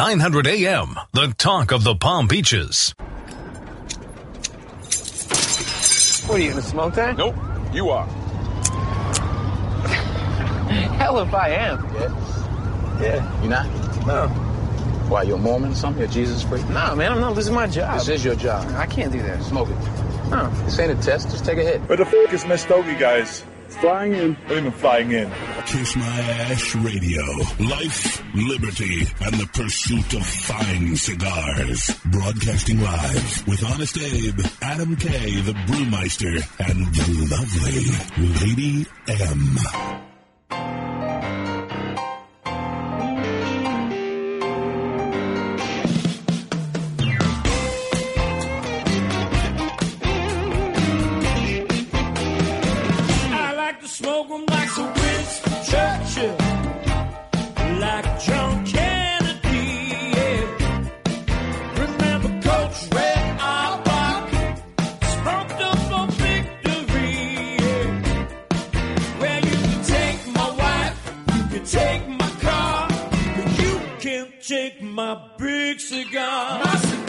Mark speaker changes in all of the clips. Speaker 1: 900 AM, the talk of the Palm Beaches.
Speaker 2: What are you gonna smoke that?
Speaker 3: Nope, you are.
Speaker 2: Hell if I am.
Speaker 4: Yeah, you not?
Speaker 2: No,
Speaker 4: Why, you're a Mormon or something? You're Jesus freak?
Speaker 2: no, man, I'm not losing my job.
Speaker 4: This is your job.
Speaker 2: I can't do this.
Speaker 4: Smoke it.
Speaker 2: No.
Speaker 4: This ain't a test, just take a hit.
Speaker 3: Where the f is Mestogi, guys?
Speaker 5: Flying in.
Speaker 3: What do you mean flying in?
Speaker 6: Kiss My Ash Radio. Life, liberty, and the pursuit of fine cigars. Broadcasting live with Honest Abe, Adam K, the Brewmeister, and the lovely Lady M.
Speaker 7: I like to smoke 'em like Sir Winston Churchill, like John Kennedy. Yeah. Remember Coach Red Auerbach, spunked up for victory. Yeah. Well, you can take my wife, you can take my car, but you can't take my big cigar. My cigar.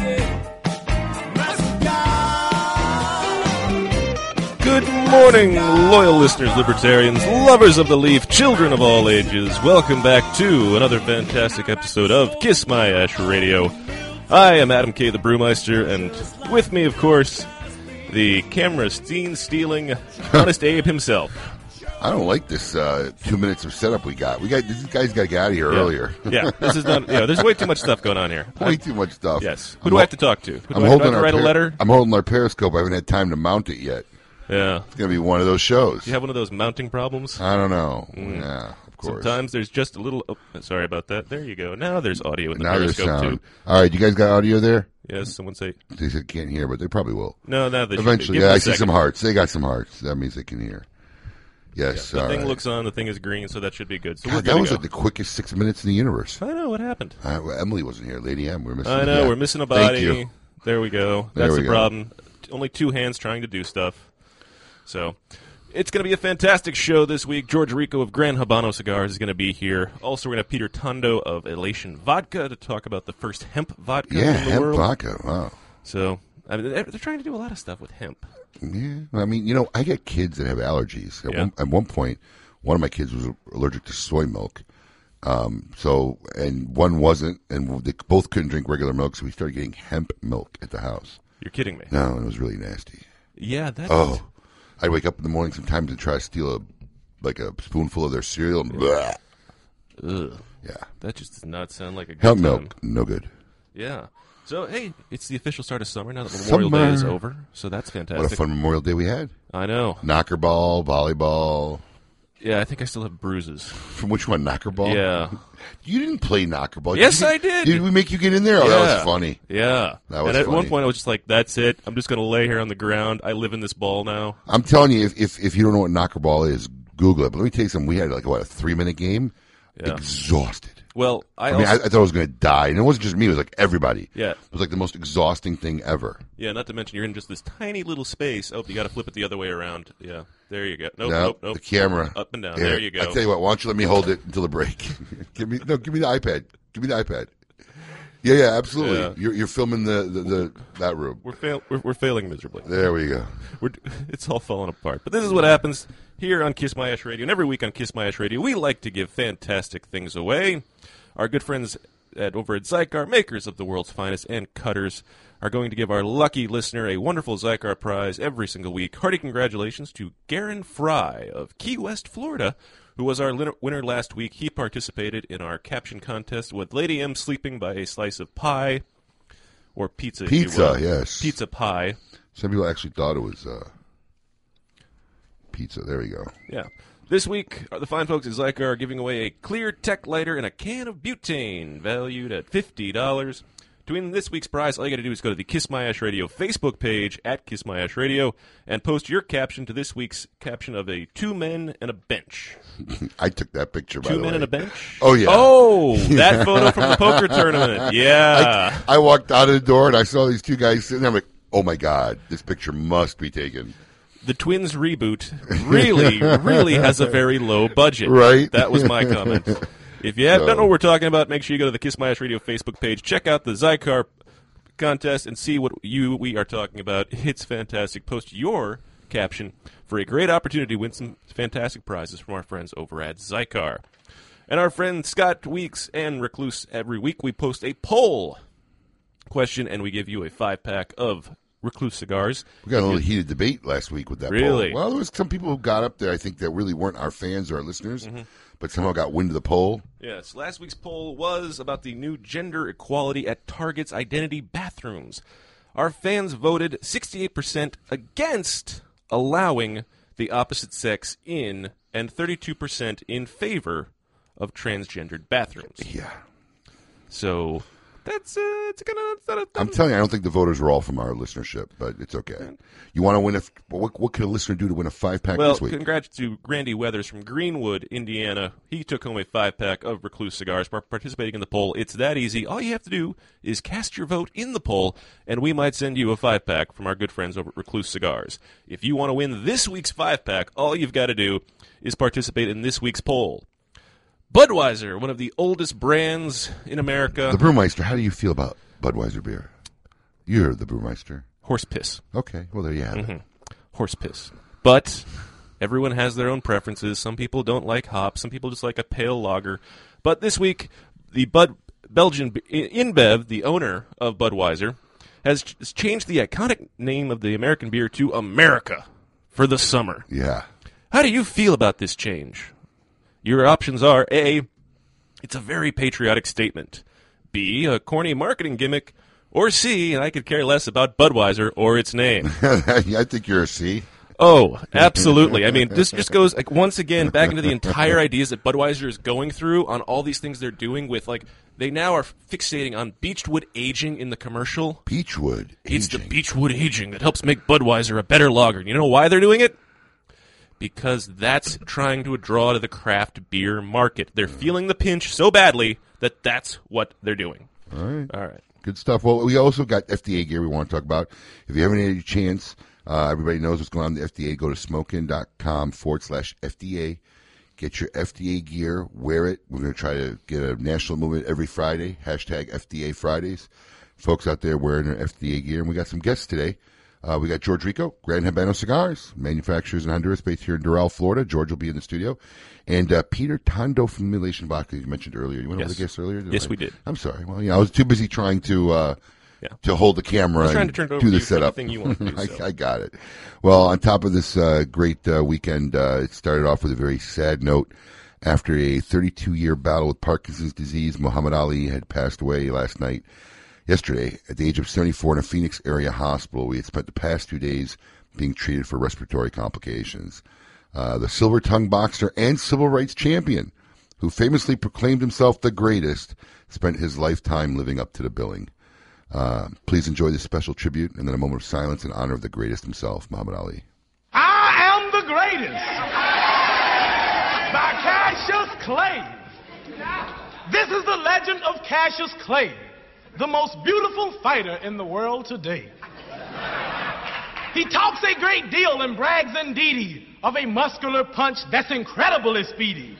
Speaker 7: Yeah. My cigar.
Speaker 8: Good morning, loyal listeners, libertarians, lovers of the leaf, children of all ages. Welcome back to another fantastic episode of Kiss My Ash Radio. I am Adam K. the Brewmeister, and with me, of course, the camera scene stealing Honest Abe himself.
Speaker 9: I don't like this uh, two minutes of setup we got. We got these guys got to get out of here earlier.
Speaker 8: Yeah, this is not. Yeah, there's way too much stuff going on here.
Speaker 9: Way too much stuff.
Speaker 8: Yes. Who
Speaker 9: I'm
Speaker 8: do I
Speaker 9: ho-
Speaker 8: have to talk to? Who do
Speaker 9: I'm
Speaker 8: I, do I
Speaker 9: holding
Speaker 8: have to
Speaker 9: our
Speaker 8: write a
Speaker 9: per-
Speaker 8: letter?
Speaker 9: I'm holding our Periscope. I haven't had time to mount it yet.
Speaker 8: Yeah.
Speaker 9: It's gonna be one of those shows.
Speaker 8: You have one of those mounting problems. Mm.
Speaker 9: I don't know. Yeah, of course.
Speaker 8: Sometimes there's just a little. Oh, sorry about that. There you go. Now there's audio in the
Speaker 9: now there's
Speaker 8: periscope
Speaker 9: sound.
Speaker 8: too.
Speaker 9: All right, you guys got audio there?
Speaker 8: Yes, someone say
Speaker 9: They said can't hear, but they probably will
Speaker 8: no. Now they should be.
Speaker 9: eventually.
Speaker 8: Give it
Speaker 9: Yeah,
Speaker 8: a
Speaker 9: I see
Speaker 8: second.
Speaker 9: some hearts. They got some hearts. That means they can hear. Yes.
Speaker 8: The
Speaker 9: all
Speaker 8: thing
Speaker 9: right.
Speaker 8: looks on. The thing is green, so that should be good. So we're
Speaker 9: God,
Speaker 8: good
Speaker 9: that was
Speaker 8: to
Speaker 9: like the quickest six minutes in the universe.
Speaker 8: go. I know what happened.
Speaker 9: Uh, well, Emily wasn't here. Lady M, we're missing.
Speaker 8: I
Speaker 9: a-
Speaker 8: know
Speaker 9: yeah.
Speaker 8: we're missing a
Speaker 9: Thank
Speaker 8: body.
Speaker 9: you.
Speaker 8: There we go.
Speaker 9: There
Speaker 8: That's
Speaker 9: we
Speaker 8: the
Speaker 9: go.
Speaker 8: problem. T- Only two hands trying to do stuff. So it's going to be a fantastic show this week. George Rico of Gran Habano Cigars is going to be here. Also, we're going to have Peter Tondo of Elation Vodka to talk about the first hemp vodka
Speaker 9: Yeah,
Speaker 8: in the
Speaker 9: hemp
Speaker 8: world.
Speaker 9: vodka. Wow.
Speaker 8: So I mean, they're they're trying to do a lot of stuff with hemp.
Speaker 9: Yeah, I mean, you know, I get kids that have allergies. At,
Speaker 8: Yeah.
Speaker 9: one, at one point, one of my kids was allergic to soy milk. Um, so, and one wasn't, and they both couldn't drink regular milk, so we started getting hemp milk at the house.
Speaker 8: You're kidding me.
Speaker 9: No, and it was really nasty.
Speaker 8: Yeah, that's
Speaker 9: Oh, I'd wake up in the morning sometimes and try to steal a, like a spoonful of their cereal. And blah.
Speaker 8: Ugh.
Speaker 9: Yeah.
Speaker 8: that just does not sound like a good
Speaker 9: Hemp
Speaker 8: time.
Speaker 9: milk, no good.
Speaker 8: Yeah. So hey, it's the official start of summer now that Memorial Day is
Speaker 9: Summer.
Speaker 8: over. So that's
Speaker 9: What a
Speaker 8: fantastic.
Speaker 9: fun Memorial Day we had.
Speaker 8: I know.
Speaker 9: Knocker ball, volleyball.
Speaker 8: Yeah, I think I still have bruises.
Speaker 9: From which one? Knocker ball?
Speaker 8: Yeah.
Speaker 9: You didn't play knocker ball.
Speaker 8: Yes,
Speaker 9: you?
Speaker 8: I did.
Speaker 9: Did we make you get in there? Oh, that
Speaker 8: Yeah.
Speaker 9: was funny.
Speaker 8: Yeah.
Speaker 9: That was
Speaker 8: and at one
Speaker 9: funny.
Speaker 8: point I was just like, that's it. I'm just going to lay here on the ground. I live in this ball now.
Speaker 9: I'm telling you, if, if if you don't know what knocker ball is, Google it. But let me tell you something. We had like what a three minute game.
Speaker 8: Yeah.
Speaker 9: Exhausted.
Speaker 8: Well, I,
Speaker 9: I
Speaker 8: also,
Speaker 9: mean, I, I thought I was going to die, and it wasn't just me. It was like everybody.
Speaker 8: Yeah.
Speaker 9: it was like the most exhausting thing ever.
Speaker 8: yeah, not to mention you're in just this tiny little space. Oh, you got to flip it the other way around. Yeah. There you go. Nope,
Speaker 9: No,
Speaker 8: nope, nope.
Speaker 9: the camera
Speaker 8: Up and down.
Speaker 9: Here.
Speaker 8: There you go.
Speaker 9: I tell you what. Why don't you let me hold it until the break? give me no. Give me the iPad. Give me the iPad. Yeah, yeah, absolutely.
Speaker 8: Yeah.
Speaker 9: You're, you're filming the, the, the that room.
Speaker 8: we're, fail- we're, we're failing miserably.
Speaker 9: There we go.
Speaker 8: We're, it's all falling apart. But this is what happens here on Kiss My Ash Radio. And every week on Kiss My Ash Radio, we like to give fantastic things away. Our good friends at over at Zycar, makers of the world's finest and cutters, are going to give our lucky listener a wonderful Zycar prize every single week. Hearty congratulations to Garen Fry of Key West, Florida, who was our lin- winner last week. He participated in our caption contest with Lady M sleeping by a slice of pie or pizza. if you
Speaker 9: Pizza,
Speaker 8: will.
Speaker 9: yes.
Speaker 8: Pizza pie.
Speaker 9: Some people actually thought it was uh, pizza. There we go.
Speaker 8: Yeah. This week, uh, the fine folks at Zycar are giving away a clear tech lighter and a can of butane valued at $50. To win this week's prize, all you got to do is go to the Kiss My Ash Radio Facebook page at Kiss My Ash Radio and post your caption to this week's caption of a two men and a bench.
Speaker 9: I took that picture. by
Speaker 8: two
Speaker 9: the
Speaker 8: men
Speaker 9: way.
Speaker 8: and a bench?
Speaker 9: Oh, yeah.
Speaker 8: Oh, that photo from the poker tournament. Yeah.
Speaker 9: I, I walked out of the door and I saw these two guys sitting. there. I'm like, oh my god, this picture must be taken.
Speaker 8: the Twins reboot really, really has a very low budget.
Speaker 9: Right.
Speaker 8: That was my comment. If you have,
Speaker 9: So-
Speaker 8: don't know what we're talking about, make sure you go to the Kiss My Ash Radio Facebook page. Check out the Zycar contest and see what you we are talking about. It's fantastic. Post your caption for a great opportunity to win some fantastic prizes from our friends over at Zycar. And our friend Scott Weeks and Recluse, every week we post a poll question and we give you a five pack of Recluse cigars.
Speaker 9: We got a little heated debate last week with that. poll.
Speaker 8: Really?
Speaker 9: Well, there was some people who got up there. I think that really weren't our fans or our listeners,
Speaker 8: Mm-hmm.
Speaker 9: but somehow got wind of the poll.
Speaker 8: Yes, last week's poll was about the new gender equality at Target's identity bathrooms. Our fans voted 68% against allowing the opposite sex in and 32% in favor of transgendered bathrooms.
Speaker 9: Yeah,
Speaker 8: So that's uh, it's gonna it's not a-
Speaker 9: I'm telling you, I don't think the voters were all from our listenership, but it's okay. You want to win a? What, what could a listener do to win a five pack
Speaker 8: well,
Speaker 9: this week?
Speaker 8: congrats to Randy Weathers from Greenwood, Indiana. He took home a five pack of Recluse cigars for participating in the poll. It's that easy. All you have to do is cast your vote in the poll, and we might send you a five pack from our good friends over at Recluse Cigars. If you want to win this week's five pack, all you've got to do is participate in this week's poll. Budweiser, one of the oldest brands in America,
Speaker 9: the Brewmeister. How do you feel about Budweiser beer? You're the Brewmeister.
Speaker 8: horse piss. Mm-hmm.
Speaker 9: Okay. Well, there you have it.
Speaker 8: horse piss. But everyone has their own preferences. Some people don't like hop. Some people just like a pale lager. But this week, the Bud Belgian InBev, the owner of Budweiser, has ch- has changed the iconic name of the American beer to America for the summer.
Speaker 9: Yeah.
Speaker 8: How do you feel about this change? Your options are A, it's a very patriotic statement, B, a corny marketing gimmick, or C, and I could care less about Budweiser or its name.
Speaker 9: I think you're a C.
Speaker 8: Oh, absolutely. I mean, this just goes like once again back into the entire ideas that Budweiser is going through on all these things they're doing with like they now are fixating on Beechwood aging in the commercial.
Speaker 9: Beechwood.
Speaker 8: It's the
Speaker 9: aging.
Speaker 8: Beechwood aging that helps make Budweiser a better lager. And you know why they're doing it? Because that's trying to draw to the craft beer market. They're
Speaker 9: Mm.
Speaker 8: feeling the pinch so badly that that's what they're doing.
Speaker 9: All right.
Speaker 8: All right.
Speaker 9: Good stuff. Well, we also got FDA gear we want to talk about. If you haven't had a chance, uh, everybody knows what's going on in the FDA. Go to smoking.com forward slash FDA. Get your FDA gear, wear it. We're going to try to get a national movement every Friday. Hashtag FDA Fridays. Folks out there wearing their FDA gear. And we got some guests today. Uh, we got George Rico, Grand Habano Cigars, manufacturers in Honduras, based here in Doral, Florida. George will be in the studio. And uh, Peter Tondo from Milation Vodka, you mentioned earlier. You went over
Speaker 8: Yes.
Speaker 9: the guests earlier?
Speaker 8: Yes,
Speaker 9: I?
Speaker 8: we did.
Speaker 9: I'm sorry. Well, yeah, I was too busy trying to uh,
Speaker 8: Yeah.
Speaker 9: to hold the camera
Speaker 8: I was trying
Speaker 9: and
Speaker 8: to turn it over
Speaker 9: do
Speaker 8: to
Speaker 9: the
Speaker 8: you for the
Speaker 9: setup.
Speaker 8: thing you wanted to do,
Speaker 9: I,
Speaker 8: so.
Speaker 9: I got it. Well, on top of this uh, great uh, weekend, uh, it started off with a very sad note. After a 32-year battle with Parkinson's disease, Muhammad Ali had passed away last night. Yesterday, at the age of 74, in a Phoenix area hospital, we had spent the past two days being treated for respiratory complications. Uh, the silver tongue boxer and civil rights champion, who famously proclaimed himself the greatest, spent his lifetime living up to the billing. Uh, please enjoy this special tribute and then a moment of silence in honor of the greatest himself, Muhammad Ali.
Speaker 10: I am the greatest by Cassius Clay. This is the legend of Cassius Clay, the most beautiful fighter in the world today. He talks a great deal and brags indeed of a muscular punch that's incredibly speedy.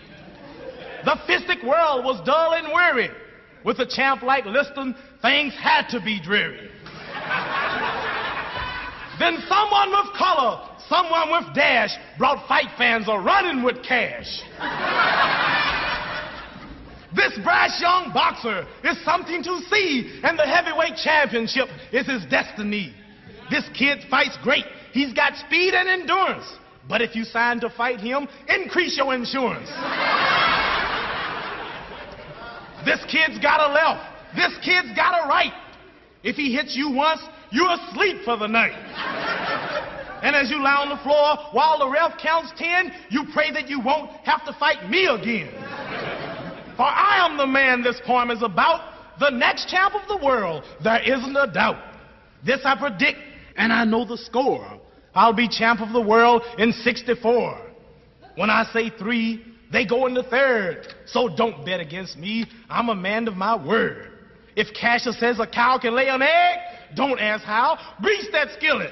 Speaker 10: The fistic world was dull and weary. With a champ like Liston, things had to be dreary. Then someone with color, someone with dash, brought fight fans a running with cash. this brash young boxer is something to see, and the heavyweight championship is his destiny. This kid fights great. He's got speed and endurance. But if you sign to fight him, increase your insurance. This kid's got a left. This kid's got a right. If he hits you once, you're asleep for the night. And as you lie on the floor while the ref counts 10, you pray that you won't have to fight me again. For I am the man this poem is about, the next champ of the world. There isn't a doubt. This I predict, and I know the score. I'll be champ of the world in 64. When I say three, they go in the third. So don't bet against me. I'm a man of my word. If Cassius says a cow can lay an egg, don't ask how. Breach that skillet.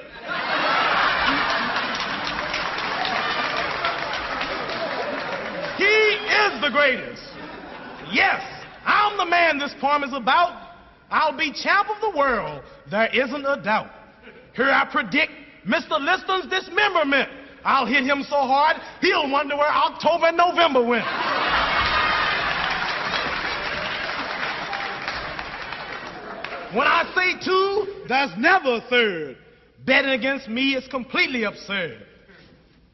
Speaker 10: he is the greatest. Yes, I'm the man this poem is about. I'll be champ of the world, there isn't a doubt. Here I predict Mr. Liston's dismemberment. I'll hit him so hard, he'll wonder where October and November went. When I say two, there's never a third. Betting against me is completely absurd.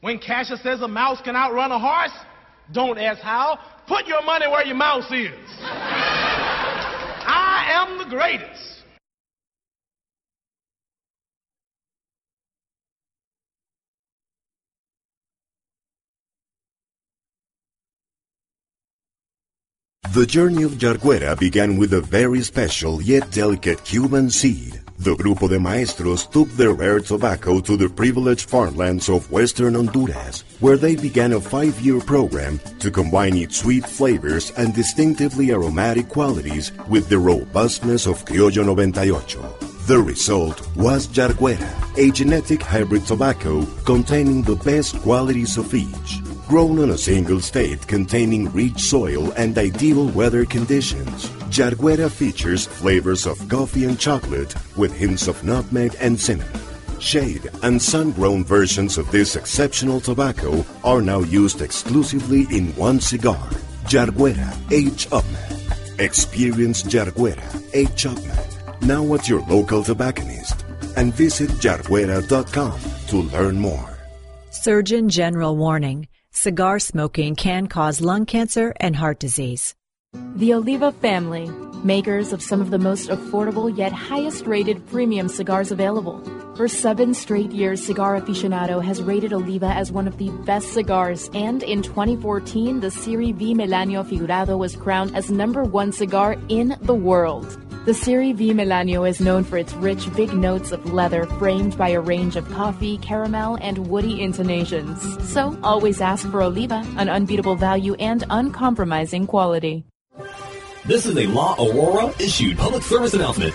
Speaker 10: When Cassius says a mouse can outrun a horse, don't ask how. Put your money where your mouse is. I am the greatest.
Speaker 11: The journey of Jarguera began with a very special yet delicate Cuban seed. The Grupo de Maestros took their rare tobacco to the privileged farmlands of western Honduras, where they began a five-year program to combine its sweet flavors and distinctively aromatic qualities with the robustness of Criollo 98. The result was Jarguera, a genetic hybrid tobacco containing the best qualities of each. Grown on a single state containing rich soil and ideal weather conditions, Jarguera features flavors of coffee and chocolate with hints of nutmeg and cinnamon. Shade and sun grown versions of this exceptional tobacco are now used exclusively in one cigar, Jarguera H. Upman. Experience Jarguera H. Upman now at your local tobacconist and visit jarguera.com to learn more.
Speaker 12: Surgeon General warning cigar smoking can cause lung cancer and heart disease.
Speaker 13: The Oliva family, makers of some of the most affordable yet highest rated premium cigars available. For seven straight years, Cigar Aficionado has rated Oliva as one of the best cigars, and in 2014, the Siri V Melanio Figurado was crowned as number one cigar in the world. The Siri V Melanio is known for its rich, big notes of leather framed by a range of coffee, caramel, and woody intonations. So always ask for Oliva, an unbeatable value and uncompromising quality.
Speaker 14: This is a La Aurora issued public service announcement.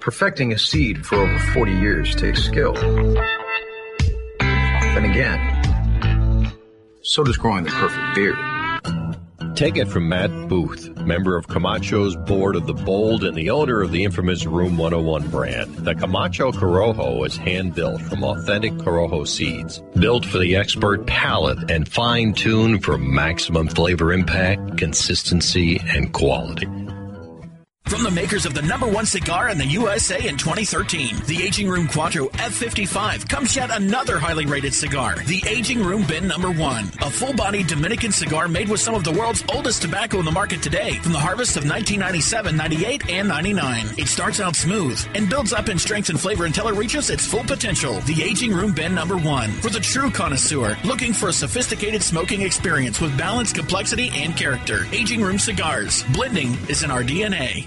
Speaker 15: Perfecting a seed for over 40 years takes skill. Then again, so does growing the perfect beer.
Speaker 16: Take it from Matt Booth, member of Camacho's board of the bold and the owner of the infamous Room 101 brand. The Camacho Corojo is hand built from authentic Corojo seeds, built for the expert palate and fine tuned for maximum flavor impact, consistency, and quality.
Speaker 1: From the makers of the number one cigar in the USA in 2013, the Aging Room Quattro F55 comes yet another highly rated cigar, the Aging Room Bin Number One, a full bodied Dominican cigar made with some of the world's oldest tobacco in the market today from the harvest of 1997, 98, and 99. It starts out smooth and builds up in strength and flavor until it reaches its full potential. The Aging Room Bin Number One, for the true connoisseur looking for a sophisticated smoking experience with balance, complexity, and character. Aging Room Cigars, blending is in our DNA.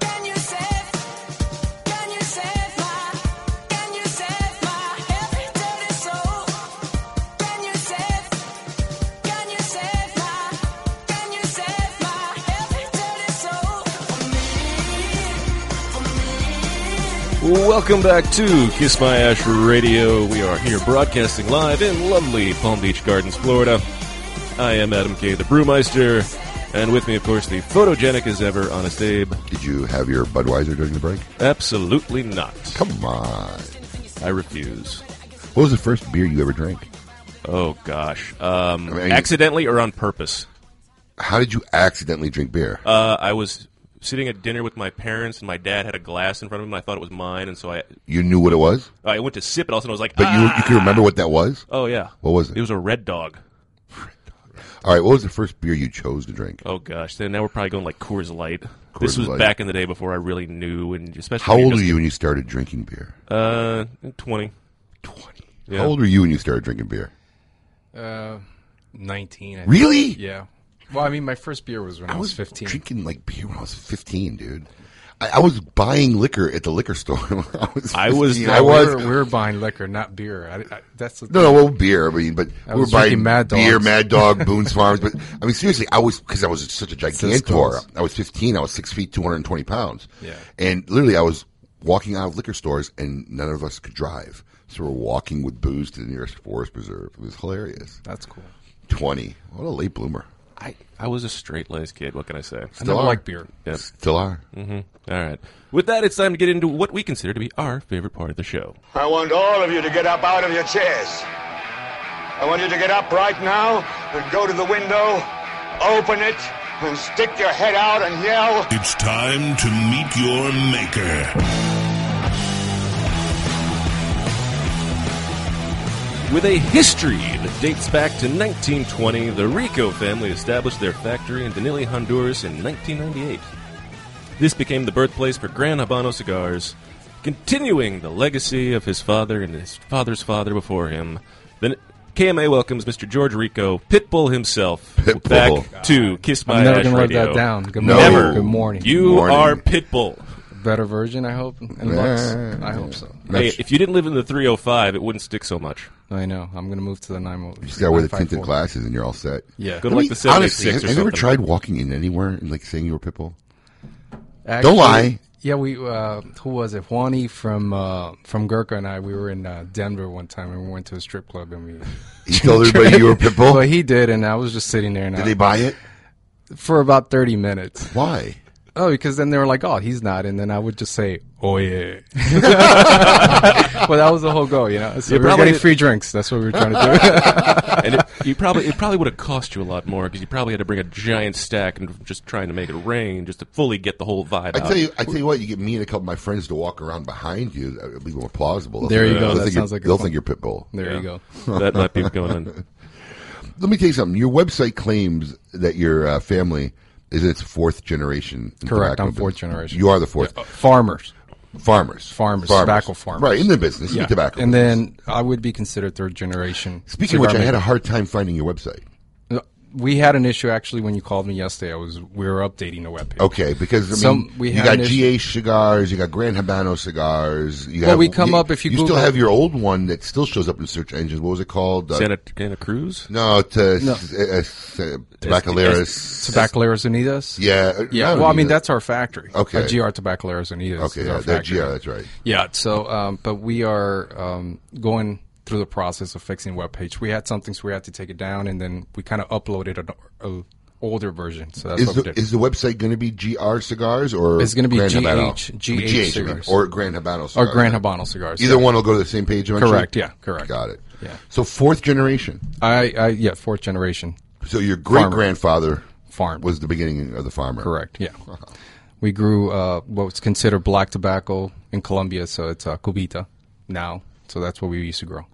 Speaker 7: Can you save? Can you save?
Speaker 8: Welcome back to Kiss My Ash Radio. We are here broadcasting live in lovely Palm Beach Gardens, Florida. I am Adam K, the Brewmeister, and with me, of course, the photogenic as ever, Honest Abe.
Speaker 9: Did you have your Budweiser during the break?
Speaker 8: Absolutely not.
Speaker 9: Come on.
Speaker 8: I refuse.
Speaker 9: What was the first beer you ever drank?
Speaker 8: Oh gosh, um, accidentally or on purpose?
Speaker 9: How did you accidentally drink beer?
Speaker 8: Uh, I was sitting at dinner with my parents, and my dad had a glass in front of him. and I thought it was mine, and so I
Speaker 9: You knew what it was,
Speaker 8: I went to sip it. All of a sudden, I was like,
Speaker 9: but you
Speaker 8: "Ah!"
Speaker 9: you can remember what that was.
Speaker 8: Oh yeah.
Speaker 9: What was it?
Speaker 8: It was a red dog.
Speaker 9: All right. What was the first beer you chose to drink?
Speaker 8: Oh gosh, then now we're probably going like Coors Light.
Speaker 9: Coors
Speaker 8: this was
Speaker 9: Light.
Speaker 8: back in the day before I really knew, and especially
Speaker 9: How
Speaker 8: when
Speaker 9: old
Speaker 8: just-
Speaker 9: were you when you started drinking beer?
Speaker 8: Uh, twenty. Twenty. Yeah.
Speaker 9: How old were you when you started drinking beer?
Speaker 17: Uh, 19. I think.
Speaker 9: Really?
Speaker 17: Yeah. Well, I mean, my first beer was when I, was, 15.
Speaker 9: Drinking like beer when I was fifteen, dude. I, I was buying liquor at the liquor store. When I was.
Speaker 17: I was.
Speaker 9: 15. I was.
Speaker 17: We were, we were buying liquor, not beer. I, I, that's the
Speaker 9: No, no, well, beer. I mean, but
Speaker 17: I
Speaker 9: we were
Speaker 17: was
Speaker 9: buying
Speaker 17: drinking Mad Dogs.
Speaker 9: beer, Mad Dog, Boone's Farms. But I mean, seriously, I was because I was such a gigantor.
Speaker 17: Siskel's.
Speaker 9: I was 15. I was six feet, 220 pounds.
Speaker 17: Yeah.
Speaker 9: And literally, I was walking out of liquor stores, and none of us could drive. So we're walking with booze to the nearest forest preserve. It was hilarious.
Speaker 17: That's cool.
Speaker 9: 20. What a late bloomer.
Speaker 8: I I was a straight laced kid. What can I say?
Speaker 9: Still are.
Speaker 8: Yep.
Speaker 9: Still are.
Speaker 8: hmm All right. With that, it's time to get into what we consider to be our favorite part of the show.
Speaker 14: I want all of you to get up out of your chairs. I want you to get up right now and go to the window, open it, and stick your head out and yell.
Speaker 6: It's time to meet your maker.
Speaker 8: With a history that dates back to 1920, the Rico family established their factory in Danili, Honduras in 1998. This became the birthplace for Gran Habano cigars, continuing the legacy of his father and his father's father before him. Then KMA welcomes Mr. George Rico, Pitbull himself, back to Kiss My
Speaker 17: I'm never
Speaker 8: Ash
Speaker 17: gonna let
Speaker 8: Radio.
Speaker 17: that down. Good
Speaker 8: Never.
Speaker 17: morning. Good morning.
Speaker 8: You
Speaker 17: Morning.
Speaker 8: are Pitbull.
Speaker 17: better version, I hope. And
Speaker 8: Yeah.
Speaker 17: Lux. I hope so.
Speaker 8: Hey, if you didn't live in the 305, it wouldn't stick so much.
Speaker 17: I know. I'm going to move to the oh 9
Speaker 9: You just gotta wear the tinted glasses, and you're all set.
Speaker 17: Yeah.
Speaker 8: Good
Speaker 9: I
Speaker 8: luck
Speaker 9: mean,
Speaker 8: to 76
Speaker 9: honestly,
Speaker 8: or
Speaker 9: have, have you ever
Speaker 8: something.
Speaker 9: tried walking in anywhere and like saying you were Pitbull? Don't lie.
Speaker 17: Yeah, we uh, who was it? Juani from uh, from Gurkha and I. We were in uh, Denver one time, and we went to a strip club, and we.
Speaker 9: He told everybody you were Pitbull?
Speaker 17: But he did, and I was just sitting there. And
Speaker 9: Did
Speaker 17: I-
Speaker 9: they buy it?
Speaker 17: for about thirty minutes?
Speaker 9: Why?
Speaker 17: Oh, because then they were like, "Oh, he's not," and then I would just say, "Oh yeah." well, that was the whole goal, you know. So
Speaker 8: You
Speaker 17: we were
Speaker 8: probably
Speaker 17: getting
Speaker 8: did-
Speaker 17: free drinks. That's what we were trying to do.
Speaker 8: and it, you probably it probably would have cost you a lot more because you probably had to bring a giant stack and just trying to make it rain just to fully get the whole vibe.
Speaker 9: I
Speaker 8: out.
Speaker 9: tell you, I tell you what, you get me and a couple of my friends to walk around behind you. I believe more plausible. They'll
Speaker 17: There
Speaker 9: think-
Speaker 17: you go.
Speaker 9: they'll
Speaker 17: That
Speaker 9: think you're-
Speaker 17: sounds like a
Speaker 9: they'll
Speaker 17: fun-
Speaker 9: think you're Pitbull.
Speaker 17: There you Yeah. go.
Speaker 8: That might be going on.
Speaker 9: Let me tell you something. Your website claims that your uh, family is its fourth generation. in
Speaker 17: Correct,
Speaker 9: tobacco
Speaker 17: I'm fourth
Speaker 9: business.
Speaker 17: generation.
Speaker 9: You are the fourth.
Speaker 17: Yeah, uh, farmers.
Speaker 9: Farmers. Farmers.
Speaker 17: farmers, tobacco farmers,
Speaker 9: Right, in the business, in the tobacco
Speaker 17: And then I would be considered third generation.
Speaker 9: Speaking of which, I had a hard time finding your website.
Speaker 17: We had an issue actually when you called me yesterday. I was we were updating the webpage.
Speaker 9: Okay, because I mean,
Speaker 17: Some- we
Speaker 9: you
Speaker 17: had
Speaker 9: got
Speaker 17: an issue-
Speaker 9: GA cigars, you got Grand Habano cigars. You
Speaker 17: Well,
Speaker 9: have-
Speaker 17: we come up if you
Speaker 9: you still
Speaker 17: Google-
Speaker 9: have your old one that still shows up in search engines. What was it called? Uh,
Speaker 8: Santa, Santa Cruz.
Speaker 9: No, uh, to
Speaker 17: No.
Speaker 9: no. uh, Tabacaleras.
Speaker 17: Tabacaleras Unidas.
Speaker 9: Yeah, uh,
Speaker 17: yeah.
Speaker 9: not
Speaker 17: Well, I mean
Speaker 9: Unidas.
Speaker 17: that's our factory.
Speaker 9: Okay.
Speaker 17: Uh, GR Tabacaleras Unidas.
Speaker 9: Okay,
Speaker 17: is
Speaker 9: yeah,
Speaker 17: our
Speaker 9: that
Speaker 17: factory.
Speaker 9: GR, that's right.
Speaker 17: Yeah. So, um, but we are um, going through the process of fixing web page. We had something, so we had to take it down, and then we kind of uploaded an o- older version. So that's
Speaker 9: Is
Speaker 17: what we
Speaker 9: the,
Speaker 17: did.
Speaker 9: is the website going to be GR cigars or
Speaker 17: It's gonna be
Speaker 9: Grand
Speaker 17: GH
Speaker 9: Habano?
Speaker 17: GH
Speaker 9: I mean,
Speaker 17: cigars.
Speaker 9: or Grand Habano
Speaker 17: Or
Speaker 9: cigars.
Speaker 17: Grand Habano cigars,
Speaker 9: Either
Speaker 17: yeah.
Speaker 9: one will go to the same page. Eventually?
Speaker 17: Correct, yeah, correct.
Speaker 9: Got it.
Speaker 17: Yeah.
Speaker 9: So fourth generation.
Speaker 17: I, I yeah, fourth generation.
Speaker 9: So your great grandfather
Speaker 17: farm
Speaker 9: was the beginning of the farmer. Uh-huh.
Speaker 17: Correct. Yeah. We grew uh, what's considered black tobacco in Colombia, so it's uh, cubita now. So that's what we used to grow.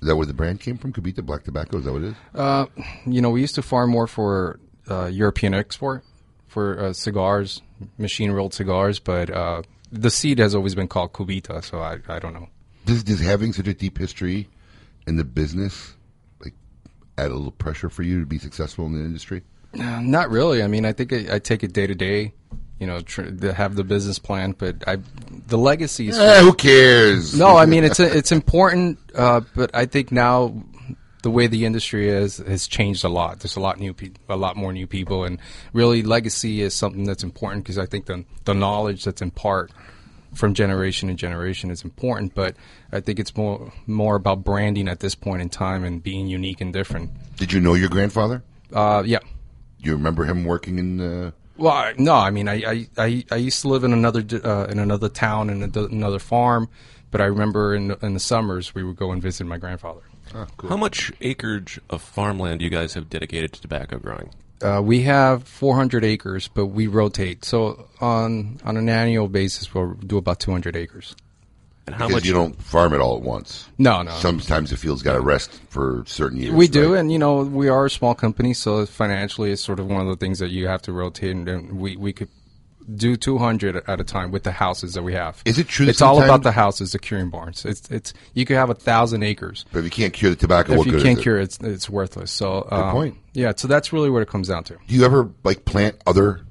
Speaker 9: Is that where the brand came from? Cubita Black Tobacco. Is that what it is?
Speaker 17: Uh, you know, we used to farm more for uh, European export for uh, cigars, machine rolled cigars, but uh, the seed has always been called cubita. So I, I don't know.
Speaker 9: Does does having such a deep history in the business like add a little pressure for you to be successful in the industry?
Speaker 17: Uh, Not really. I mean, I think I, I take it day to day. You know, tr- to have the business plan, but I the legacy is.
Speaker 9: Eh, who cares?
Speaker 17: No, I mean it's it's important, uh, but I think now the way the industry is has changed a lot. There's a lot new, pe- a lot more new people, and really legacy is something that's important because I think the the knowledge that's in part from generation to generation is important, but I think it's more more about branding at this point in time and being unique and different.
Speaker 9: Did you know your grandfather?
Speaker 17: Uh, yeah.
Speaker 9: You remember him working in uh, the?
Speaker 17: Well, I- no, I mean, I I, I, I used to live in another di- uh, in another town and a- another farm, but I remember in in the summers we would go and visit my grandfather.
Speaker 9: Ah,
Speaker 8: How much acreage of farmland do you guys have dedicated to tobacco growing?
Speaker 17: Uh, we have 400 acres, but we rotate. So on on an annual basis, we'll do about 200 acres.
Speaker 8: And
Speaker 9: because you don't farm it all at once.
Speaker 17: No, no.
Speaker 9: Sometimes the field's got to rest for certain years.
Speaker 17: we do, and you know, we are a small company, so financially, it's sort of one of the things that you have to rotate, and, and we we could do 200 at a time with the houses that we have.
Speaker 9: Is it true that
Speaker 17: It's all
Speaker 9: sometime-
Speaker 17: about the houses, the curing barns. It's it's you could have a thousand acres,
Speaker 9: but if you can't cure the tobacco,
Speaker 17: if
Speaker 9: what
Speaker 17: you
Speaker 9: good
Speaker 17: can't
Speaker 9: is it?
Speaker 17: cure, it, it's it's worthless. So
Speaker 9: Good
Speaker 17: um,
Speaker 9: point.
Speaker 17: Yeah, so that's really what it comes down to.
Speaker 9: Do you ever like plant other?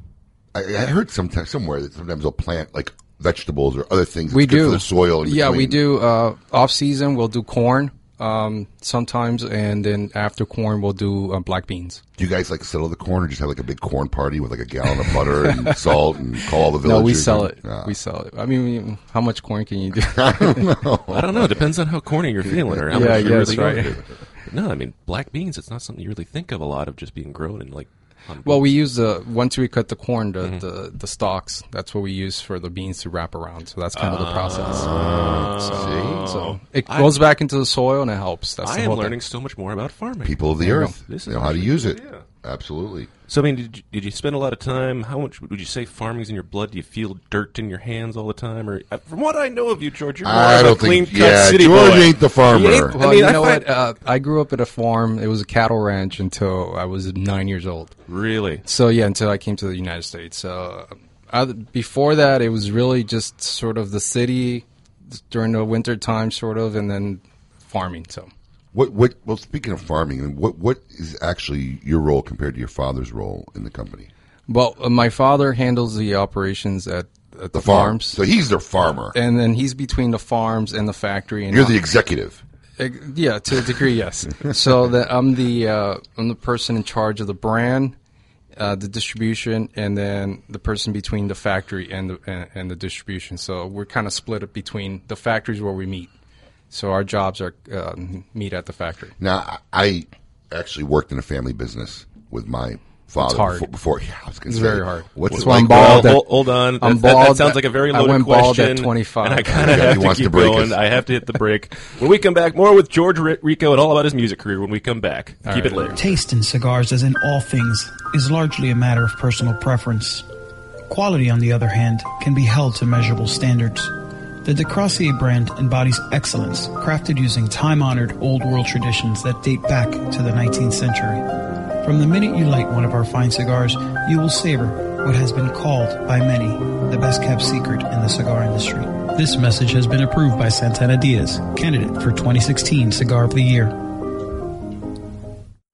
Speaker 9: I, I heard sometimes somewhere that sometimes they'll plant like vegetables or other things.
Speaker 17: we
Speaker 9: that's good
Speaker 17: do
Speaker 9: for the soil. in
Speaker 17: yeah, we
Speaker 9: between.
Speaker 17: do. Uh, off season, we'll do corn um, sometimes, and then after corn, we'll do uh, black beans.
Speaker 9: Do you guys like settle the corn or just have like a big corn party with like a gallon of butter and salt and call all the villagers?
Speaker 17: No, we sell
Speaker 9: and- uh,
Speaker 17: it. We sell it. I mean, we- how much corn can you do?
Speaker 9: I don't know.
Speaker 8: I don't know. It depends on how corny you're feeling or how
Speaker 17: yeah,
Speaker 8: much you
Speaker 17: yeah,
Speaker 8: really
Speaker 17: that's right.
Speaker 8: want to. No, I mean black beans. It's not something you really think of a lot of just being grown in like. on- Mm-hmm.
Speaker 17: Well, we use the once we cut the corn, the, the the stalks. That's what we use for the beans to wrap around. So that's kind of the process. so,
Speaker 8: Ah. see?
Speaker 17: so it
Speaker 8: I-
Speaker 17: goes back into the soil and it helps. That's
Speaker 8: I
Speaker 17: the
Speaker 8: am
Speaker 17: whole
Speaker 8: learning
Speaker 17: Thing.
Speaker 8: so much more about farming.
Speaker 9: People of the
Speaker 8: There you
Speaker 9: earth
Speaker 8: go. This
Speaker 9: know
Speaker 8: is
Speaker 9: how to use it.
Speaker 8: actually- yeah.
Speaker 9: Absolutely.
Speaker 8: So I mean, did you, did you spend a lot of time? How much would you say farming's in your blood? Do you feel dirt in your hands all the time? Or uh, from what I know of you, George, you're more
Speaker 9: I
Speaker 8: of
Speaker 9: don't
Speaker 8: a
Speaker 9: think-
Speaker 8: clean
Speaker 9: yeah,
Speaker 8: cut city
Speaker 9: George
Speaker 8: boy.
Speaker 9: ain't the farmer.
Speaker 8: He ain't-
Speaker 17: Well,
Speaker 8: I mean,
Speaker 17: you
Speaker 8: I
Speaker 17: know
Speaker 8: find-
Speaker 17: what? Uh, I grew up at a farm. It was a cattle ranch until I was nine years old.
Speaker 8: Really?
Speaker 17: So yeah, until I came to the United States. So uh, oth- before that, it was really just sort of the city during the winter time, sort of, and then farming. So
Speaker 9: What what? Well, speaking of farming, what what is actually your role compared to your father's role in the company?
Speaker 17: Well, uh, my father handles the operations at, at the,
Speaker 9: The farm.
Speaker 17: farms.
Speaker 9: So he's their farmer.
Speaker 17: And then he's between the farms and the factory. And
Speaker 9: You're the executive.
Speaker 17: Ex- Yeah, to a degree, yes. so that I'm the uh, I'm the person in charge of the brand, uh, the distribution, and then the person between the factory and the and, and the distribution. So we're kind of split up between the factories where we meet. So our jobs are um, meet at the factory.
Speaker 9: Now, I I actually worked in a family business with my father
Speaker 17: It's hard.
Speaker 9: before. before- yeah, I was gonna
Speaker 17: It's
Speaker 9: say,
Speaker 17: very hard.
Speaker 9: What's
Speaker 17: That's
Speaker 9: it
Speaker 17: why
Speaker 9: like
Speaker 17: I'm bald
Speaker 9: growing
Speaker 17: at-
Speaker 9: up-
Speaker 8: Hol- Hold on.
Speaker 17: I'm
Speaker 8: That- that- that
Speaker 17: bald
Speaker 8: sounds
Speaker 17: at-
Speaker 8: like a very
Speaker 17: I
Speaker 8: loaded
Speaker 17: went bald
Speaker 8: question.
Speaker 17: at 25.
Speaker 8: And I kind
Speaker 9: Yeah,
Speaker 8: of
Speaker 9: he
Speaker 8: have to
Speaker 9: wants
Speaker 8: keep
Speaker 9: to break us.
Speaker 8: going. I have to hit the break. When we come back, more with George Ri- Rico and all about his music career when we come back. keep it lit.
Speaker 18: Taste in cigars, as in all things, is largely a matter of personal preference. Quality, on the other hand, can be held to measurable standards. The De Crozier brand embodies excellence, crafted using time honored old world traditions that date back to the 19th century. From the minute you light one of our fine cigars, you will savor what has been called by many the best kept secret in the cigar industry. This message has been approved by Santana Diaz, candidate for 2016 Cigar of the Year.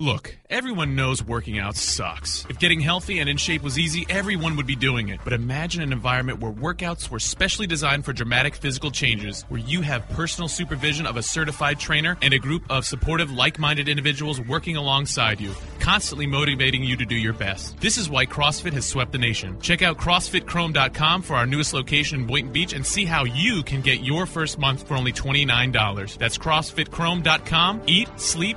Speaker 3: Look, everyone knows working out sucks. If getting healthy and in shape was easy, everyone would be doing it. But imagine an environment where workouts were specially designed for dramatic physical changes, where you have personal supervision of a certified trainer and a group of supportive, like minded individuals working alongside you, constantly motivating you to do your best. This is why CrossFit has swept the nation. Check out CrossFitChrome.com for our newest location in Boynton Beach and see how you can get your first month for only $29. That's CrossFitChrome.com. Eat, sleep,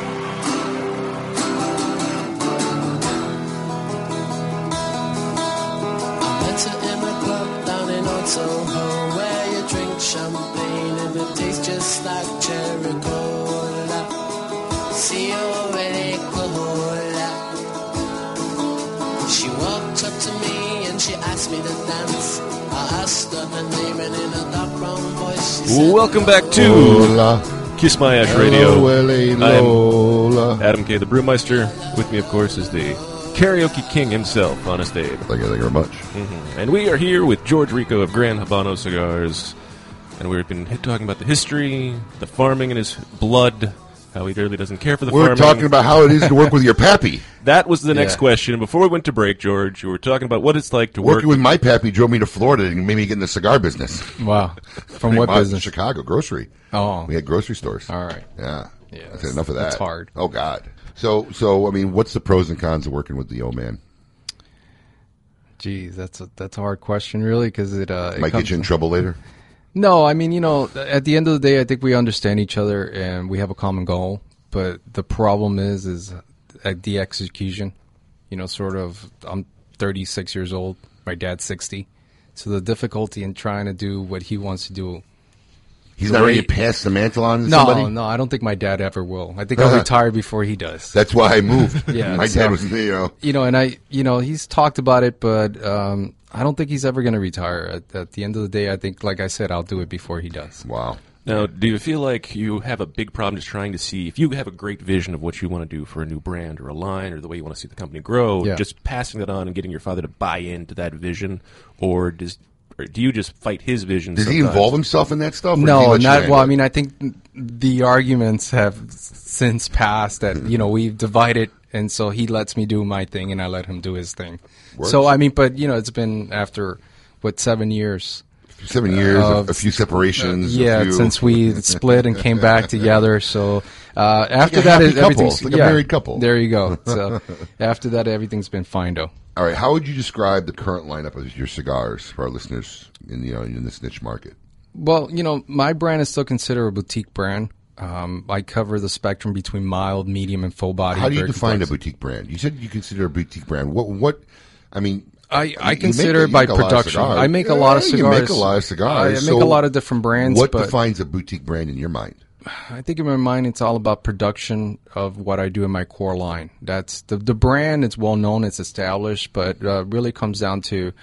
Speaker 19: Met her in a club down in Old Soho Where you drink champagne and it tastes just like cherry cola Siovele cola She walked up to me and she asked me to dance I asked her my name and in a dark brown voice she said
Speaker 8: Welcome back to Kiss My Ash Radio.
Speaker 9: Hello, Willie Lola.
Speaker 8: I'm Adam K. the Brewmeister. With me, of course, is the karaoke king himself, Honest Abe.
Speaker 9: Thank you, thank you very much.
Speaker 8: hmm And we are here with George Rico of Grand Habano Cigars, and we've been talking about the history, the farming in his blood, how he really doesn't care for the
Speaker 9: We're
Speaker 8: farming.
Speaker 9: talking about how it is to work with your pappy.
Speaker 8: That was the next
Speaker 9: Yeah.
Speaker 8: question. Before we went to break, George, you were talking about what it's like to work
Speaker 9: Working with my pappy drove me to Florida and made me get in the cigar business.
Speaker 17: Wow. From what business?
Speaker 9: Chicago grocery.
Speaker 17: Oh.
Speaker 9: we had grocery stores. All right. Yeah.
Speaker 17: Yeah,
Speaker 9: I said enough of that.
Speaker 17: that's hard.
Speaker 9: Oh God. So so I mean, what's the pros and cons of working with the old man?
Speaker 17: Geez, that's a that's a hard question, really, because it, uh, it
Speaker 9: Might
Speaker 17: comes-
Speaker 9: get you in trouble later.
Speaker 17: No, I mean, you know, at the end of the day, I think we understand each other and we have a common goal. But the problem is, is at the execution, you know, sort of, I'm 36 years old, my dad's 60. So the difficulty in trying to do what he wants to do.
Speaker 9: He's
Speaker 17: the
Speaker 9: not
Speaker 17: way-
Speaker 9: ready to pass the mantle on to
Speaker 17: no,
Speaker 9: somebody?
Speaker 17: No, I don't think my dad ever will. I think I'll retire before he does.
Speaker 9: That's why I moved.
Speaker 17: yeah,
Speaker 9: My
Speaker 17: so-
Speaker 9: dad was, you know.
Speaker 17: you know, and I, you know, he's talked about it, but um, I don't think he's ever going to retire. At, at the end of the day, I think, like I said, I'll do it before he does.
Speaker 9: Wow.
Speaker 8: Now, do you feel like you have a big problem just trying to see if you have a great vision of what you want to do for a new brand or a line or the way you want to see the company grow,
Speaker 17: Yeah.
Speaker 8: just passing that on and getting your father to buy into that vision, or does or do you just fight his vision?
Speaker 9: Does he
Speaker 8: sometimes?
Speaker 9: involve himself in that stuff? or does he
Speaker 17: No,
Speaker 9: let you
Speaker 17: not
Speaker 9: handle
Speaker 17: well.
Speaker 9: it?
Speaker 17: I mean, I think the arguments have s- since passed
Speaker 9: Mm-hmm.
Speaker 17: that you know we've divided, and so he lets me do my thing, and I let him do his thing. So
Speaker 9: Works.
Speaker 17: I mean, but you know, it's been after what seven years.
Speaker 9: Seven years, a-
Speaker 17: Uh,
Speaker 9: a few separations, a
Speaker 17: yeah,
Speaker 9: few-
Speaker 17: since we split and came back together. So uh, after
Speaker 9: a
Speaker 17: that,
Speaker 9: happy
Speaker 17: it-
Speaker 9: couple.
Speaker 17: everything's
Speaker 9: It's like a
Speaker 17: yeah,
Speaker 9: married couple.
Speaker 17: There you go. So after that, everything's been fine though.
Speaker 9: All right. How would you describe the current lineup of your cigars for our listeners in the you know, in this niche market?
Speaker 17: Well, you know, my brand is still considered a boutique brand. Um, I cover the spectrum between mild, medium, and full body.
Speaker 9: How do you
Speaker 17: very
Speaker 9: define
Speaker 17: complex.
Speaker 9: a boutique brand? You said you consider a boutique brand. What? What? I mean,
Speaker 17: I, I
Speaker 9: you make-
Speaker 17: consider
Speaker 9: you
Speaker 17: it by
Speaker 9: make a lot of
Speaker 17: production.
Speaker 9: cigars.
Speaker 17: I make a lot of
Speaker 9: Yeah,
Speaker 17: cigars.
Speaker 9: You make a lot of cigars.
Speaker 17: I make
Speaker 9: So
Speaker 17: a lot of different brands.
Speaker 9: What
Speaker 17: but
Speaker 9: defines a boutique brand in your mind?
Speaker 17: I think in my mind, it's all about production of what I do in my core line. That's the the brand. It's well known. It's established, but uh, really comes down to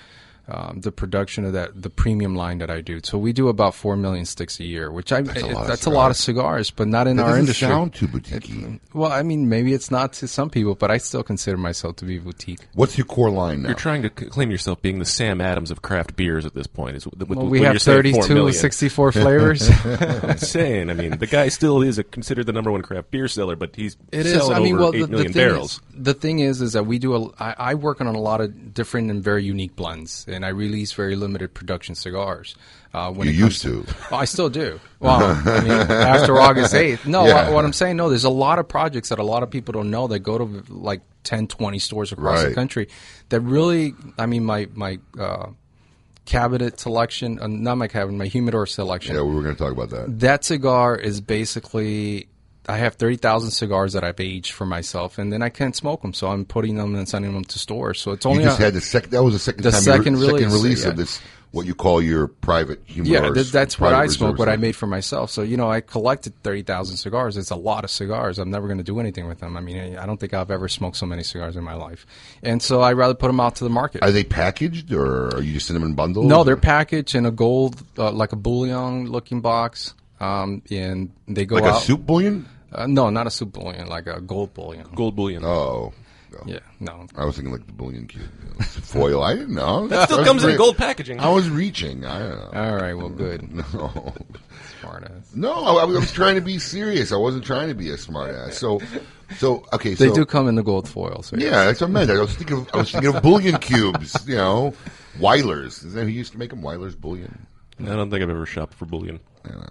Speaker 17: um, the production of that the premium line that I do. So we do about four million sticks a year, which I that's,
Speaker 9: a lot of
Speaker 17: that's a lot of cigars, but not in
Speaker 9: That
Speaker 17: our
Speaker 9: doesn't
Speaker 17: industry.
Speaker 9: sound too boutiquey.
Speaker 17: It- well, I mean, maybe it's not to some people, but I still consider myself to be boutique.
Speaker 9: What's your core line now?
Speaker 8: You're trying to c- claim yourself being the Sam Adams of craft beers at this point. Is what,
Speaker 17: Well, we have 32, 64 flavors.
Speaker 8: I'm saying, I mean, the guy still is a, considered the number one craft beer seller, but he's
Speaker 17: It
Speaker 8: selling
Speaker 17: is. I mean,
Speaker 8: over
Speaker 17: well,
Speaker 8: eight
Speaker 17: the, the
Speaker 8: million
Speaker 17: thing
Speaker 8: barrels.
Speaker 17: Is, the thing is, is that we do. A, I, I work on a lot of different and very unique blends, and I release very limited production cigars. Uh, when
Speaker 9: You
Speaker 17: it comes
Speaker 9: used to.
Speaker 17: Oh, I still do. Well, I mean, after August eighth, no.
Speaker 9: Yeah.
Speaker 17: What, what I'm saying, no. There's a lot of projects that a lot of people don't know that go to like 10, 20 stores across the
Speaker 9: Right.
Speaker 17: country. That really, I mean, my my. Uh, Cabinet selection, uh, not my cabinet, my humidor selection.
Speaker 9: Yeah, we were going to talk about that.
Speaker 17: That cigar is basically I have thirty thousand cigars that I've aged for myself, and then I can't smoke them, so I'm putting them and sending them to stores. So it's only
Speaker 9: you just
Speaker 17: a-
Speaker 9: had the second. That was the second
Speaker 17: the
Speaker 9: time.
Speaker 17: second
Speaker 9: you re-
Speaker 17: release,
Speaker 9: second release
Speaker 17: yeah.
Speaker 9: of this. What you call your private humor?
Speaker 17: Yeah, that, that's what I smoke, what I made for myself. So you know, I collected thirty thousand cigars. It's a lot of cigars. I'm never going to do anything with them. I mean, I I don't think I've ever smoked so many cigars in my life, and so I rather put them out to the market.
Speaker 9: Are they packaged or are you just send them in bundles?
Speaker 17: No, they're packaged in a gold, uh, like a bullion looking box, um, and they go
Speaker 9: Like a
Speaker 17: out.
Speaker 9: soup bullion?
Speaker 17: Uh, no, not a soup bullion, like a gold bullion.
Speaker 8: Gold bullion.
Speaker 9: Oh.
Speaker 17: Yeah, no.
Speaker 9: I was thinking like the bullion cube, you know, foil. I didn't know.
Speaker 8: That still
Speaker 9: I was
Speaker 8: comes in
Speaker 9: re-
Speaker 8: gold packaging.
Speaker 9: I was reaching. I don't know.
Speaker 17: All right. Well, good.
Speaker 9: No.
Speaker 17: Smart ass.
Speaker 9: No, I, I was trying to be serious. I wasn't trying to be a smart ass. So, so okay.
Speaker 17: They
Speaker 9: so,
Speaker 17: do come in the gold foil. So
Speaker 9: Yeah, that's what I meant. I was thinking of, I was thinking of bullion cubes. You know, Weilers. Isn't that who used to make them? Weilers bullion.
Speaker 8: I don't think I've ever shopped for bullion.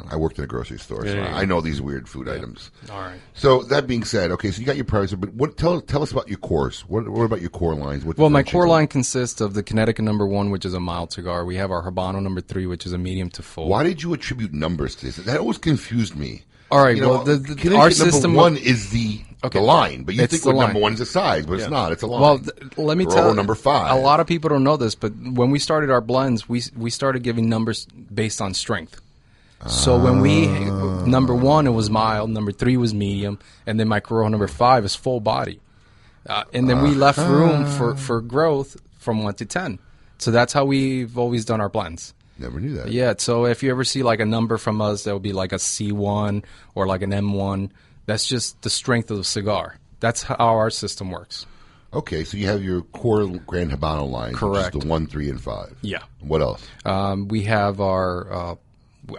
Speaker 9: I worked in a grocery store, so
Speaker 8: Yeah, yeah, yeah.
Speaker 9: I know these weird food items.
Speaker 8: All right.
Speaker 9: So that being said, okay, so you got your price, but what? Tell tell us about your course. What, what about your core lines? What
Speaker 17: Well, my
Speaker 9: differentiates
Speaker 17: core
Speaker 9: them?
Speaker 17: line consists of the Connecticut number one, which is a mild cigar. We have our Habano number three, which is a medium to full.
Speaker 9: Why did you attribute numbers to this? That always confused me.
Speaker 17: All right,
Speaker 9: You know,
Speaker 17: well, the, the-
Speaker 9: Connecticut
Speaker 17: our
Speaker 9: number
Speaker 17: system
Speaker 9: one is the, the line, but you
Speaker 17: It's
Speaker 9: think
Speaker 17: the
Speaker 9: what
Speaker 17: line.
Speaker 9: number one is a size, but it's not. It's a line.
Speaker 17: Well, th- let me
Speaker 9: Corojo
Speaker 17: tell
Speaker 9: number five.
Speaker 17: A lot of people don't know this, but when we started our blends, we we started giving numbers based on strength. So when we
Speaker 9: Ah.
Speaker 17: number one, it was mild. Number three was medium, and then my Corojo number five is full body. Uh, and then we
Speaker 9: Ah.
Speaker 17: left room for for growth from one to ten. So that's how we've always done our blends.
Speaker 9: Never knew that.
Speaker 17: Yeah. So if you ever see like a number from us, that would be like a C1 or like an M1. That's just the strength of the cigar. That's how our system works.
Speaker 9: Okay, so you have your core Grand Habano line,
Speaker 17: Correct.
Speaker 9: Which is the one, three, and five.
Speaker 17: Yeah.
Speaker 9: What else?
Speaker 17: Um, we have our. Uh,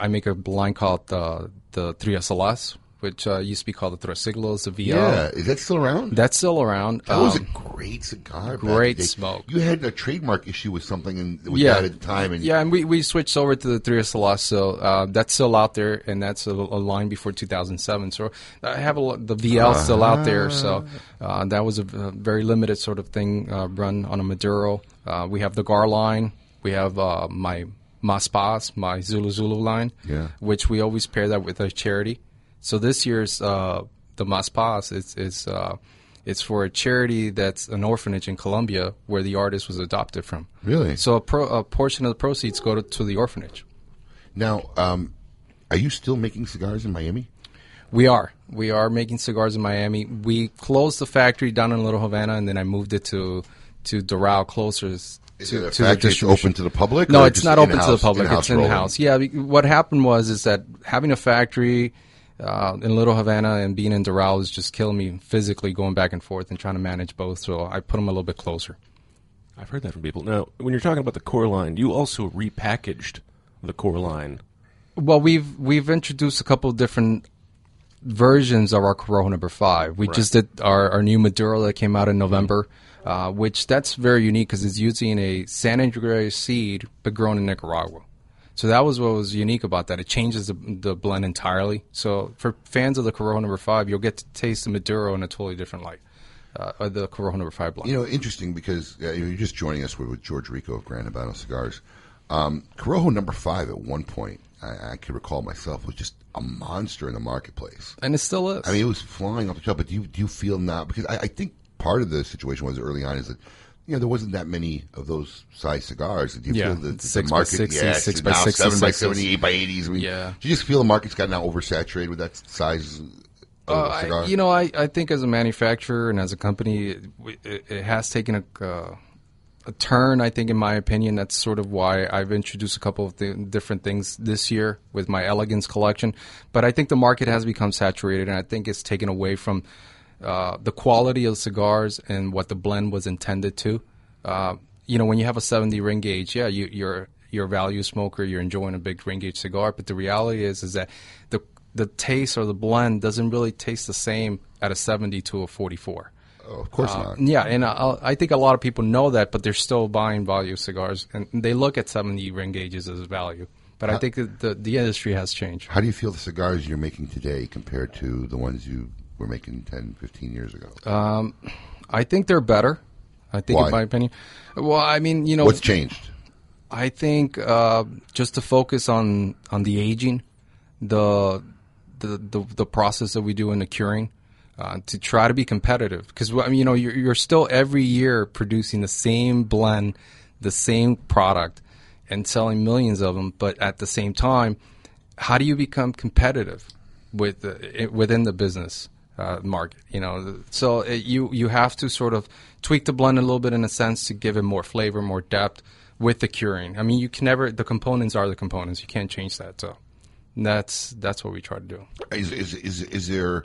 Speaker 17: I make a line called uh, the Trias Alas, which uh, used to be called the Tres Siglos, the VL.
Speaker 9: Yeah, is that still around?
Speaker 17: That's still around.
Speaker 9: That was a
Speaker 17: Um,
Speaker 9: great cigar. back in
Speaker 17: great
Speaker 9: the day.
Speaker 17: smoke.
Speaker 9: You had a trademark issue with something, and it was
Speaker 17: yeah.
Speaker 9: that at the time. And
Speaker 17: yeah, and we, we switched over to the Trias Alas, so uh, that's still out there, and that's a, a line before 2007. So I have a, lo- the VL still out there, so
Speaker 9: Ah.
Speaker 17: uh, that was a, v- a very limited sort of thing uh, run on a Maduro. Uh, we have the Gar line, we have uh, my Maspas, my Zulu Zulu line,
Speaker 9: Yeah.
Speaker 17: which we always pair that with a charity. So this year's uh, the Maspas is is uh, it's for a charity that's an orphanage in Colombia where the artist was adopted from.
Speaker 9: Really?
Speaker 17: So a, pro, a portion of the proceeds go to, to the orphanage.
Speaker 9: Now, um, are you still making cigars in Miami?
Speaker 17: We are. We are making cigars in Miami. We closed the factory down in Little Havana, and then I moved it to to Doral, closer s-
Speaker 9: Is
Speaker 17: to,
Speaker 9: it a
Speaker 17: to the
Speaker 9: factory that's
Speaker 17: distribution.
Speaker 9: open to the public,
Speaker 17: No,
Speaker 9: or
Speaker 17: it's
Speaker 9: just
Speaker 17: not open to the
Speaker 9: in-house-
Speaker 17: public.
Speaker 9: in-house
Speaker 17: It's in house. Yeah. be- What happened was is that having a factory uh, in Little Havana and being in Doral was just killing me physically, going back and forth and trying to manage both. So I put them a little bit closer.
Speaker 8: I've heard that from people. Now, when you're talking about the core line, you also repackaged the core line.
Speaker 17: Well, we've we've introduced a couple of different versions of our Corojo number five. We
Speaker 8: Right.
Speaker 17: just did our, our new Maduro that came out in November,
Speaker 9: Mm-hmm.
Speaker 17: uh, which that's very unique because it's using a San Andreas seed but grown in Nicaragua. So that was what was unique about that. It changes the, the blend entirely. So for fans of the Corojo number five, you'll get to taste the Maduro in a totally different light. Uh, or the Corojo number five blend.
Speaker 9: You know, interesting because uh, you're just joining us with, with George Rico of Grand Habano Cigars. Um, Corojo number five at one point, I, I can recall myself, was just a monster in the marketplace.
Speaker 17: and it still is.
Speaker 9: I mean, it was flying off the shelf. But do you do you feel now? Because I, I think part of the situation was early on is that you know there wasn't that many of those size cigars. Do you feel
Speaker 17: Yeah,
Speaker 9: the, the
Speaker 17: six by
Speaker 9: market?
Speaker 17: 60s,
Speaker 9: yeah,
Speaker 17: six
Speaker 9: it's
Speaker 17: by
Speaker 9: now
Speaker 17: 60s,
Speaker 9: seven by
Speaker 17: sixes.
Speaker 9: seventy, eight by eighties. I mean,
Speaker 17: Yeah.
Speaker 9: Do you just feel the market's got now oversaturated with that size? Of
Speaker 17: Uh,
Speaker 9: a
Speaker 17: I-
Speaker 9: cigar?
Speaker 17: you know, I, I think as a manufacturer and as a company, it, it, it has taken a, uh, a turn, I think, in my opinion. That's sort of why I've introduced a couple of th- different things this year with my Elegance collection. But I think the market has become saturated, and I think it's taken away from uh, the quality of cigars and what the blend was intended to. Uh, you know, when you have a 70 ring gauge, yeah, you, you're you're a value smoker, you're enjoying a big ring gauge cigar, but the reality is is that the the taste or the blend doesn't really taste the same at a 70 to a 44.
Speaker 9: Oh, of course not.
Speaker 17: Yeah, and I, I think a lot of people know that, but they're still buying value cigars, and they look at 70 ring gauges as value. But I
Speaker 9: How-
Speaker 17: think that the, the industry has changed.
Speaker 9: How do you feel the cigars you're making today compared to the ones you were making 10, 15 years ago?
Speaker 17: Um, I think they're better. I think,
Speaker 9: Why?
Speaker 17: in my opinion. Well, I mean, you know,
Speaker 9: What's changed?
Speaker 17: I think uh, just to focus on on the aging, the the the, the process that we do in the curing. Uh, to try to be competitive, because I mean, you know, you're, you're still every year producing the same blend, the same product, and selling millions of them. But at the same time, how do you become competitive with the, it- within the business uh, market? You know, th- so it, you you have to sort of tweak the blend a little bit in a sense to give it more flavor, more depth with the curing. I mean, you can never the components are the components. You can't change that. So that's that's what we try to do.
Speaker 9: Is is is, is there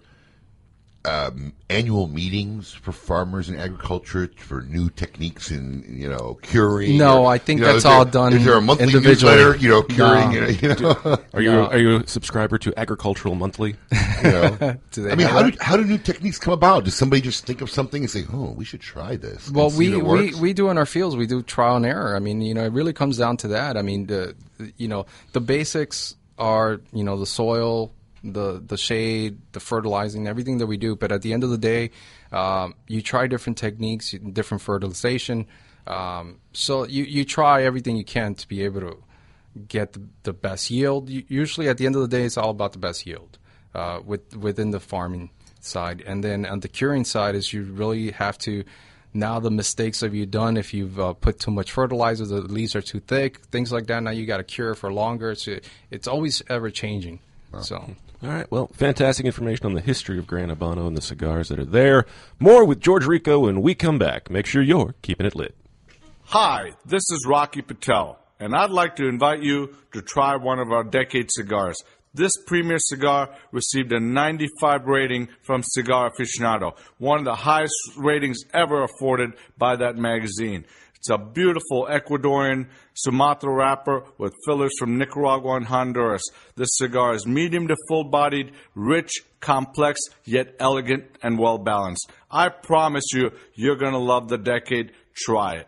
Speaker 9: um, annual meetings for farmers in agriculture for new techniques in you know curing?
Speaker 17: No,
Speaker 9: or-
Speaker 17: I think
Speaker 9: you know,
Speaker 17: that's
Speaker 9: is there-
Speaker 17: all done
Speaker 9: Is there a monthly
Speaker 17: individually.
Speaker 9: newsletter? You know,
Speaker 17: No.
Speaker 9: curing. You know,
Speaker 8: Are you are you a subscriber to Agricultural Monthly?
Speaker 9: You know? I mean,
Speaker 8: have
Speaker 9: how
Speaker 8: that?
Speaker 9: do, how do new techniques come about? Does somebody just think of something and say, "Oh, we should try this"? and
Speaker 17: Well,
Speaker 9: see if
Speaker 17: we,
Speaker 9: it
Speaker 17: we
Speaker 9: works?
Speaker 17: we do in our fields. We do trial and error. I mean, you know, it really comes down to that. I mean, the, you know, the basics are you know the soil, the the shade, the fertilizing, everything that we do. But at the end of the day, um, you try different techniques, you- different fertilization. Um, so you you try everything you can to be able to get the, the best yield. U- Usually, at the end of the day, it's all about the best yield uh, with within the farming side, and then on the curing side is you really have to now the mistakes have you done if you've uh, put too much fertilizer, the leaves are too thick, things like that. Now you got to cure for longer. So it's always ever changing. So
Speaker 8: All right. Well, fantastic information on the history of Gran Habano and the cigars that are there. More with George Rico when we come back. Make sure you're keeping it lit.
Speaker 5: Hi, this is Rocky Patel, and I'd like to invite you to try one of our decade cigars. This premier cigar received a 95 rating from Cigar Aficionado, one of the highest ratings ever afforded by that magazine. It's a beautiful Ecuadorian Sumatra wrapper with fillers from Nicaragua and Honduras. This cigar is medium to full bodied, rich, complex, yet elegant and well balanced. I promise you, you're going to love the decade. Try it.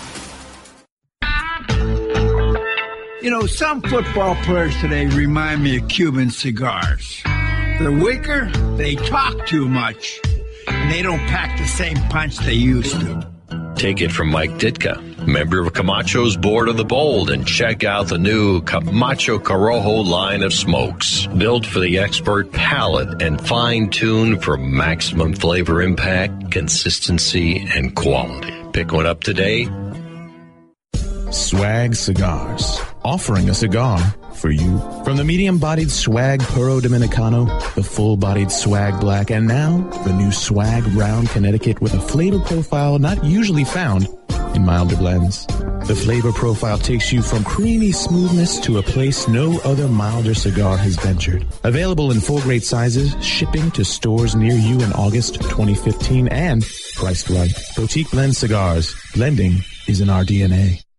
Speaker 11: You know, some football players today remind me of Cuban cigars. They're weaker, they talk too much, and they don't pack the same punch they used to.
Speaker 16: Take it from Mike Ditka, member of Camacho's Board of the Bold, and check out the new Camacho Corojo line of smokes. Built for the expert palate and fine tuned for maximum flavor impact, consistency, and quality. Pick one up today.
Speaker 20: Swag Cigars, offering a cigar for you. From the medium bodied Swag Puro Dominicano, the full bodied Swag Black, and now the new Swag Round Connecticut with a flavor profile not usually found in milder blends. The flavor profile takes you from creamy smoothness to a place no other milder cigar has ventured. Available in full grade sizes, shipping to stores near you in August 2015, and priced right. Boutique Blend Cigars, blending is in our DNA.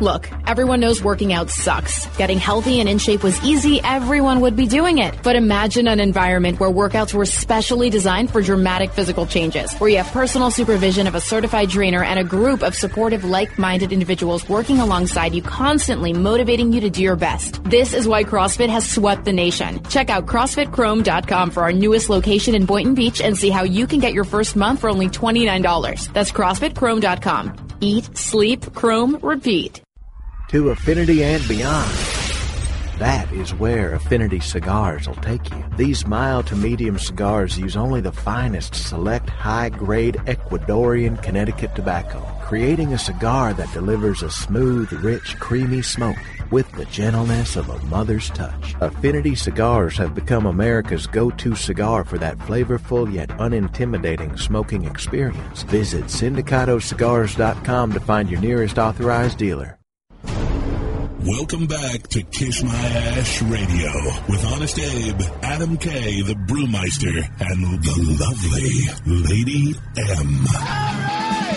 Speaker 13: Look, everyone knows working out sucks. Getting healthy and in shape was easy, everyone would be doing it. But imagine an environment where workouts were specially designed for dramatic physical changes, where you have personal supervision of a certified trainer and a group of supportive, like-minded individuals working alongside you constantly motivating you to do your best. This is why CrossFit has swept the nation. Check out CrossFitChrome.com for our newest location in Boynton Beach and see how you can get your first month for only $29. That's CrossFitChrome.com. Eat, sleep, chrome, repeat.
Speaker 15: To affinity and beyond. That is where Affinity Cigars will take you. These mild to medium cigars use only the finest select high grade Ecuadorian Connecticut tobacco, creating a cigar that delivers a smooth, rich, creamy smoke with the gentleness of a mother's touch. Affinity Cigars have become America's go to cigar for that flavorful yet unintimidating smoking experience. Visit syndicatocigars.com to find your nearest authorized dealer.
Speaker 6: Welcome back to Kiss My Ash Radio with Honest Abe, Adam K, the Brewmeister, and the lovely Lady M.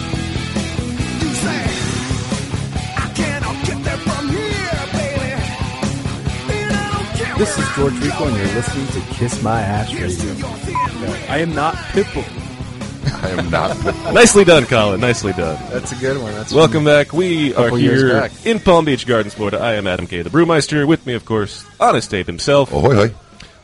Speaker 7: You say I cannot get there from here, baby.
Speaker 12: This is George Rico, and you're listening to Kiss My Ash Radio. I am not Pitbull.
Speaker 9: I am not.
Speaker 8: Nicely done, Colin. Nicely done.
Speaker 12: That's a good one. That's
Speaker 8: Welcome back. We are
Speaker 12: Couple years
Speaker 8: here
Speaker 12: back.
Speaker 8: in Palm Beach Gardens, Florida. I am Adam K, the brewmeister. With me, of course, Honest Abe himself.
Speaker 9: Ahoy, hoy.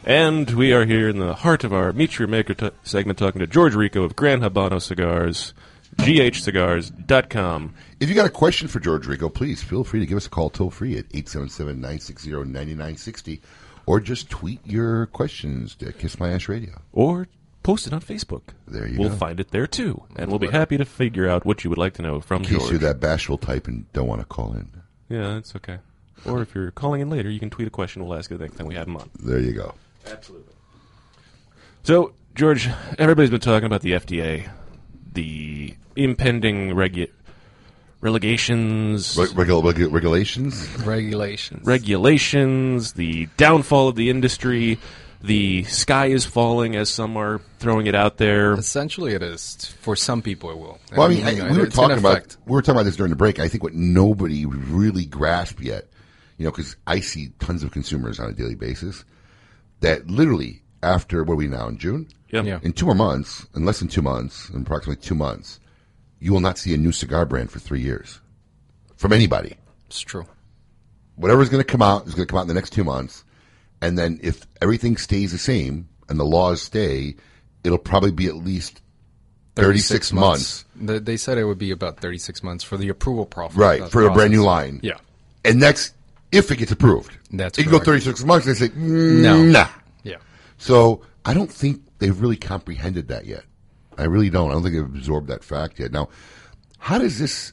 Speaker 8: And we are here in the heart of our Meet Your Maker t- segment talking to George Rico of Gran Habano Cigars, ghcigars.com.
Speaker 9: If you got a question for George Rico, please feel free to give us a call toll free at 877 960 9960 or just tweet your questions to Kiss My Ash Radio.
Speaker 8: Or post it on Facebook. There
Speaker 9: you
Speaker 8: we'll
Speaker 9: go.
Speaker 8: find it there, too. And we'll be happy to figure out what you would like to know from
Speaker 9: In case
Speaker 8: George.
Speaker 9: you're that bashful type and don't want to call in.
Speaker 8: Yeah, it's okay. Or if you're calling in later, you can tweet a question. We'll ask it the next time we have him on.
Speaker 9: There you go.
Speaker 8: Absolutely. So, George, everybody's been talking about the FDA, the impending regu- relegations,
Speaker 9: Re- regul- regul- regulations?
Speaker 17: Regulation.
Speaker 8: regulations, the downfall of the industry, the sky is falling, as some are throwing it out there.
Speaker 17: Essentially, it is. For some people, it will.
Speaker 9: Well, I mean, I- we were
Speaker 17: it's gonna
Speaker 9: talking about
Speaker 17: affect-
Speaker 9: we were talking about this during the break. I think what nobody really grasped yet, you know, because I see tons of consumers on a daily basis that literally after what are we now in June,
Speaker 8: Yeah. Yeah.
Speaker 9: in two more months, in less than two months, in approximately two months, you will not see a new cigar brand for three years from anybody.
Speaker 17: It's true.
Speaker 9: Whatever's going to come out is going to come out in the next two months, and then if everything stays the same and the laws stay, it'll probably be at least thirty-six, months
Speaker 17: They, they said it would be about 36 months for the approval prof- uh,
Speaker 9: Right,
Speaker 17: process.
Speaker 9: for a brand new line.
Speaker 17: Yeah.
Speaker 9: And that's if it gets approved.
Speaker 17: That's
Speaker 9: It can go
Speaker 17: correct.
Speaker 9: 36 months. They say, mm,
Speaker 17: No.
Speaker 9: Nah.
Speaker 17: Yeah.
Speaker 9: So I don't think they've really comprehended that yet. I really don't. I don't think they've absorbed that fact yet. Now, how does this,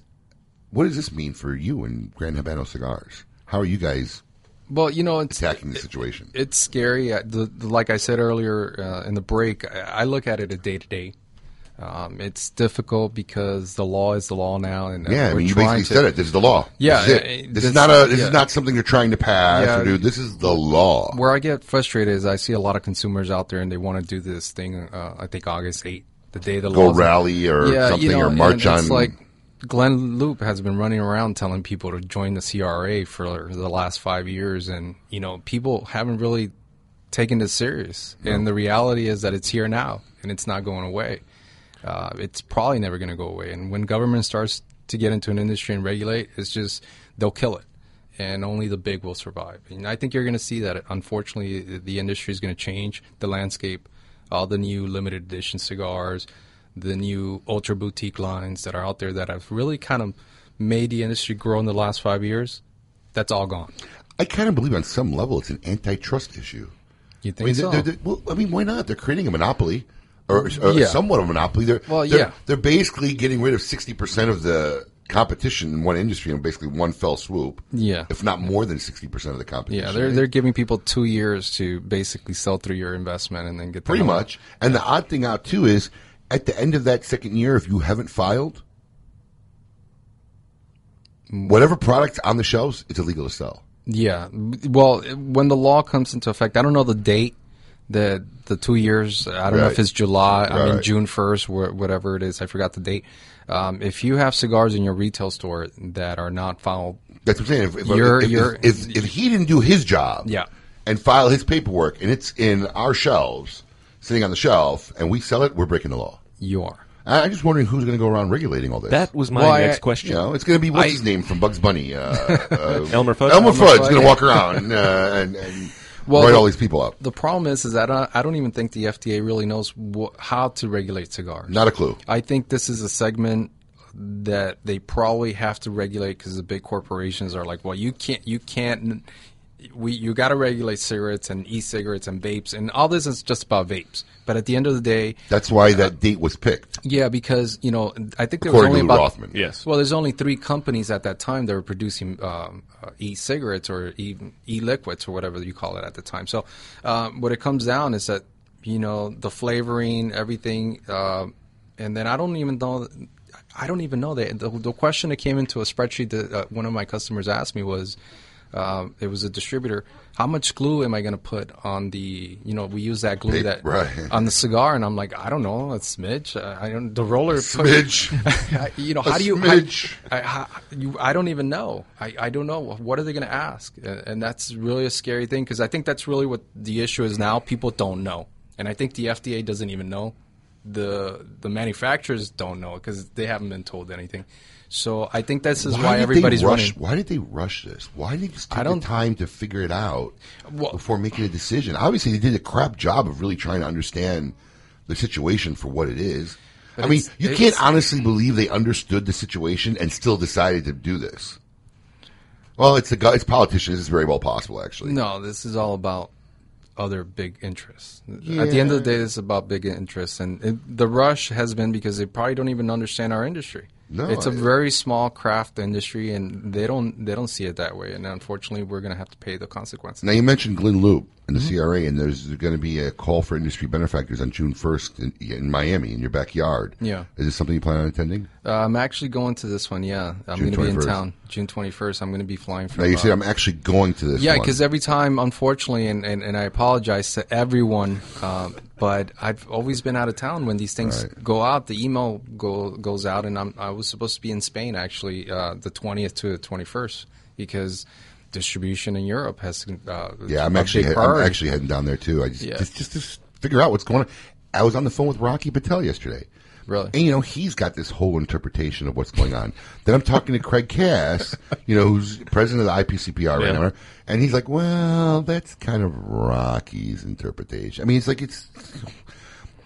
Speaker 9: what does this mean for you and Grand Habano Cigars? How are you guys
Speaker 17: Well, you know, it's,
Speaker 9: attacking the situation?
Speaker 17: it's scary. I- The, the, like I said earlier uh, in the break, I, I look at it a day to day. Um, It's difficult because the law is the law now, and uh,
Speaker 9: yeah, I
Speaker 17: we're
Speaker 9: mean, you
Speaker 17: trying
Speaker 9: basically
Speaker 17: to-
Speaker 9: said it. This is the law.
Speaker 17: Yeah,
Speaker 9: this is, it.
Speaker 17: uh,
Speaker 9: This is not a. This
Speaker 17: yeah.
Speaker 9: is not something you're trying to pass
Speaker 17: Yeah.
Speaker 9: or do. This is the law.
Speaker 17: Where I get frustrated is I see a lot of consumers out there and they want to do this thing. Uh, I think August 8th, the day the
Speaker 9: Go
Speaker 17: laws-
Speaker 9: rally or
Speaker 17: Yeah, you
Speaker 9: something
Speaker 17: know,
Speaker 9: or
Speaker 17: and
Speaker 9: march
Speaker 17: it's
Speaker 9: on-
Speaker 17: Like Glenn Loop has been running around telling people to join the CRA for the last five years, and you know people haven't really taken this serious. And the reality is that it's here now and it's not going away. Uh, it's probably never going to go away. And when government starts to get into an industry and regulate, it's just they'll kill it and only the big will survive. And I think you're going to see that. Unfortunately, the- the industry is going to change the landscape. All the new limited edition cigars, the new ultra boutique lines that are out there that have really kind of made the industry grow in the last five years, that's all gone.
Speaker 9: I kind of believe on some level it's an antitrust issue.
Speaker 17: You
Speaker 9: I
Speaker 17: think
Speaker 9: mean,
Speaker 17: so?
Speaker 9: they're- they're- well, I mean, why not? They're creating a monopoly, or, or
Speaker 17: Yeah.
Speaker 9: somewhat of a monopoly. They're,
Speaker 17: Well,
Speaker 9: they're,
Speaker 17: yeah.
Speaker 9: They're basically getting rid of sixty percent of the competition in one industry in basically one fell swoop.
Speaker 17: Yeah.
Speaker 9: if not more than sixty percent of the competition.
Speaker 17: yeah, they're, they're giving people two years to basically sell through your investment and then get the
Speaker 9: pretty
Speaker 17: money.
Speaker 9: much. And the odd thing out too is at the end of that second year, if you haven't filed,
Speaker 17: Mm.
Speaker 9: Whatever product on the shelves, it's illegal to sell.
Speaker 17: Yeah. Well, when the law comes into effect, I don't know the date. The the two years. I don't know
Speaker 9: Right.
Speaker 17: if it's July. I mean
Speaker 9: Right.
Speaker 17: June first, wh- whatever it is. I forgot the date. Um, if you have cigars in your retail store that are not filed,
Speaker 9: that's what I'm saying. If, if,
Speaker 17: you're
Speaker 9: if,
Speaker 17: you're
Speaker 9: if, if, if he didn't do his job
Speaker 17: Yeah.
Speaker 9: and file his paperwork and it's in our shelves, sitting on the shelf, and we sell it, we're breaking the law.
Speaker 17: You are.
Speaker 9: I- I'm just wondering who's going to go around regulating all this.
Speaker 8: That was my Well, I- next question.
Speaker 9: You know, it's going to be what's
Speaker 8: I-
Speaker 9: his name from Bugs Bunny, uh, uh,
Speaker 8: Elmer Fudd?
Speaker 9: Elmer
Speaker 8: Elmer
Speaker 9: Fudd's
Speaker 8: Fudd,
Speaker 9: going to
Speaker 8: yeah.
Speaker 9: walk around uh, and, and
Speaker 17: Well,
Speaker 9: write
Speaker 17: the-
Speaker 9: all these people up.
Speaker 17: The problem is, is that I, I don't even think the FDA really knows wh- how to regulate cigars.
Speaker 9: Not a clue.
Speaker 17: I think this is a segment that they probably have to regulate because the big corporations are like, well, you can't, you can't, we, you got to regulate cigarettes and e-cigarettes and vapes and all this is just about vapes. But at the end of the day,
Speaker 9: That's why that date was picked.
Speaker 17: yeah, because you know, I think there was
Speaker 9: According
Speaker 17: only
Speaker 9: to Lou
Speaker 17: about
Speaker 9: Rothman. Yes.
Speaker 17: Well, there's only three companies at that time that were producing um, uh, e-cigarettes or e- e-liquids or whatever you call it at the time. So, um, what it comes down is that you know the flavoring, everything, um and then I don't even know. I don't even know that the, the question that came into a spreadsheet that uh, one of my customers asked me was. Um, it was a distributor. How much glue am I going to put on the? You know, we use that glue
Speaker 9: Hey,
Speaker 17: that
Speaker 9: right.
Speaker 17: on the cigar, and I'm like, I don't know, a smidge. Uh, I don't the roller
Speaker 9: smidge.
Speaker 17: I- you know,
Speaker 9: A
Speaker 17: how do you?
Speaker 9: smidge.
Speaker 17: I, I, how- you, I don't even know. I, I don't know. What are they going to ask? And, and that's really a scary thing because I think that's really what the issue is now. People don't know, and I think the FDA doesn't even know. the The manufacturers don't know because they haven't been told anything. So I think this is
Speaker 9: did
Speaker 17: why,
Speaker 9: they
Speaker 17: everybody's
Speaker 9: rush,
Speaker 17: running.
Speaker 9: Why did they rush this? Why did they just take
Speaker 17: I don't-
Speaker 9: the time to figure it out before making a decision? Obviously, they did a crap job of really trying to understand the situation for what it is.
Speaker 17: But
Speaker 9: I mean,
Speaker 17: it's-
Speaker 9: you
Speaker 17: it's-
Speaker 9: can't honestly believe they understood the situation and still decided to do this. Well, it's the guy, it's politicians. It's very well possible, actually.
Speaker 17: No, this is all about other big interests. At the end of the
Speaker 9: Yeah.
Speaker 17: day, it's about big interests, and it, the rush has been because they probably don't even understand our industry.
Speaker 9: No,
Speaker 17: it's a
Speaker 9: I-
Speaker 17: very small craft industry, and they don't they don't see it that way. And unfortunately, we're going to have to pay the consequences.
Speaker 9: Now you mentioned Glenn Loop and
Speaker 17: Mm-hmm.
Speaker 9: the CRA, and there's going to be a call for industry benefactors on June 1st in, in Miami, in your backyard.
Speaker 17: Yeah.
Speaker 9: is this something you plan on attending?
Speaker 17: Uh, I'm actually going to this one. Yeah, I'm
Speaker 9: June
Speaker 17: going to be in
Speaker 9: 21st.
Speaker 17: town June 21st. I'm going to be flying from.
Speaker 9: Now you
Speaker 17: uh,
Speaker 9: say I'm actually going to this.
Speaker 17: yeah,
Speaker 9: one.
Speaker 17: because every time, unfortunately, and, and, and I apologize to everyone, um, but I've always been out of town when these things go out. The email go, goes out, and I'm, I was supposed to be in Spain actually, uh, the twentieth to the twenty first, because distribution in Europe has. Uh,
Speaker 9: Yeah, I'm
Speaker 17: a
Speaker 9: actually
Speaker 17: big
Speaker 9: he- I'm
Speaker 17: priority.
Speaker 9: actually heading down there too. I just,
Speaker 17: Yeah.
Speaker 9: just just just figure out what's going on. I was on the phone with Rocky Patel yesterday.
Speaker 17: Really?
Speaker 9: And you know, he's got this whole interpretation of what's going on. then I'm talking to Craig Cass, you know, who's president of the IPCPR right
Speaker 8: Yeah.
Speaker 9: now, and he's like, "Well, that's kind of Rocky's interpretation." I mean, it's like it's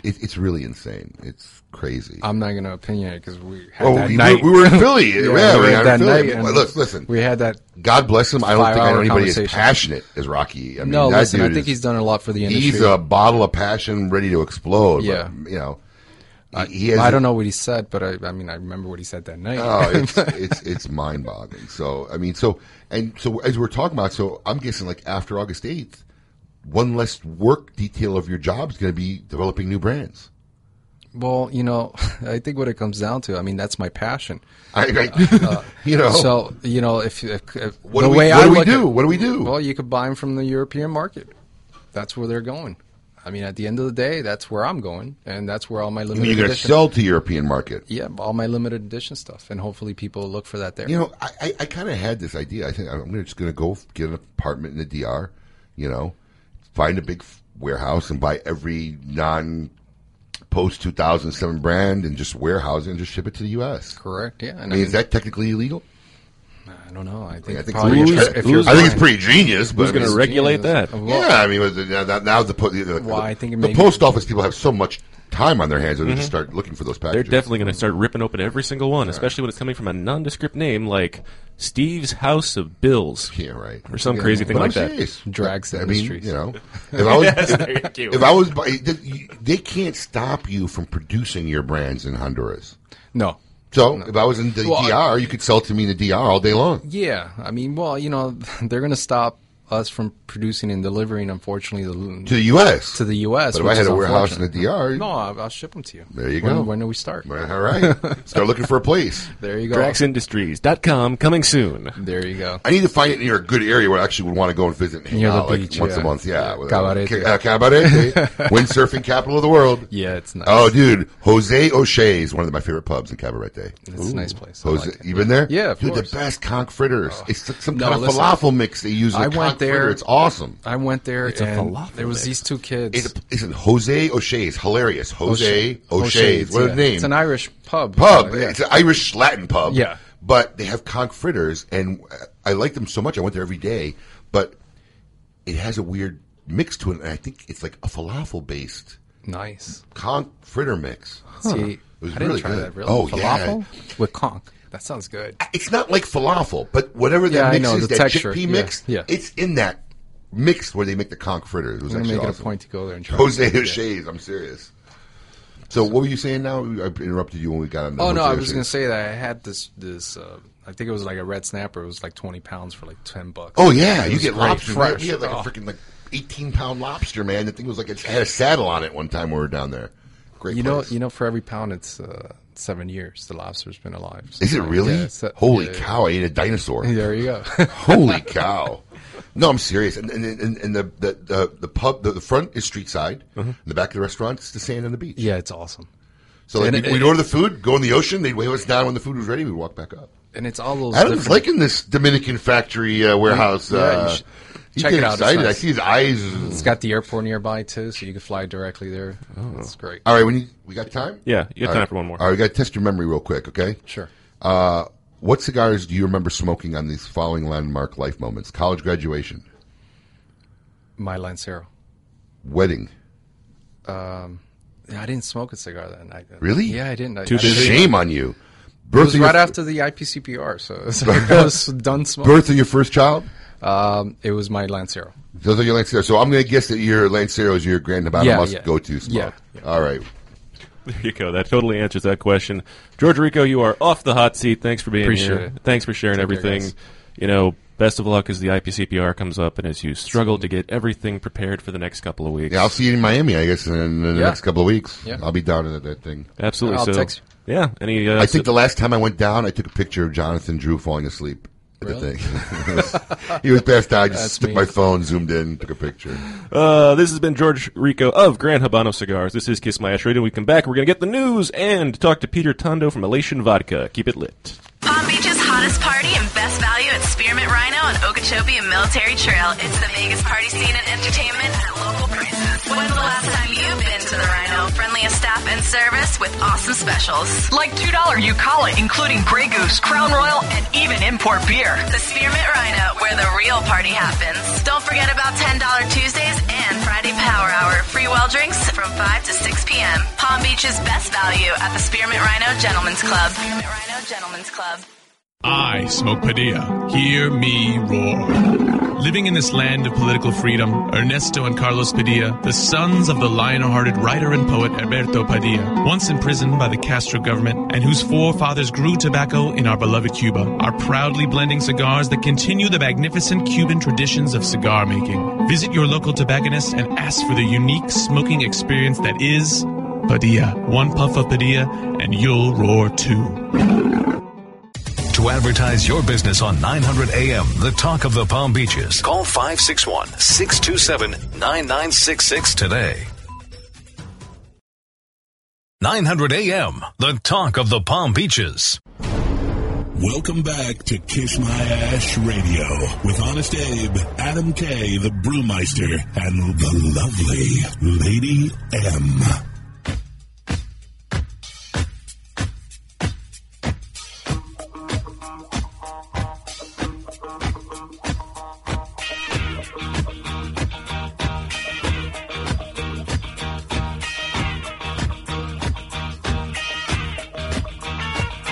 Speaker 9: it, it's really insane. It's crazy.
Speaker 17: I'm not going to opinionate because we had
Speaker 9: Oh,
Speaker 17: that
Speaker 9: we,
Speaker 17: night.
Speaker 9: we were in Philly. yeah,
Speaker 17: Yeah,
Speaker 9: we
Speaker 17: we
Speaker 9: were
Speaker 17: had
Speaker 9: in
Speaker 17: that
Speaker 9: Philly.
Speaker 17: night, and
Speaker 9: Look, listen.
Speaker 17: we had that
Speaker 9: God bless him. I don't think I know
Speaker 17: five-hour
Speaker 9: anybody as
Speaker 17: conversation.
Speaker 9: passionate as Rocky. I mean,
Speaker 17: no,
Speaker 9: that
Speaker 17: listen, I
Speaker 9: dude
Speaker 17: think
Speaker 9: is-
Speaker 17: he's done a lot for the industry.
Speaker 9: He's a bottle of passion ready to explode.
Speaker 17: Yeah.
Speaker 9: But, you know,
Speaker 17: I,
Speaker 9: he has
Speaker 17: I
Speaker 9: a-
Speaker 17: don't know what he said, but I, I mean, I remember what he said that night.
Speaker 9: oh, it's it's it's mind boggling. So I mean, so and so as we're talking about, so I'm guessing like after August eighth, one less work detail of your job is going to be developing new brands.
Speaker 17: Well, you know, I think what it comes down to, I mean, that's my passion. Uh,
Speaker 9: I- I- you know.
Speaker 17: So you know, if, if, if
Speaker 9: What
Speaker 17: the
Speaker 9: do we-
Speaker 17: way
Speaker 9: what
Speaker 17: I
Speaker 9: do we
Speaker 17: look
Speaker 9: do?
Speaker 17: At,
Speaker 9: What do we do?
Speaker 17: Well, you could buy them from the European market. That's where they're going. I mean, at the end of the day, that's where I'm going, and that's where all my
Speaker 9: I
Speaker 17: limited
Speaker 9: mean, you're going to
Speaker 17: edition,
Speaker 9: sell to European market.
Speaker 17: yeah, all my limited edition stuff, and hopefully people look for that there.
Speaker 9: You know, I, I, I kind of had this idea. I think I'm gonna, just going to go f- get an apartment in the DR, you know, find a big f- warehouse and buy every non post 2007 brand and just warehouse it and just ship it to the U.S.
Speaker 17: Correct, yeah, and
Speaker 9: I
Speaker 17: I
Speaker 9: mean,
Speaker 17: mean-
Speaker 9: is that technically illegal?
Speaker 17: I don't know. I think,
Speaker 9: I think,
Speaker 17: probably
Speaker 9: it's,
Speaker 17: if
Speaker 9: pretty-
Speaker 17: you're- if you're
Speaker 9: I think it's
Speaker 17: buying-
Speaker 9: pretty genius. But
Speaker 8: Who's
Speaker 9: I mean,
Speaker 8: gonna
Speaker 9: it's
Speaker 8: regulate
Speaker 9: genius.
Speaker 8: that?
Speaker 17: Well-
Speaker 9: yeah, I mean, with the- now, now- now the, po- the, the,
Speaker 17: Well, I think it
Speaker 9: the
Speaker 17: may be-
Speaker 9: post office people have so much time on their hands, they're going to
Speaker 8: Mhm.
Speaker 9: just start looking for those
Speaker 8: They're
Speaker 9: packages.
Speaker 8: definitely going to start ripping open every single one, especially when it's coming from a nondescript name like Steve's House of Bills.
Speaker 9: Yeah, right.
Speaker 8: Or some
Speaker 9: Yeah.
Speaker 8: crazy thing
Speaker 9: But
Speaker 8: like
Speaker 9: I'm
Speaker 8: that.
Speaker 9: serious.
Speaker 17: Drags
Speaker 9: I mean,
Speaker 17: industries.
Speaker 9: you know, if I was,
Speaker 8: Yes,
Speaker 9: if,
Speaker 8: thank you.
Speaker 9: if I was, bu- they- they can't stop you from producing your brands in Honduras.
Speaker 17: No.
Speaker 9: So if I was in the
Speaker 17: Well,
Speaker 9: DR, you could sell to me in the DR all day long.
Speaker 17: Yeah, I mean, well, you know, they're going to stop us from producing and delivering, unfortunately, the,
Speaker 9: To the U.S.
Speaker 17: to the U.S.
Speaker 9: But if
Speaker 17: which
Speaker 9: I had
Speaker 17: is
Speaker 9: a warehouse in the
Speaker 17: unfortunate.
Speaker 9: DR,
Speaker 17: no, I'll, I'll ship them to you.
Speaker 9: There you
Speaker 17: When-
Speaker 9: go.
Speaker 17: When do we start?
Speaker 9: All right. Start looking for a place.
Speaker 17: There you go.
Speaker 8: DraxIndustries.com coming soon.
Speaker 17: There you go.
Speaker 9: I need to find it near a good area where I actually would want to go and visit. and hang
Speaker 17: Near the
Speaker 9: out, like,
Speaker 17: beach,
Speaker 9: once
Speaker 17: yeah.
Speaker 9: a month. Yeah,
Speaker 17: Cabarete.
Speaker 9: Ca- uh, Cabarete, windsurfing capital of the world.
Speaker 17: Yeah, it's nice.
Speaker 9: Oh, dude, Jose O'Shea is one of my favorite pubs in Cabarete.
Speaker 17: It's a nice place. I
Speaker 9: Jose,
Speaker 17: like
Speaker 9: you been there?
Speaker 17: Yeah, of
Speaker 9: dude,
Speaker 17: course.
Speaker 9: the best conch fritters. It's like some
Speaker 17: No,
Speaker 9: kind of
Speaker 17: listen.
Speaker 9: falafel mix they use. With
Speaker 17: I went
Speaker 9: conch fritter.
Speaker 17: there.
Speaker 9: It's awesome.
Speaker 17: I went there,
Speaker 9: It's a
Speaker 17: and
Speaker 9: falafel
Speaker 17: there was these two kids.
Speaker 9: It's, it's in Jose O'Shea's hilarious. Jose
Speaker 17: O'Shea-
Speaker 9: O'Shea's. What
Speaker 17: yeah.
Speaker 9: a name!
Speaker 17: It's an Irish pub.
Speaker 9: Pub.
Speaker 17: So, yeah.
Speaker 9: It's an Irish Latin pub.
Speaker 17: Yeah.
Speaker 9: But they have conch fritters, and uh, I like them so much. I went there every day, but it has a weird mix to it, and I think it's like a falafel based
Speaker 17: nice
Speaker 9: conch fritter mix.
Speaker 17: See,
Speaker 9: it was
Speaker 17: I didn't
Speaker 9: really
Speaker 17: try
Speaker 9: good.
Speaker 17: that, really.
Speaker 9: Oh
Speaker 17: Falafel
Speaker 9: yeah.
Speaker 17: with conch. That sounds good.
Speaker 9: It's not like falafel, but whatever that
Speaker 17: Yeah, I
Speaker 9: mix
Speaker 17: know,
Speaker 9: is,
Speaker 17: the
Speaker 9: that
Speaker 17: texture.
Speaker 9: chickpea
Speaker 17: Yeah,
Speaker 9: mix,
Speaker 17: yeah.
Speaker 9: it's in that mix where they make the conch fritters. It was
Speaker 17: I'm gonna
Speaker 9: actually
Speaker 17: make it a
Speaker 9: awesome.
Speaker 17: point to go there and try
Speaker 9: Jose
Speaker 17: it. Yeah.
Speaker 9: O'Shea's. I'm serious. So, what were you saying now? I interrupted you when we got on. the
Speaker 17: Oh no,
Speaker 9: Jose
Speaker 17: I was
Speaker 9: O'Shea's.
Speaker 17: going to say that I had this this. Uh, I think it was like a red snapper. It was like twenty pounds for like ten bucks.
Speaker 9: Oh yeah,
Speaker 17: It
Speaker 9: you
Speaker 17: was
Speaker 9: get
Speaker 17: great,
Speaker 9: lobster.
Speaker 17: fresh.
Speaker 9: We had like
Speaker 17: Oh,
Speaker 9: a freaking like eighteen pound lobster, man. The thing was like it had a saddle on it one time when we were down there. Great.
Speaker 17: you
Speaker 9: place.
Speaker 17: know, you know, for every pound, it's uh, seven years. The lobster's been alive.
Speaker 9: Is it
Speaker 17: Like,
Speaker 9: really?
Speaker 17: yeah, it's-
Speaker 9: Holy
Speaker 17: yeah, yeah.
Speaker 9: cow! I ate a dinosaur.
Speaker 17: There you go.
Speaker 9: Holy cow! No, I'm serious. And and, and, and the, the, the the pub, the, the front is street side. And the back of the restaurant is the sand and the beach.
Speaker 17: Uh-huh. Yeah, it's awesome.
Speaker 9: So like,
Speaker 17: And
Speaker 9: we'd,
Speaker 17: it-
Speaker 9: we'd order the food, go in the ocean. They'd wave us down when the food was ready. We'd walk back up.
Speaker 17: And it's all those.
Speaker 9: Adam's
Speaker 17: different-
Speaker 9: liking this Dominican factory uh, warehouse.
Speaker 17: Yeah, you
Speaker 9: uh,
Speaker 17: should
Speaker 9: he's
Speaker 17: check
Speaker 9: getting
Speaker 17: it out. It's
Speaker 9: Excited. I
Speaker 17: nice.
Speaker 9: see his eyes.
Speaker 17: It's got the airport nearby too, so you can fly directly there. It's great.
Speaker 9: Oh. All right, when you, we got time.
Speaker 8: Yeah, you got
Speaker 9: All
Speaker 8: time
Speaker 9: right.
Speaker 8: for one more.
Speaker 9: All right, we got to test your memory real quick, okay?
Speaker 17: Sure.
Speaker 9: Uh, what cigars do you remember smoking on these following landmark life moments? College graduation,
Speaker 17: My Lancero.
Speaker 9: wedding.
Speaker 17: Um, yeah, I didn't smoke a cigar that night.
Speaker 9: Really?
Speaker 17: Yeah, I didn't. I-
Speaker 9: Too
Speaker 17: I,
Speaker 9: busy. Shame on you.
Speaker 17: It was
Speaker 9: Birthing
Speaker 17: right
Speaker 9: your-
Speaker 17: after the IPCPR, so it was like I was done smoking.
Speaker 9: Birth of your first child.
Speaker 17: Um, it was my Lancero.
Speaker 9: Those are your Lancero. So I'm going to guess that your Lancero is your Grand Habano
Speaker 17: Yeah,
Speaker 9: must
Speaker 17: yeah.
Speaker 9: go to smoke.
Speaker 17: Yeah,
Speaker 9: All right.
Speaker 8: There you go. That totally answers that question. George Rico, you are off the hot seat. Thanks for being
Speaker 17: Appreciate
Speaker 8: here.
Speaker 17: it.
Speaker 8: Thanks for sharing
Speaker 17: Take care,
Speaker 8: everything.
Speaker 17: guys.
Speaker 8: you know, best of luck as the IPCPR comes up and as you struggle to get everything prepared for the next couple of weeks.
Speaker 9: Yeah, I'll see you in Miami, I guess, in, the
Speaker 8: Yeah.
Speaker 9: next couple of weeks.
Speaker 8: Yeah.
Speaker 9: I'll be down at that thing.
Speaker 8: Absolutely. so, Yeah. Any? Uh,
Speaker 9: I think the last time I went down, I took a picture of Jonathan Drew falling asleep. at the
Speaker 8: Really?
Speaker 9: thing. he was passed out. I
Speaker 8: That's
Speaker 9: just took
Speaker 8: me.
Speaker 9: my phone, zoomed in, took a picture.
Speaker 8: Uh, this has been George Rico of Grand Habano Cigars. This is Kiss My Ash Radio. When we come back, we're going to get the news and talk to Peter Tondo from Elation Vodka. Keep it lit.
Speaker 21: Palm Beach's hottest party and best value at Spearmint Rhino on Okeechobee and Military Trail. It's the Vegas party scene and entertainment at local prices. When's the last time you've been to the Rhino? Friendliest staff and service with awesome specials.
Speaker 22: Like $2 Eucala, including Grey Goose, Crown Royal, and even import beer.
Speaker 21: The Spearmint Rhino, where the real party happens. Don't forget about $10 Tuesdays and Friday Power Hour. Free well drinks from 5 to 6 p.m. Palm Beach's best value at the Spearmint Rhino Gentlemen's Club. Spearmint Rhino Gentlemen's Club.
Speaker 3: I smoke Padilla. Hear me roar. Living in this land of political freedom, Ernesto and Carlos Padilla, the sons of the lion-hearted writer and poet Alberto Padilla, once imprisoned by the Castro government and whose forefathers grew tobacco in our beloved Cuba, are proudly blending cigars that continue the magnificent Cuban traditions of cigar making. Visit your local tobacconist and ask for the unique smoking experience that is Padilla. One puff of Padilla and you'll roar too.
Speaker 23: To advertise your business on 900 AM, the talk of the Palm Beaches, call 561 627 9966 today. 900 AM, the talk of the Palm Beaches.
Speaker 6: Welcome back to Kiss My Ash Radio with Honest Abe, Adam K, the Brewmeister, and the lovely Lady M.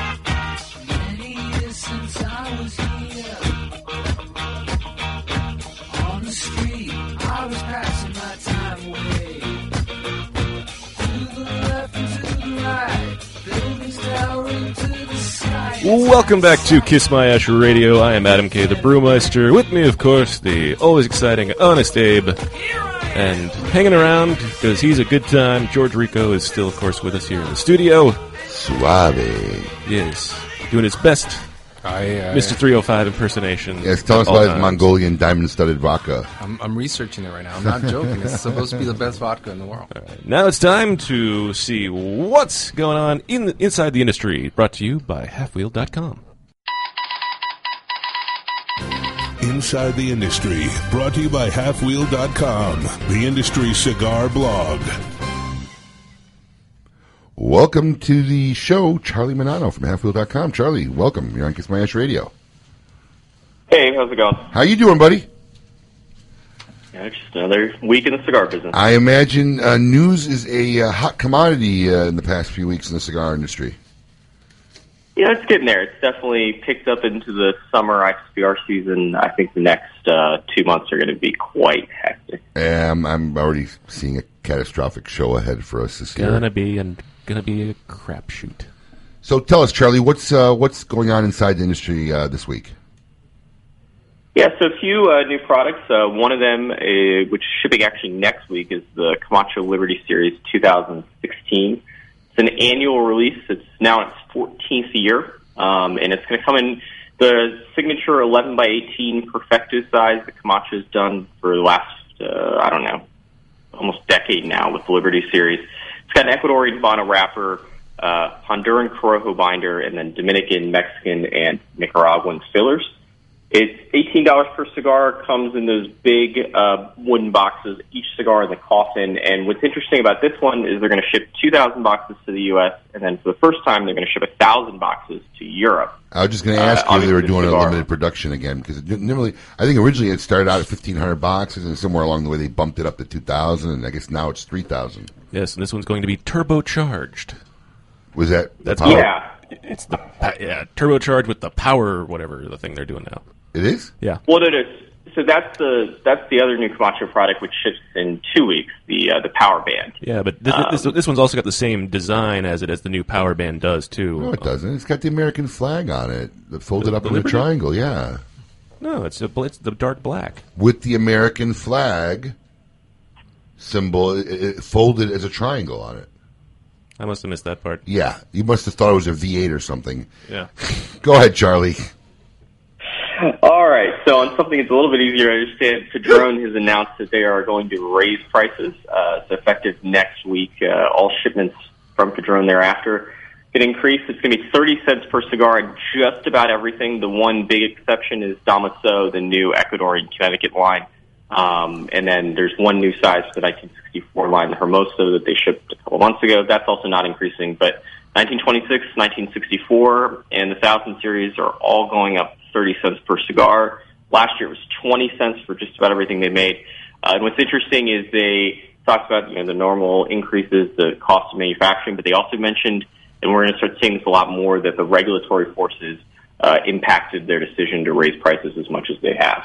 Speaker 7: Many years since I was here. On the street, I was passing my time away. To the left and to the right, buildings towering to the sky.
Speaker 8: Welcome back to Kiss My Ash Radio. I am Adam K. the Brewmeister. With me, of course, the always exciting Honest Abe. And hanging around, because he's a good time, George Rico is still, of course, with us here in the studio.
Speaker 9: Suave.
Speaker 8: Yes. Doing his best.
Speaker 17: aye.
Speaker 8: Mr. 305 impersonation.
Speaker 9: Yes, tell
Speaker 8: at
Speaker 9: us
Speaker 8: all
Speaker 9: about his
Speaker 8: times.
Speaker 9: Mongolian diamond-studded vodka.
Speaker 17: I'm, I'm researching it right now. I'm not joking. It's supposed to be the best vodka in the world.
Speaker 8: Now it's time to see what's going on in the, inside the industry. Brought to you by HalfWheel.com.
Speaker 6: Inside the Industry, brought to you by HalfWheel.com, the industry cigar blog.
Speaker 9: Welcome to the show, Charlie Manano from HalfWheel.com. Charlie, welcome. You're on Kiss My Ash Radio.
Speaker 2: Hey, how's it going?
Speaker 9: How you doing, buddy?
Speaker 2: Yeah, just another week in the cigar business.
Speaker 9: I imagine uh, news is a uh, hot commodity uh, in the past few weeks in the cigar industry.
Speaker 2: Yeah, it's getting there. It's definitely picked up into the summer ICBR season. I think the next uh, two months are going to be quite hectic.
Speaker 9: Um, I'm already seeing a catastrophic show ahead for us this year.
Speaker 8: Gonna be and gonna be a crapshoot.
Speaker 9: So tell us, Charlie, what's uh, what's going on inside the industry uh, this week?
Speaker 2: Yeah, so a few uh, new products. Uh, one of them, uh, which is shipping actually next week, is the Camacho Liberty Series 2016. It's an annual release. It's now in its 14th year, um, and it's going to come in the signature 11 by 18 perfecto size that Camacho's done for the last, uh, I don't know, almost decade now with the Liberty Series. It's got an Ecuadorian Habana wrapper, uh, Honduran Corojo binder, and then Dominican, Mexican, and Nicaraguan fillers. It's eighteen dollars per cigar. Comes in those big uh, wooden boxes. Each cigar in the coffin. And what's interesting about this one is they're going to ship two thousand boxes to the U.S. and then for the first time they're going to ship a thousand boxes to Europe.
Speaker 9: I was just going to
Speaker 2: Uh,
Speaker 9: ask you if they were
Speaker 2: obviously
Speaker 9: doing a
Speaker 2: cigar.
Speaker 9: limited production again because normally I think originally it started out at 1,500 boxes and somewhere along the way they bumped it up to 2,000 and I guess now it's 3,000.
Speaker 8: Yes, and this one's going to be turbocharged.
Speaker 9: Was that
Speaker 8: That's
Speaker 9: the power?
Speaker 8: yeah. It's the pa- yeah turbocharged with the power whatever the thing they're doing now.
Speaker 9: It is.
Speaker 8: Yeah.
Speaker 2: Well, no, no. So that's the that's the other new Camacho product which ships in two weeks. The uh, the Power Band.
Speaker 8: Yeah, but this, this,
Speaker 9: Um.
Speaker 8: this one's also got the same design as it as the new power band does too.
Speaker 9: No, it doesn't. It's got the American flag on it, folded up
Speaker 8: the
Speaker 9: in a
Speaker 8: Liberty?
Speaker 9: triangle. Yeah,
Speaker 8: No, it's a, bl- it's the dark black.
Speaker 9: with the American flag symbol it, it folded as a triangle on it.
Speaker 8: I must have missed that part.
Speaker 9: Yeah, you must have thought it was a V8 or something.
Speaker 8: Yeah.
Speaker 9: Go ahead, Charlie.
Speaker 2: All right. So on something that's a little bit easier to understand, Padron has announced that they are going to raise prices. Uh, so effective next week, uh, all shipments from Padron thereafter can increase. It's going to be 30 cents per cigar in just about everything. The one big exception is Damaso, the new Ecuadorian Connecticut line. Um, and then there's one new size for the 1964 line, the Hermoso, that they shipped a couple months ago. That's also not increasing, but 1926, 1964, and the 1000 series are all going up 30 cents per cigar. Last year it was 20 cents for just about everything they made. Uh, and what's interesting is they talked about, you know, the normal increases, the cost of manufacturing, but they also mentioned, and we're going to start seeing this a lot more, that the regulatory forces uh, impacted their decision to raise prices as much as they have.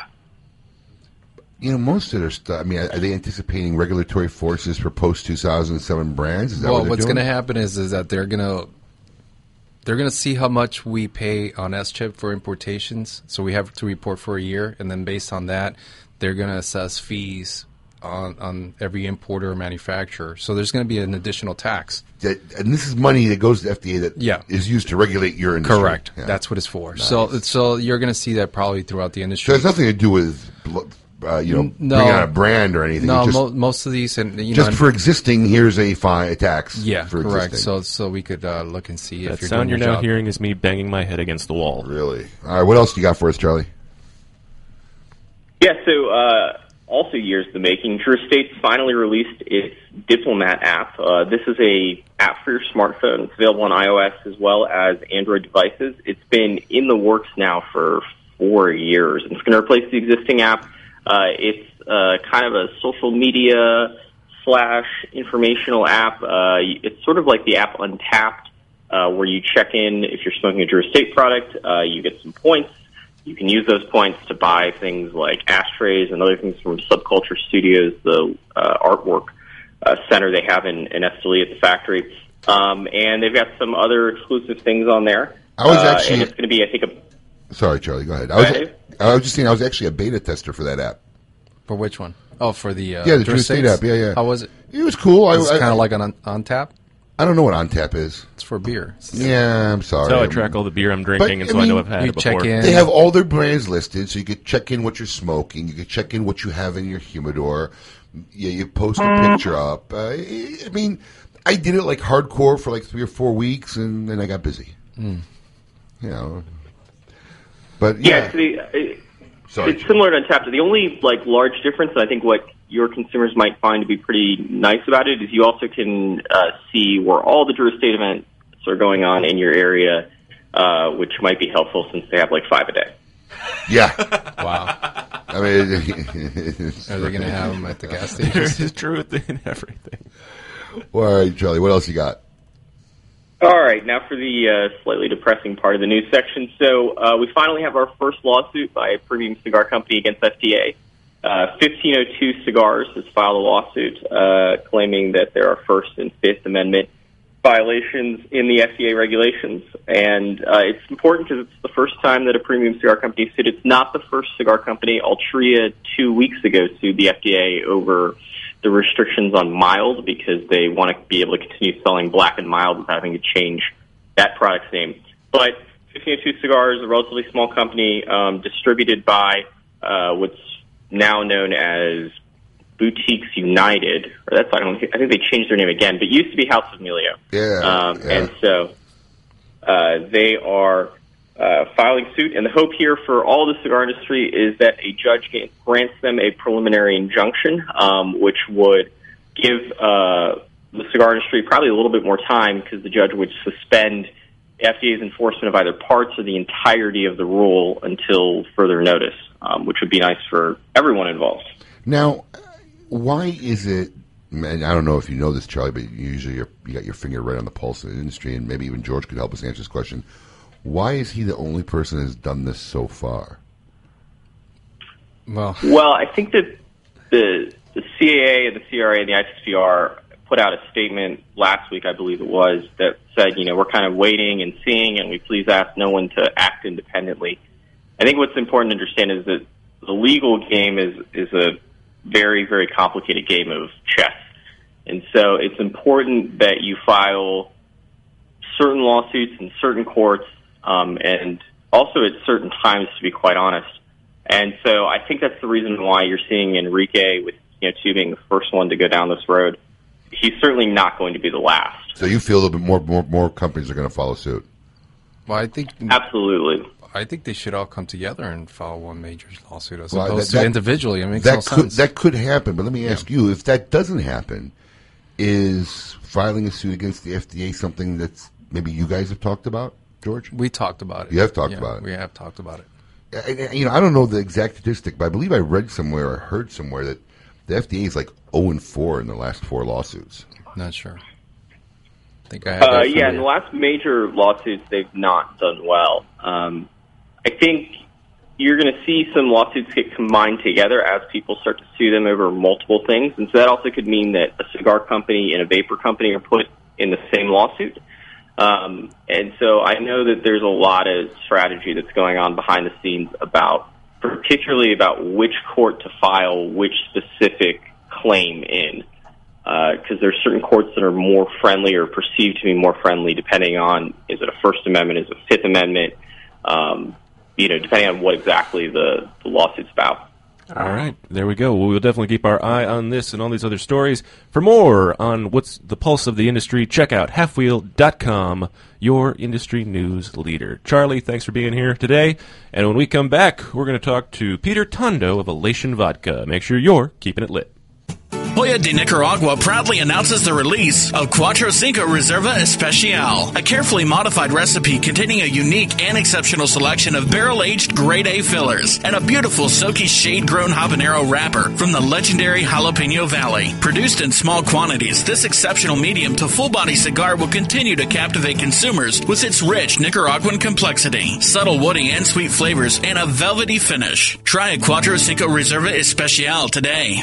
Speaker 9: You know, most of their stuff. I mean, are they anticipating regulatory forces for post 2007 brands? Is that
Speaker 17: well,
Speaker 9: what they're
Speaker 17: what's
Speaker 9: doing?
Speaker 17: going to happen is is that they're going to they're going to see how much we pay on S chip for importations. So we have to report for a year, and then based on that, they're going to assess fees on on every importer or manufacturer. So there's going to be an additional tax.
Speaker 9: That, and this is money that goes to FDA that
Speaker 17: Yeah.
Speaker 9: is used to regulate your industry.
Speaker 17: Correct.
Speaker 9: Yeah.
Speaker 17: That's what it's for.
Speaker 9: Nice.
Speaker 17: So so you're going to see that probably throughout the industry.
Speaker 9: So it's nothing to do with bl- uh, you know
Speaker 17: No.
Speaker 9: bringing out a brand or anything.
Speaker 17: No,
Speaker 9: It's just,
Speaker 17: mo- most of these and you
Speaker 9: just
Speaker 17: know,
Speaker 9: for existing. Here's a fine a tax.
Speaker 17: yeah,
Speaker 9: for
Speaker 17: correct.
Speaker 9: Existing.
Speaker 17: So so we could uh, look and see
Speaker 8: That
Speaker 17: if you're
Speaker 8: sound
Speaker 17: doing
Speaker 8: you're
Speaker 17: your
Speaker 8: now
Speaker 17: job.
Speaker 8: hearing is me banging my head against the wall.
Speaker 9: Really? All right. What else you got for us, Charlie?
Speaker 2: Yeah, so uh, also years in the making, Drew States finally released its Diplomat app. Uh, this is a app for your smartphone. It's available on iOS as well as Android devices. It's been in the works now for four years. It's going to replace the existing app. Uh, it's uh, kind of a social media slash informational app. Uh, it's sort of like the app Untapped, uh, where you check in if you're smoking a Drew Estate product. Uh, you get some points. You can use those points to buy things like ashtrays and other things from Subculture Studios, the uh, artwork uh, center they have in, in Esteli at the factory. Um, and they've got some other exclusive things on there.
Speaker 9: I was
Speaker 2: Uh,
Speaker 9: actually-
Speaker 2: and it's going to be, I think, a
Speaker 9: Sorry, Charlie. Go ahead. I was,
Speaker 2: Right.
Speaker 9: I was just saying I was actually a beta tester for that app.
Speaker 17: For which one? Oh, for the uh,
Speaker 9: Yeah, the Drew
Speaker 17: Drew
Speaker 9: Estate
Speaker 17: States?
Speaker 9: app. Yeah, yeah.
Speaker 17: How was it?
Speaker 9: It was cool. I-
Speaker 17: It's
Speaker 9: I-
Speaker 17: kind of like on on tap.
Speaker 9: I don't know what OnTap is.
Speaker 17: It's for beer.
Speaker 9: Yeah, I'm sorry.
Speaker 8: That's how I track all the beer I'm drinking, and so I know I've had it before.
Speaker 9: They have all their brands listed, so you could check in what you're smoking. You could check in what you have in your humidor. Yeah, you post a picture up. Uh, I I mean, I did it like hardcore for like three or four weeks, and then I got busy.
Speaker 17: Hmm.
Speaker 2: Mm.
Speaker 9: You know, but
Speaker 2: Yeah,
Speaker 9: yeah,
Speaker 2: it's, the, it-
Speaker 9: Sorry.
Speaker 2: it's similar to Untapped. The only like large difference, and I think what your consumers might find to be pretty nice about it, is you also can uh, see where all the Drew Estate events are going on in your area, uh, which might be helpful since they have like five a day.
Speaker 9: yeah.
Speaker 17: wow.
Speaker 9: I mean, it's-
Speaker 17: Are they gonna have 'em at the gas station?
Speaker 8: There's his truth in everything.
Speaker 9: All right, Charlie. What else you got?
Speaker 2: All right, now for the uh, slightly depressing part of the news section. So uh, we finally have our first lawsuit by a premium cigar company against FDA. Uh, 1502 Cigars has filed a lawsuit uh, claiming that there are First and Fifth Amendment violations in the FDA regulations. And uh, it's important because it's the first time that a premium cigar company sued. It's not the first cigar company. Altria two weeks ago sued the FDA over the restrictions on mild because they want to be able to continue selling black and mild without having to change that product's name. But 1502 Cigars, a relatively small company um, distributed by uh, what's now known as Boutiques United. Or that's I, don't, I think they changed their name again, but it used to be House of Emilio.
Speaker 9: Yeah.
Speaker 2: Um,
Speaker 9: yeah.
Speaker 2: And so uh, they are uh, filing suit, and the hope here for all the cigar industry is that a judge ga- grants them a preliminary injunction, um, which would give uh, the cigar industry probably a little bit more time because the judge would suspend FDA's enforcement of either parts or the entirety of the rule until further notice, um, which would be nice for everyone involved.
Speaker 9: Now, why is it? And I don't know if you know this, Charlie, but usually you're, you got your finger right on the pulse of the industry, and maybe even George could help us answer this question. Why is he the only person that's done this so far?
Speaker 17: Well,
Speaker 2: Well, I think that the the CAA and the CRA and the ICCPR put out a statement last week, I believe it was, that said, you know, we're kind of waiting and seeing, and we please ask no one to act independently. I think what's important to understand is that the legal game is is a very very complicated game of chess, and so it's important that you file certain lawsuits in certain courts, um, and also at certain times, to be quite honest. And so I think that's the reason why you're seeing Enrique with you know two being the first one to go down this road. He's certainly not going to be the last.
Speaker 9: So you feel that more more, more companies are going to follow suit?
Speaker 17: Well, I think
Speaker 2: absolutely.
Speaker 17: I think they should all come together and file one major lawsuit as
Speaker 9: Well,
Speaker 17: opposed
Speaker 9: that- that-
Speaker 17: to individually. It makes
Speaker 9: that
Speaker 17: no
Speaker 9: could
Speaker 17: sense.
Speaker 9: that could happen, but let me ask you: if that doesn't happen, is filing a suit against the FDA something that's maybe you guys have talked about, George?
Speaker 17: We talked about it.
Speaker 9: You have talked
Speaker 17: Yeah,
Speaker 9: about it.
Speaker 17: We have talked about it.
Speaker 9: And- and, you know, I don't know the exact statistic, but I believe I read somewhere or heard somewhere that the FDA is like zero and four in the last four lawsuits.
Speaker 17: Not sure. I think I have
Speaker 2: Uh, yeah,
Speaker 17: that
Speaker 2: in
Speaker 17: figured.
Speaker 2: the last major lawsuits, they've not done well. Um, I think you're going to see some lawsuits get combined together as people start to sue them over multiple things, and so that also could mean that a cigar company and a vapor company are put in the same lawsuit. Um, and so I know that there's a lot of strategy that's going on behind the scenes about, particularly about which court to file which specific claim in because uh, there's certain courts that are more friendly or perceived to be more friendly, depending on is it a First Amendment, is it a Fifth Amendment, um, you know, depending on what exactly the, the lawsuit's about.
Speaker 8: All right, there we go. Well, we'll definitely keep our eye on this and all these other stories. For more on what's the pulse of the industry, check out halfwheel.com, your industry news leader. Charlie, thanks for being here today. And when we come back, we're going to talk to Peter Tondo of Elation Vodka. Make sure you're keeping it lit.
Speaker 1: Hoya de Nicaragua proudly announces the release of Cuatro Cinco Reserva Especial, a carefully modified recipe containing a unique and exceptional selection of barrel aged grade A fillers and a beautiful silky shade grown habanero wrapper from the legendary Jalapeno Valley. Produced in small quantities, this exceptional medium to full body cigar will continue to captivate consumers with its rich Nicaraguan complexity, subtle woody and sweet flavors, and a velvety finish. Try a Cuatro Cinco Reserva Especial today.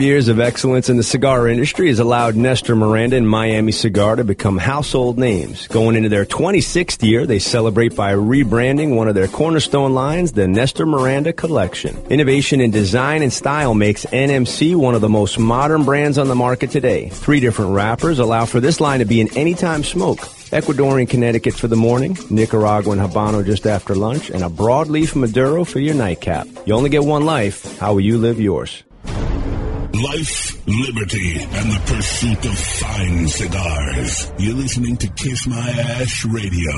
Speaker 24: years of excellence in the cigar industry has allowed Nestor Miranda and Miami Cigar to become household names. Going into their 26th year, they celebrate by rebranding one of their cornerstone lines, the Nestor Miranda Collection. Innovation in design and style makes NMC one of the most modern brands on the market today. Three different wrappers allow for this line to be in anytime smoke. Ecuadorian Connecticut for the morning, Nicaraguan Habano just after lunch, and a broadleaf Maduro for your nightcap. You only get one life. How will you live yours?
Speaker 6: Life, liberty, and the pursuit of fine cigars. You're listening to Kiss My Ash Radio.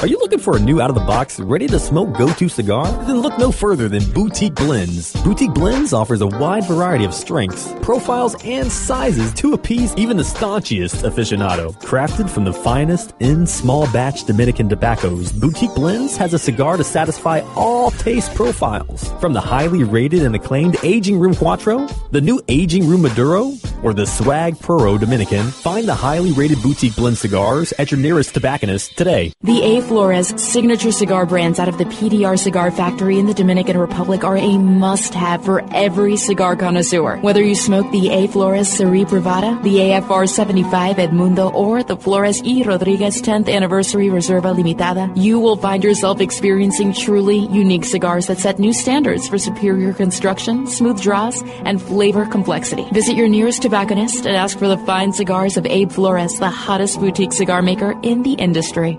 Speaker 14: Are you looking for a new out of the box, ready to smoke go to cigar? Then look no further than Boutique Blends. Boutique Blends offers a wide variety of strengths, profiles, and sizes to appease even the staunchiest aficionado. Crafted from the finest in small batch Dominican tobaccos, Boutique Blends has a cigar to satisfy all taste profiles. From the highly rated and acclaimed Aging Room Quattro, the new Aging Room Maduro, or the Swag Puro Dominican, find the highly rated Boutique Blend cigars at your nearest tobacconist today.
Speaker 13: The A. Flores signature cigar brands out of the PDR Cigar Factory in the Dominican Republic are a must have for every cigar connoisseur. Whether you smoke the A. Flores Seri Privada, the AFR 75 Edmundo, or the Flores E. Rodriguez 10th Anniversary Reserva Limitada, you will find yourself experiencing truly unique cigars that set new standards for superior construction, smooth draws, and flavor complexity. Visit your nearest tobacconist and ask for the fine cigars of Abe Flores, the hottest boutique cigar maker in the industry.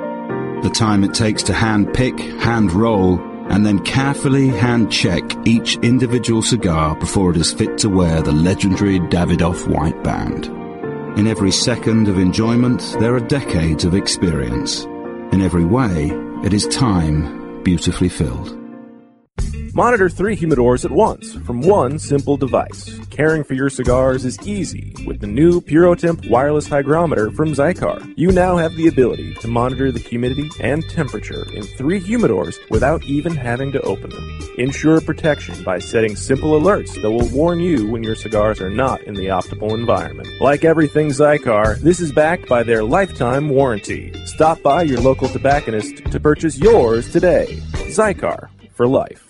Speaker 18: the time it takes to hand pick, hand roll, and then carefully hand check each individual cigar before it is fit to wear the legendary Davidoff white band. In every second of enjoyment, there are decades of experience. In every way, it is time beautifully filled.
Speaker 8: Monitor three humidors at once from one simple device. Caring for your cigars is easy with the new PuroTemp wireless hygrometer from Zycar. You now have the ability to monitor the humidity and temperature in three humidors without even having to open them. Ensure protection by setting simple alerts that will warn you when your cigars are not in the optimal environment. Like everything Zycar, this is backed by their lifetime warranty. Stop by your local tobacconist to purchase yours today. Zycar for life.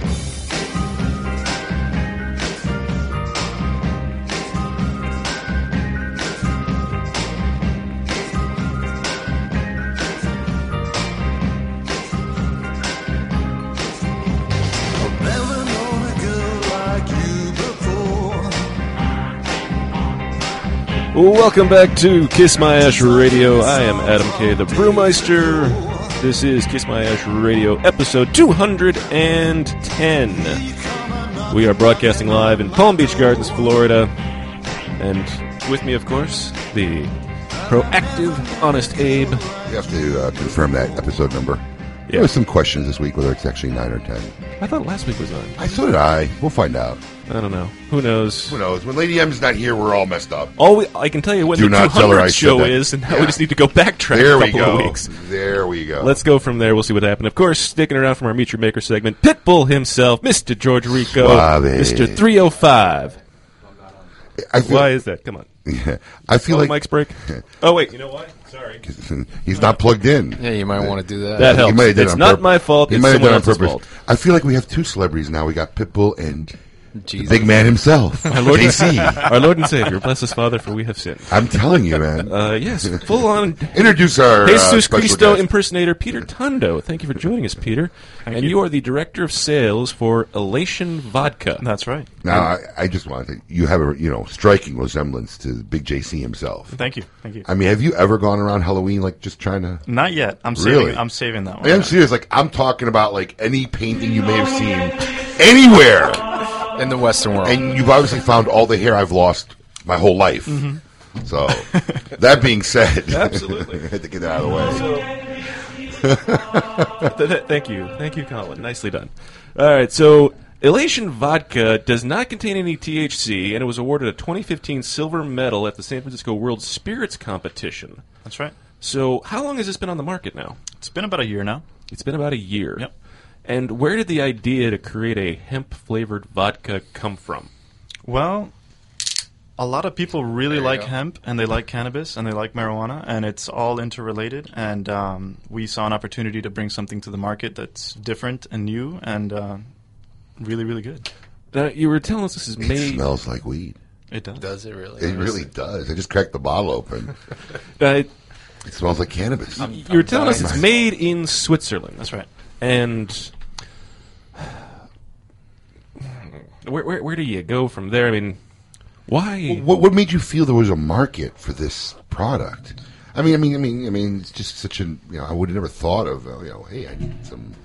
Speaker 19: Never known a girl like you before.
Speaker 8: Welcome back to Kiss My Ash Radio. I am Adam K, the Brewmeister. This is Kiss My Ash Radio, episode 210. We are broadcasting live in Palm Beach Gardens, Florida. And with me, of course, the proactive, honest Abe.
Speaker 9: We have to uh, confirm that episode number. There were some questions this week whether it's actually nine or ten.
Speaker 8: I thought last week was on.
Speaker 9: I so did I. We'll find out.
Speaker 8: I don't know. Who knows?
Speaker 9: Who knows? When Lady M's not here, we're all messed up.
Speaker 8: Uh, All we, I can tell you what
Speaker 9: Do
Speaker 8: the
Speaker 9: not tell her I
Speaker 8: 200
Speaker 9: said
Speaker 8: show
Speaker 9: that.
Speaker 8: is, and now
Speaker 9: Yeah.
Speaker 8: we just need to go backtrack
Speaker 9: There
Speaker 8: a
Speaker 9: we
Speaker 8: couple of
Speaker 9: go.
Speaker 8: weeks.
Speaker 9: There we go.
Speaker 8: Let's go from there. We'll see what happened. Of course, sticking around from our Meet Your Maker segment, Pitbull himself, Mr. George Rico,
Speaker 9: Suave.
Speaker 8: Mr. 305. Why is that? Come on.
Speaker 9: I feel
Speaker 8: Oh,
Speaker 9: like
Speaker 8: Mike's break. Oh, wait. You know what? Sorry.
Speaker 9: He's not plugged in.
Speaker 17: Yeah, you might want to do that.
Speaker 8: That
Speaker 9: He
Speaker 8: helps.
Speaker 9: might have done it
Speaker 8: It's
Speaker 9: on
Speaker 8: not
Speaker 9: purp-
Speaker 8: my fault.
Speaker 9: He
Speaker 8: It's
Speaker 9: might have done
Speaker 8: someone
Speaker 9: it on
Speaker 8: else's
Speaker 9: purpose. I feel like we have two celebrities now. We got Pitbull and The big man himself,
Speaker 8: Our Lord,
Speaker 9: JC.
Speaker 8: our Lord and Savior, bless us, Father, for we have sinned.
Speaker 9: I'm telling you, man.
Speaker 8: Uh, yes, full on.
Speaker 9: Introduce our uh,
Speaker 8: Jesus
Speaker 9: special
Speaker 8: Cristo
Speaker 9: guest.
Speaker 8: impersonator Peter Tondo. Thank you for joining us, Peter. and you. are the director of sales for Elation Vodka.
Speaker 5: That's right.
Speaker 9: Now, I, I just wanted you have a you know striking resemblance to Big JC himself.
Speaker 5: Thank you, thank you.
Speaker 9: I mean, have you ever gone around Halloween like just trying to?
Speaker 5: Not yet. I'm saving-
Speaker 9: really.
Speaker 5: I'm saving that one.
Speaker 9: I'm serious. Like I'm talking about like any painting you may have seen anywhere
Speaker 17: in the Western world,
Speaker 9: and you've obviously found all the hair I've lost my whole life.
Speaker 5: Mhm.
Speaker 9: So, that being said,
Speaker 8: Absolutely.
Speaker 9: I had to get that out of the way.
Speaker 8: Th- th- Thank you. Thank you, Colin. Nicely done. All right, so Elation Vodka does not contain any THC, and it was awarded a 2015 silver medal at the San Francisco World Spirits Competition.
Speaker 5: That's right.
Speaker 8: So, how long has this been on the market now?
Speaker 5: It's been about a year now.
Speaker 8: It's been about a year. Yep. And where did the idea to create a hemp flavored vodka come from?
Speaker 5: Well, a lot of people really like hemp and they like cannabis and they like marijuana, and it's all interrelated. And um, we saw an opportunity to bring something to the market that's different and new and uh, really, really good.
Speaker 8: Now, you were telling us this is
Speaker 9: It
Speaker 8: made.
Speaker 9: smells like weed.
Speaker 5: It does.
Speaker 17: Does it really?
Speaker 9: It really does. I just cracked the bottle open.
Speaker 8: Uh,
Speaker 9: It smells like cannabis.
Speaker 8: you were telling us it's made in Switzerland. That's
Speaker 5: right.
Speaker 8: And where, where, where do you go from there? I mean, why?
Speaker 9: What, what made you feel there was a market for this product? I mean, I mean, I mean, I mean, it's just such an you know I would have never thought of uh, you know hey I need some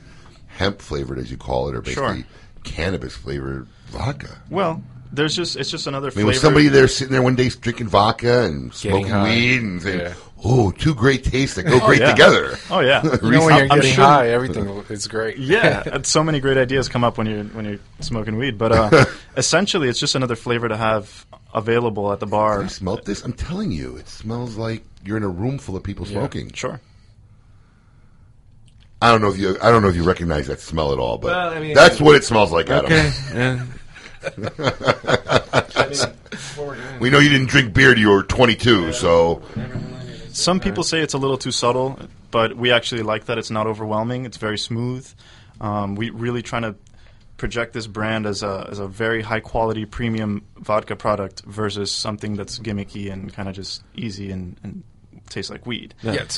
Speaker 9: hemp flavored as you call it or basically cannabis flavored vodka.
Speaker 5: Well, there's just it's just another
Speaker 9: I mean,
Speaker 5: flavor.
Speaker 9: was somebody there sitting there one day drinking vodka and smoking
Speaker 5: high.
Speaker 9: weed and saying,
Speaker 5: Yeah.
Speaker 9: "Oh, two great tastes that go
Speaker 5: Oh,
Speaker 9: great
Speaker 5: yeah.
Speaker 9: together."
Speaker 5: Oh yeah,
Speaker 17: You know, when you're getting
Speaker 5: sure-
Speaker 17: high, everything is great.
Speaker 5: Yeah, and so many great ideas come up when you're when you're smoking weed. But uh, essentially, it's just another flavor to have available at the bar.
Speaker 9: You smelled this? I'm telling you, it smells like you're in a room full of people
Speaker 5: Yeah,
Speaker 9: smoking.
Speaker 5: Sure.
Speaker 9: I don't know if you I don't know if you recognize that smell at all, but
Speaker 8: Well, I mean-
Speaker 9: that's what it smells like, Adam.
Speaker 8: Okay, yeah.
Speaker 9: we know you didn't drink beer till you were 22, so
Speaker 5: Some people say it's a little too subtle, but we actually like that. It's not overwhelming. It's very smooth. Um, we really trying to project this brand as a as a very high quality premium vodka product versus something that's gimmicky and kind of just easy and, and tastes like weed.
Speaker 8: uh,
Speaker 5: It-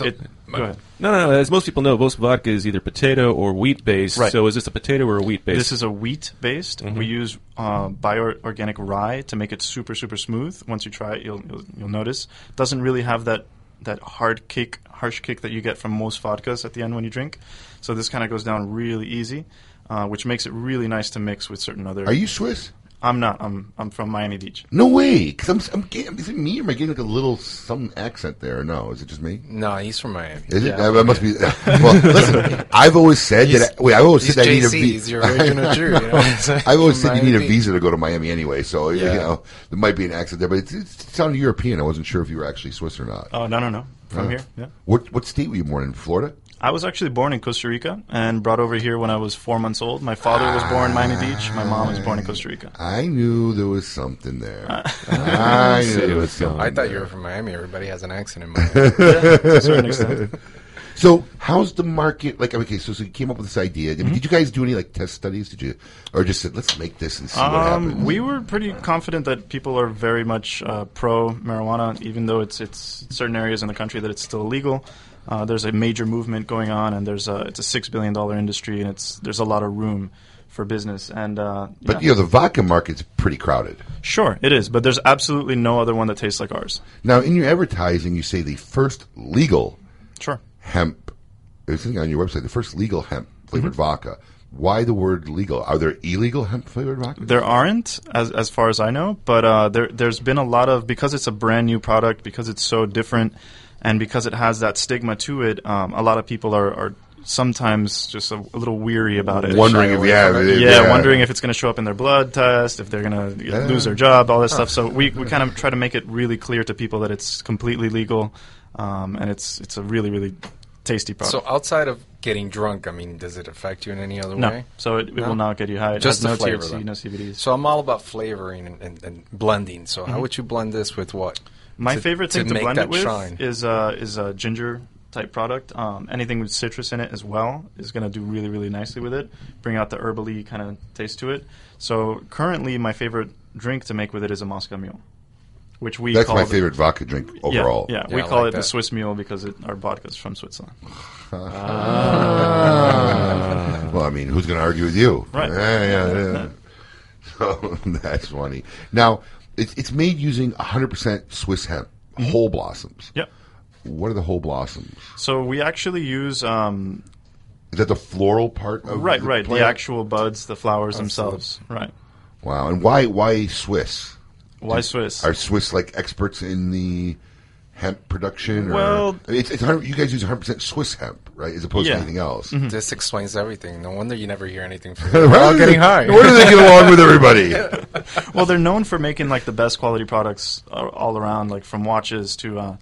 Speaker 5: go ahead.
Speaker 8: No, no, no. As most people know, most vodka is either potato or wheat based.
Speaker 5: Right.
Speaker 8: So is this a potato or a wheat based?
Speaker 5: This is a wheat based.
Speaker 9: Mm-hmm.
Speaker 8: Mhm.
Speaker 5: We use uh, bio-organic rye to make it super super smooth. Once you try it, you'll you'll, you'll notice it doesn't really have that that hard kick, harsh kick that you get from most vodkas at the end when you drink. So this kind of goes down really easy, uh, which makes it really nice to mix with certain other.
Speaker 9: Are you Swiss?
Speaker 5: I'm not. I'm I'm from Miami Beach.
Speaker 9: no way. Cause I'm, I'm getting, is it me or am I getting like a little some accent there? Or no, is it just me?
Speaker 17: No, he's from Miami.
Speaker 9: Is it?
Speaker 17: Yeah.
Speaker 9: That must be. Well, listen. I've always said
Speaker 17: He's-
Speaker 9: that. I, wait, I've always
Speaker 17: he's
Speaker 9: said that I need a
Speaker 17: JC, he's
Speaker 9: visa.
Speaker 17: your original Jew, you know what I'm saying?
Speaker 9: I've always said you need a
Speaker 17: Miami Beach.
Speaker 9: visa to go to Miami anyway. So
Speaker 5: Yeah.
Speaker 9: you know there might be an accent there, but it, it sounded European. I wasn't sure if you were actually Swiss or not.
Speaker 5: Oh no no no! From
Speaker 9: Oh.
Speaker 5: here, yeah.
Speaker 9: What what state were you born in? Florida.
Speaker 5: I was actually born in Costa Rica and brought over here when I was four months old. My father was born in Miami Beach. My mom was born in Costa Rica.
Speaker 9: I knew there was something there. I knew there was something.
Speaker 17: I thought you
Speaker 9: there.
Speaker 17: were from Miami. Everybody has an accent in Miami.
Speaker 9: So, how's the market? Like, okay, so, so you came up with this idea. I
Speaker 5: Mm-hmm.
Speaker 9: mean, Did you guys do any like test studies? Did you, or just said, let's make this and see what happens?
Speaker 5: Um, We were pretty confident that people are very much uh, pro marijuana, even though it's it's certain areas in the country that it's still illegal. Uh, there's a major movement going on, and there's a it's a six billion dollar industry, and it's there's a lot of room for business. And uh, yeah.
Speaker 9: But you know, the vodka market's pretty crowded.
Speaker 5: sure it is, but there's absolutely no other one that tastes like ours.
Speaker 9: Now, in your advertising, you say the first legal
Speaker 5: Sure.
Speaker 9: hemp. There's something on your website. The first legal hemp flavored
Speaker 5: Mm-hmm.
Speaker 9: vodka. Why the word legal? Are there illegal hemp flavored vodka?
Speaker 5: There aren't, as, as far as I know, but uh, there, there's been a lot of, because it's a brand new product, because it's so different, and because it has that stigma to it, um, a lot of people are, are sometimes just a, a little weary about it.
Speaker 9: Wondering if- yeah,
Speaker 5: yeah,
Speaker 9: if- yeah.
Speaker 5: wondering if it's going to show up in their blood test, if they're going to
Speaker 9: Yeah.
Speaker 5: lose their job, all that
Speaker 9: Huh.
Speaker 5: stuff. So we, we kind of try to make it really clear to people that it's completely legal, um, and it's, it's a really, really tasty product.
Speaker 17: So outside of getting drunk, I mean, does it affect you in any other
Speaker 5: No.
Speaker 17: way?
Speaker 5: So it- it will not get you high. It has
Speaker 17: Just the
Speaker 5: no
Speaker 17: flavor,
Speaker 5: THC,
Speaker 17: though.
Speaker 5: no CBDs.
Speaker 17: So I'm all about flavoring and, and, and blending. So how
Speaker 5: Mhm.
Speaker 17: would you blend this with what?
Speaker 5: My
Speaker 17: To-
Speaker 5: favorite thing to,
Speaker 17: make
Speaker 5: blend
Speaker 17: that
Speaker 5: it with
Speaker 17: shine.
Speaker 5: is uh, is uh, ginger type product. Um, anything with citrus in it as well is going to do really, really nicely with it. Bring out the herbally kind of taste to it. So currently, my favorite drink to make with it is a Moscow Mule, which we
Speaker 9: That's
Speaker 5: call
Speaker 9: my
Speaker 5: the-
Speaker 9: favorite vodka drink
Speaker 5: Yeah,
Speaker 9: overall.
Speaker 5: Yeah,
Speaker 9: Yeah,
Speaker 5: we
Speaker 9: I
Speaker 5: call
Speaker 9: like
Speaker 5: it the
Speaker 9: that.
Speaker 5: Swiss Mule because it, our vodka's from Switzerland.
Speaker 9: well, I mean, who's going to argue with you?
Speaker 5: Ah. Right.
Speaker 9: Yeah, yeah, yeah. So that's funny. Now, it's, it's made using 100% Swiss hemp, whole blossoms.
Speaker 5: Mm-hmm. Yep.
Speaker 9: What are the whole blossoms?
Speaker 5: So we actually use um,
Speaker 9: Is that the floral part of
Speaker 5: right,
Speaker 9: the
Speaker 5: right, the
Speaker 9: plant?
Speaker 5: actual buds, the flowers themselves, right.
Speaker 9: Wow. And why why Swiss?
Speaker 5: Why Swiss?
Speaker 9: Are Swiss like experts in the hemp production? Or,
Speaker 5: Well-
Speaker 9: I mean, it's, it's 100, you guys use 100% Swiss hemp, right? As opposed to anything else.
Speaker 8: Mm-hmm.
Speaker 17: This explains everything. No wonder you never hear anything from
Speaker 9: We're all getting high. Where do they get along with everybody?
Speaker 5: well, they're known for making like the best quality products a- all around, like from watches to uh,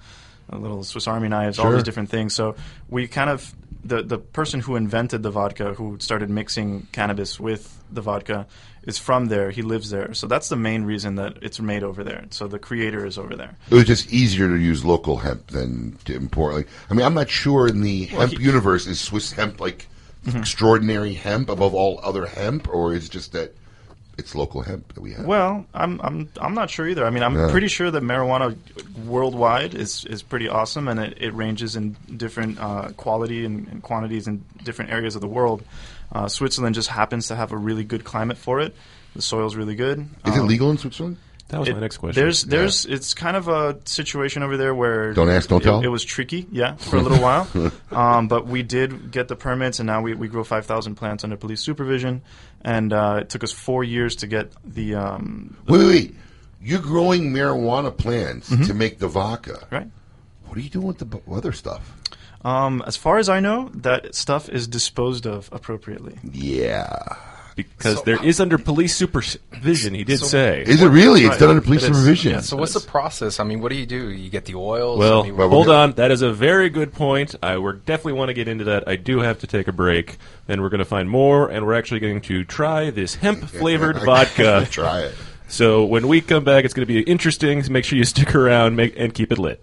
Speaker 5: little Swiss Army knives, all
Speaker 9: Sure.
Speaker 5: those different things. So we kind of the the person who invented the vodka, who started mixing cannabis with the vodka, is from there. He lives there, so that's the main reason that it's made over there. So the creator is over there.
Speaker 9: It was just easier to use local hemp than to import. Like, I mean, I'm not sure in the
Speaker 5: Well,
Speaker 9: hemp
Speaker 5: he-
Speaker 9: universe is Swiss hemp like
Speaker 8: Mm-hmm.
Speaker 5: Mhm.
Speaker 9: extraordinary hemp above all other hemp, or is it just that it's local hemp that we have?
Speaker 5: Well, I'm I'm I'm not sure either. I mean, I'm
Speaker 9: Yeah.
Speaker 5: pretty sure that marijuana worldwide is is pretty awesome, and it, it ranges in different uh, quality and, and quantities in different areas of the world. Uh, Switzerland just happens to have a really good climate for it. The soil's really good.
Speaker 9: Is it legal in Switzerland?
Speaker 8: Um, That was
Speaker 5: It-
Speaker 8: my next question.
Speaker 5: There's, there's, it's kind of a situation over there where
Speaker 9: Don't ask, don't
Speaker 5: it-
Speaker 9: tell.
Speaker 5: It was tricky, yeah, for a little while, um, but we did get the permits, and now we, we grow five thousand plants under police supervision, and uh, it took us four years to get the. Um,
Speaker 9: Wait, wait, wait. You're growing marijuana plants to make the vodka.
Speaker 5: Mm-hmm. Right.
Speaker 9: What are you doing with the bu- other stuff?
Speaker 5: Um, as far as I know, that stuff is disposed of appropriately.
Speaker 9: Yeah.
Speaker 8: Because there is under police supervision, he did say.
Speaker 17: Yeah, so what's the process? I mean, what do you do? You get the oils?
Speaker 8: Well,
Speaker 17: I mean,
Speaker 8: hold on. That is a very good point. I we definitely want to get into that. I do have to take a break, and we're going to find more. And we're actually going to try this hemp flavored vodka.
Speaker 9: Try it.
Speaker 8: So when we come back, it's going to be interesting. So make sure you stick around make, and keep it lit.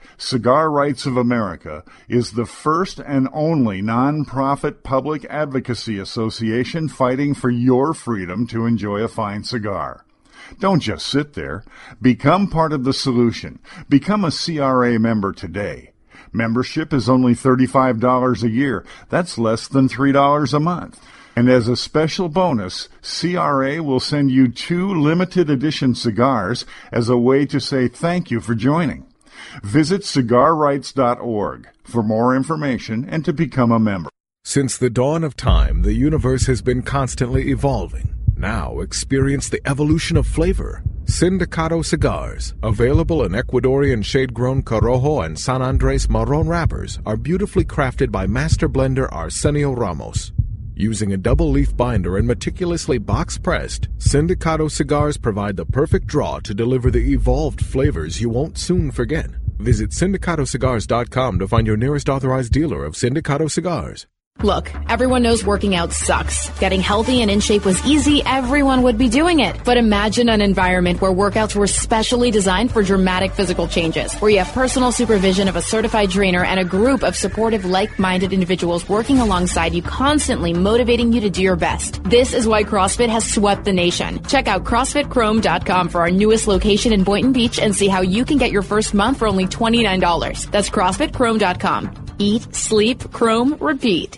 Speaker 25: Cigar Rights of America, is the first and only nonprofit public advocacy association fighting for your freedom to enjoy a fine cigar. Don't just sit there. Become part of the solution. Become a CRA member today. Membership is only $35 a year. That's less than $3 a month. And as a special bonus, CRA will send you two limited edition cigars as a way to say thank you for joining. Visit cigarrights.org for more information and to become a member.
Speaker 26: Since the dawn of time, the universe has been constantly evolving. Now experience the evolution of flavor. Sindicato cigars, available in Ecuadorian shade grown Corojo and San Andres Marron wrappers, are beautifully crafted by master blender Arsenio Ramos. Using a double leaf binder and meticulously box pressed, Sindicato cigars provide the perfect draw to deliver the evolved flavors you won't soon forget. Visit syndicatocigars.com to find your nearest authorized dealer of Sindicato cigars.
Speaker 13: Look, everyone knows working out sucks. Getting healthy and in shape was easy. Everyone would be doing it. But imagine an environment where workouts were specially designed for dramatic physical changes, where you have personal supervision of a certified trainer and a group of supportive, like-minded individuals working alongside you constantly motivating you to do your best. This is why CrossFit has swept the nation. Check out CrossFitChrome.com for our newest location in Boynton Beach and see how you can get your first month for only $29. That's CrossFitChrome.com. Eat, sleep, chrome, repeat.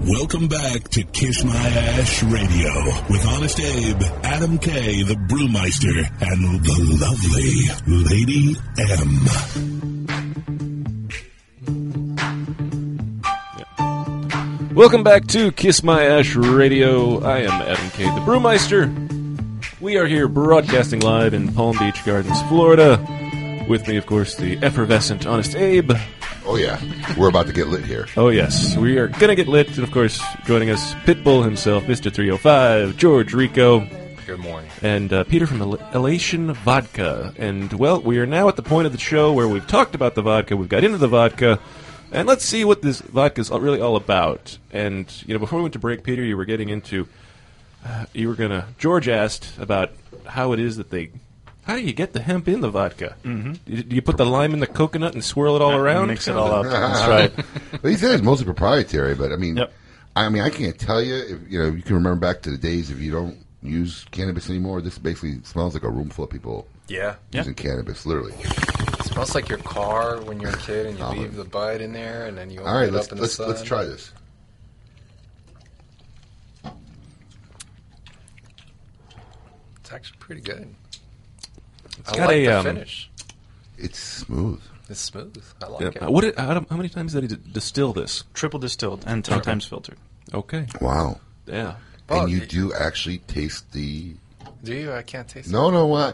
Speaker 6: Welcome back to Kiss My Ash Radio with Honest Abe, Adam K, the Brewmeister, and the lovely Lady M.
Speaker 8: Welcome back to Kiss My Ash Radio. I am Adam K. the Brewmeister. We are here broadcasting live in Palm Beach Gardens, Florida. With me, of course, the effervescent Honest Abe.
Speaker 9: Oh, yeah. We're about to get lit here.
Speaker 8: Oh, yes. We are going to get lit. And, of course, joining us, Pitbull himself, Mr. 305, George Rico.
Speaker 17: Good morning.
Speaker 8: And uh, Peter from El- Elation Vodka. And, well, we are now at the point of the show where we've talked about the vodka, we've got into the vodka, and let's see what this vodka is really all about. And, you know, before we went to break, Peter, you were getting into. Uh, you were going to. George asked about how it is that they. How do you get the hemp in the vodka?
Speaker 17: Mm-hmm.
Speaker 5: Mhm.
Speaker 8: Do you- do you put the lime in the coconut and swirl it all around?
Speaker 9: well, he said it's mostly proprietary, but I mean, I mean, I can't tell you. If, you know, you can remember back to the days if you don't use cannabis anymore. This basically smells like a room full of people.
Speaker 17: Yeah. Yeah.
Speaker 9: using cannabis literally.
Speaker 17: It smells like your car when you're a kid and you leave the bud in there and then you open
Speaker 9: Um, All right,
Speaker 17: it
Speaker 9: let's
Speaker 17: up in
Speaker 9: let's
Speaker 17: the sun.
Speaker 9: let's try this.
Speaker 17: It's actually pretty good.
Speaker 8: It's
Speaker 17: I
Speaker 8: got
Speaker 17: like
Speaker 8: a,
Speaker 17: the
Speaker 8: um,
Speaker 17: finish.
Speaker 9: It's smooth.
Speaker 17: It's smooth. I like
Speaker 8: Yeah.
Speaker 17: it.
Speaker 8: Uh, What? did- Adam, how many times did he d- distill this?
Speaker 5: Triple distilled and ten
Speaker 8: Okay.
Speaker 5: times filtered.
Speaker 8: Okay.
Speaker 9: Wow.
Speaker 8: Yeah.
Speaker 9: And you do actually taste the
Speaker 17: Do you? I can't taste
Speaker 9: no, no. Uh,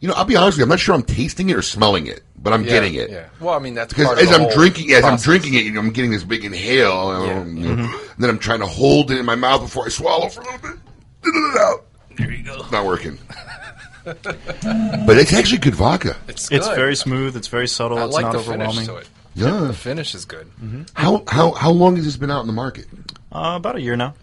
Speaker 9: you know, I'll be honest with you. I'm not sure I'm tasting it or smelling it, but I'm
Speaker 17: Yeah,
Speaker 9: getting it.
Speaker 17: yeah. Well, I mean, that's
Speaker 9: because
Speaker 17: part of
Speaker 9: as
Speaker 17: the
Speaker 9: I'm
Speaker 17: whole
Speaker 9: drinking, as
Speaker 17: process. Mm-hmm.
Speaker 9: I'm drinking it, you know, I'm getting this big inhale, and, I'm- you know, and then I'm trying to hold it in my mouth before I swallow for a little bit. There you go. It's not working. but it's actually good vodka.
Speaker 5: It's, very smooth. It's very subtle.
Speaker 17: I
Speaker 5: it's
Speaker 17: like
Speaker 5: not
Speaker 17: the finish
Speaker 5: overwhelming.
Speaker 17: to it.
Speaker 9: Yeah.
Speaker 17: The finish is good.
Speaker 8: Mm-hmm.
Speaker 9: How how how long has this been out in the market?
Speaker 5: Uh, about a year now.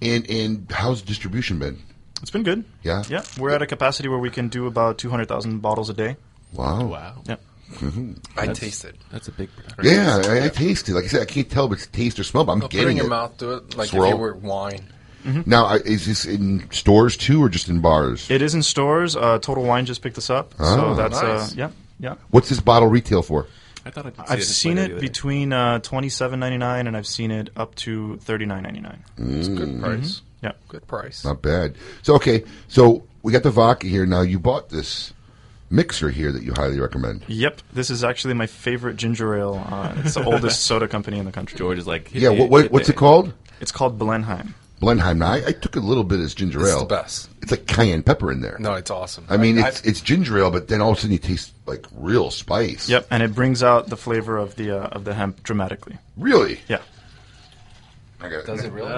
Speaker 9: And and how's distribution been?
Speaker 5: It's been good.
Speaker 9: Yeah.
Speaker 5: Yeah. We're at a capacity where we can do about two hundred thousand bottles a day.
Speaker 9: Wow.
Speaker 8: Wow.
Speaker 5: Yeah.
Speaker 9: Mhm.
Speaker 17: I
Speaker 5: That's-
Speaker 17: taste it.
Speaker 8: That's a big.
Speaker 9: Yeah, I, I taste it. Like I said, I can't tell if it's taste or smell, but I'm
Speaker 17: I'll put it
Speaker 9: getting
Speaker 17: in your
Speaker 9: it.
Speaker 17: mouth, do it like if
Speaker 9: Swirl.
Speaker 17: you were wine.
Speaker 5: Mm-hmm.
Speaker 9: Now, I- is this in stores too, or just in bars?
Speaker 5: It is in stores. Uh, Total Wine just picked this up,
Speaker 9: Ah.
Speaker 5: so that's
Speaker 17: Nice.
Speaker 5: uh, yeah, yeah.
Speaker 9: What's this bottle retail for?
Speaker 8: I thought I'd
Speaker 5: I've seen it between uh, twenty seven ninety nine and I've seen it up to thirty nine ninety nine.
Speaker 9: It's a good Mm. price.
Speaker 5: Mm-hmm. Yeah,
Speaker 17: good price.
Speaker 9: Not bad. So okay, so we got the vodka here. Now you bought this mixer here that you highly recommend.
Speaker 5: Yep, this is actually my favorite ginger ale. Uh, it's the oldest soda company in the country.
Speaker 8: George is like,
Speaker 9: yeah. What, what, what's it called?
Speaker 5: It's called Blenheim.
Speaker 9: Blenheim. Now, I, I took a little bit as ginger
Speaker 5: It's the
Speaker 9: ale.
Speaker 5: best.
Speaker 9: It's like cayenne pepper in there.
Speaker 17: No, it's awesome.
Speaker 9: I mean,
Speaker 5: I-
Speaker 9: it's it's ginger ale, but then all of a sudden you taste like real spice.
Speaker 5: Yep, and it brings out the flavor of the uh, of the hemp dramatically.
Speaker 9: Really?
Speaker 5: Yeah.
Speaker 17: Does it really?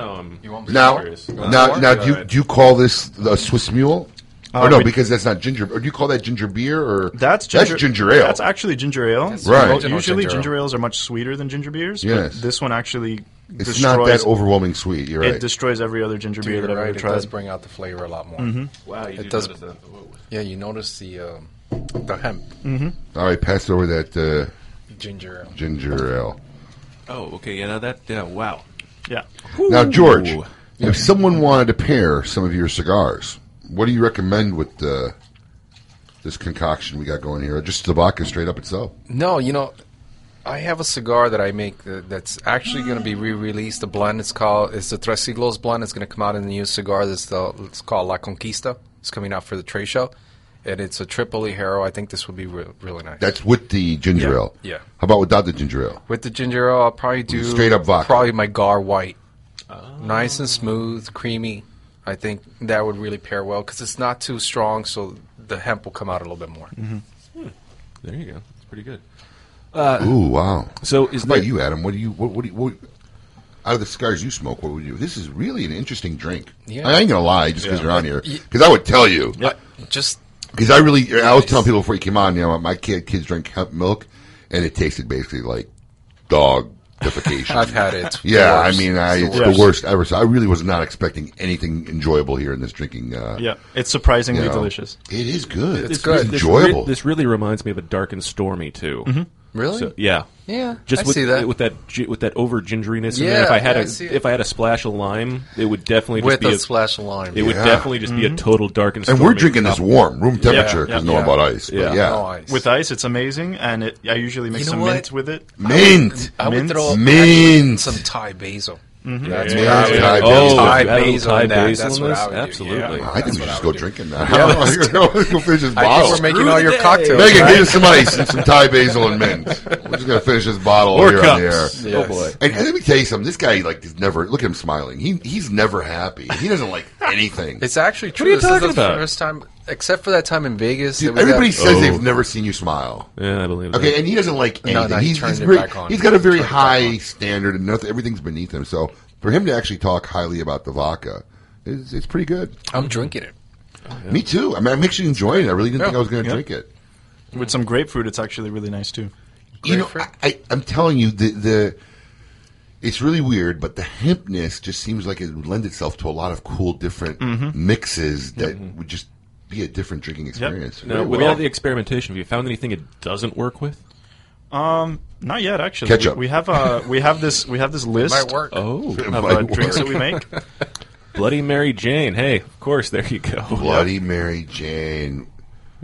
Speaker 17: you want me
Speaker 9: Now,
Speaker 17: to pour?
Speaker 9: now,
Speaker 17: Pour?
Speaker 9: now, do you, do you call this the Swiss Mule?
Speaker 5: Uh,
Speaker 17: Um,
Speaker 9: oh no,
Speaker 5: we-
Speaker 9: because that's not ginger. Or do you call that ginger beer or
Speaker 5: That's ginger,
Speaker 9: ale?
Speaker 5: That's actually ginger ale.
Speaker 9: That's Right.
Speaker 5: Well,
Speaker 9: original
Speaker 5: Usually,
Speaker 9: ginger
Speaker 5: ginger, ales are much sweeter than ginger beers.
Speaker 9: Yes.
Speaker 5: But this one actually
Speaker 9: It's
Speaker 5: destroys,
Speaker 9: not that overwhelming sweet. You're
Speaker 5: It
Speaker 9: right.
Speaker 5: destroys every other ginger
Speaker 17: Dude,
Speaker 5: beer that
Speaker 17: you're
Speaker 5: I've
Speaker 17: right.
Speaker 5: ever
Speaker 17: It
Speaker 5: tried.
Speaker 17: does Mm-hmm. bring out the flavor a lot more.
Speaker 5: Mhm.
Speaker 8: Wow, you
Speaker 17: it
Speaker 8: do
Speaker 17: does.
Speaker 8: notice that.
Speaker 17: Yeah, you notice the um, the hemp
Speaker 7: Mm-hmm.
Speaker 9: All right, pass over that uh,
Speaker 17: ginger ale.
Speaker 9: ginger ale.
Speaker 3: Oh, okay. You know that. Yeah. Wow.
Speaker 5: Yeah.
Speaker 9: Now, George, if someone wanted to pair some of your cigars, what do you recommend with uh, this concoction we got going here? Or just the vodka straight up itself?
Speaker 17: No, you know, I have a cigar that I make that, that's actually going to be re-released. The blend it's called it's the Tres Siglos blend. It's going to come out in the new cigar. That's the it's called La Conquista. It's coming out for the trade show, and it's a Tripoli Hero. I think this would be re- really nice
Speaker 9: That's with the ginger
Speaker 17: Yeah,
Speaker 9: ale.
Speaker 17: yeah.
Speaker 9: How about without the ginger ale?
Speaker 17: with the ginger ale. I'll probably do
Speaker 9: Straight up vodka.
Speaker 17: Probably my Gar White, nice and smooth, creamy. I think that would really pair well because it's not too strong, so the hemp will come out a little bit more.
Speaker 8: There you go. It's pretty good.
Speaker 17: Uh,
Speaker 9: Ooh, wow.
Speaker 8: So
Speaker 9: How
Speaker 8: is
Speaker 9: about
Speaker 8: there,
Speaker 9: you, Adam? What do you what, what do you what, out of the cigars you smoke? What would you? This is really an interesting drink.
Speaker 17: Yeah.
Speaker 9: I ain't gonna lie, just because
Speaker 17: Yeah.
Speaker 9: you're on here, because I would tell you.
Speaker 17: Just
Speaker 9: Because I really, I was telling people before you came on, you know, my kid kids drink hemp milk, and it tasted basically like dog defecation.
Speaker 17: I've had it. It's
Speaker 9: Yeah,
Speaker 17: worse.
Speaker 9: I mean, I,
Speaker 17: It's
Speaker 9: it's
Speaker 17: the
Speaker 9: the
Speaker 17: worst.
Speaker 9: worst ever. So I really was not expecting anything enjoyable here in this drinking. Uh,
Speaker 5: Yeah, it's surprisingly
Speaker 9: you know.
Speaker 5: delicious.
Speaker 9: It is good. It's,
Speaker 5: good.
Speaker 8: This,
Speaker 9: enjoyable.
Speaker 8: re- this really reminds me of a dark and stormy too.
Speaker 5: Mhm.
Speaker 17: Mm-hmm. Really?
Speaker 8: So- yeah.
Speaker 17: Yeah,
Speaker 8: Just
Speaker 17: I
Speaker 8: with,
Speaker 17: see that.
Speaker 8: with that gi- with that over gingeriness. in
Speaker 17: Yeah,
Speaker 8: there. If I had
Speaker 17: yeah, I see
Speaker 8: a
Speaker 17: it.
Speaker 8: if I had a splash of lime, it would definitely just
Speaker 17: With
Speaker 8: be
Speaker 17: a splash of lime. Mm-hmm.
Speaker 8: It would
Speaker 9: Yeah.
Speaker 8: definitely just be a
Speaker 9: Mhm.
Speaker 8: total dark and.
Speaker 9: And
Speaker 8: Stormy
Speaker 9: we're drinking this
Speaker 8: cocktail.
Speaker 9: warm, room temperature, 'cause no one bought ice, but yeah. No
Speaker 17: ice.
Speaker 5: With ice, it's amazing, and it, I usually make
Speaker 17: You know
Speaker 5: some
Speaker 17: what?
Speaker 5: mint with it.
Speaker 9: Mint.
Speaker 17: I would, I would
Speaker 5: Mint.
Speaker 17: throw up
Speaker 9: Mint.
Speaker 17: some Thai basil.
Speaker 5: Mhm.
Speaker 17: That's
Speaker 9: Mm-hmm. Yeah,
Speaker 17: what I would
Speaker 9: yeah,
Speaker 17: do.
Speaker 9: Thai basil.
Speaker 17: Thai
Speaker 9: Add a little
Speaker 17: basil
Speaker 9: Thai
Speaker 17: in that.
Speaker 9: basil
Speaker 17: That's
Speaker 9: in
Speaker 17: what
Speaker 9: this?
Speaker 17: I would
Speaker 8: Absolutely.
Speaker 17: do. Yeah.
Speaker 9: I think we should just go drinking now.
Speaker 17: Yeah, let's
Speaker 9: Let's go finish this
Speaker 17: I think
Speaker 9: bottle.
Speaker 17: we're making all your
Speaker 9: Screw the
Speaker 17: cocktails,
Speaker 9: Megan,
Speaker 17: right?
Speaker 9: get us some ice and some Thai basil and mint. We're just gonna finish this bottle
Speaker 8: Or
Speaker 9: here on the air.
Speaker 8: cups. Yes. Oh, boy.
Speaker 9: And, and let me tell you something. This guy like is never. Look at him smiling. He he's never happy. He doesn't like anything.
Speaker 17: It's actually true.
Speaker 9: are you
Speaker 17: this
Speaker 9: talking
Speaker 17: is the
Speaker 9: about?
Speaker 17: first time, except for that time in Vegas. that we got- Oh.
Speaker 9: Everybody says they've never seen you smile.
Speaker 8: Yeah, I believe.
Speaker 9: Okay, and he doesn't like
Speaker 17: No,
Speaker 9: anything.
Speaker 17: no, he
Speaker 9: he's,
Speaker 17: turned
Speaker 9: he's
Speaker 17: it
Speaker 9: very-
Speaker 17: back on.
Speaker 9: He's got a very
Speaker 17: Turned it back
Speaker 9: high standard, and nothing, everything's beneath him. So for him to actually talk highly about the vodka, it's, it's pretty good.
Speaker 17: I'm drinking it.
Speaker 9: Me too. I mean, I'm actually enjoying it. I really didn't think
Speaker 5: Yeah.
Speaker 9: I was going to
Speaker 5: Yeah.
Speaker 9: drink it.
Speaker 5: With some grapefruit, it's actually really nice too.
Speaker 9: You know, I, I, I'm telling you, the, the it's really weird, but the hempness just seems like it would lend itself to a lot of cool different
Speaker 8: Mhm.
Speaker 9: mixes that
Speaker 8: Mhm.
Speaker 9: would just be a different drinking experience.
Speaker 8: Now,
Speaker 9: Very
Speaker 8: with
Speaker 9: well.
Speaker 8: all the experimentation, have you found anything it doesn't work with?
Speaker 5: Um, not yet actually.
Speaker 9: Ketchup.
Speaker 5: We, we have uh, we have this we have this list.
Speaker 17: might work.
Speaker 8: Oh,
Speaker 5: of,
Speaker 8: how
Speaker 5: uh,
Speaker 8: about
Speaker 5: drinks that we make.
Speaker 8: Bloody Mary Jane. Hey, of course. There you go.
Speaker 9: Bloody Mary Jane.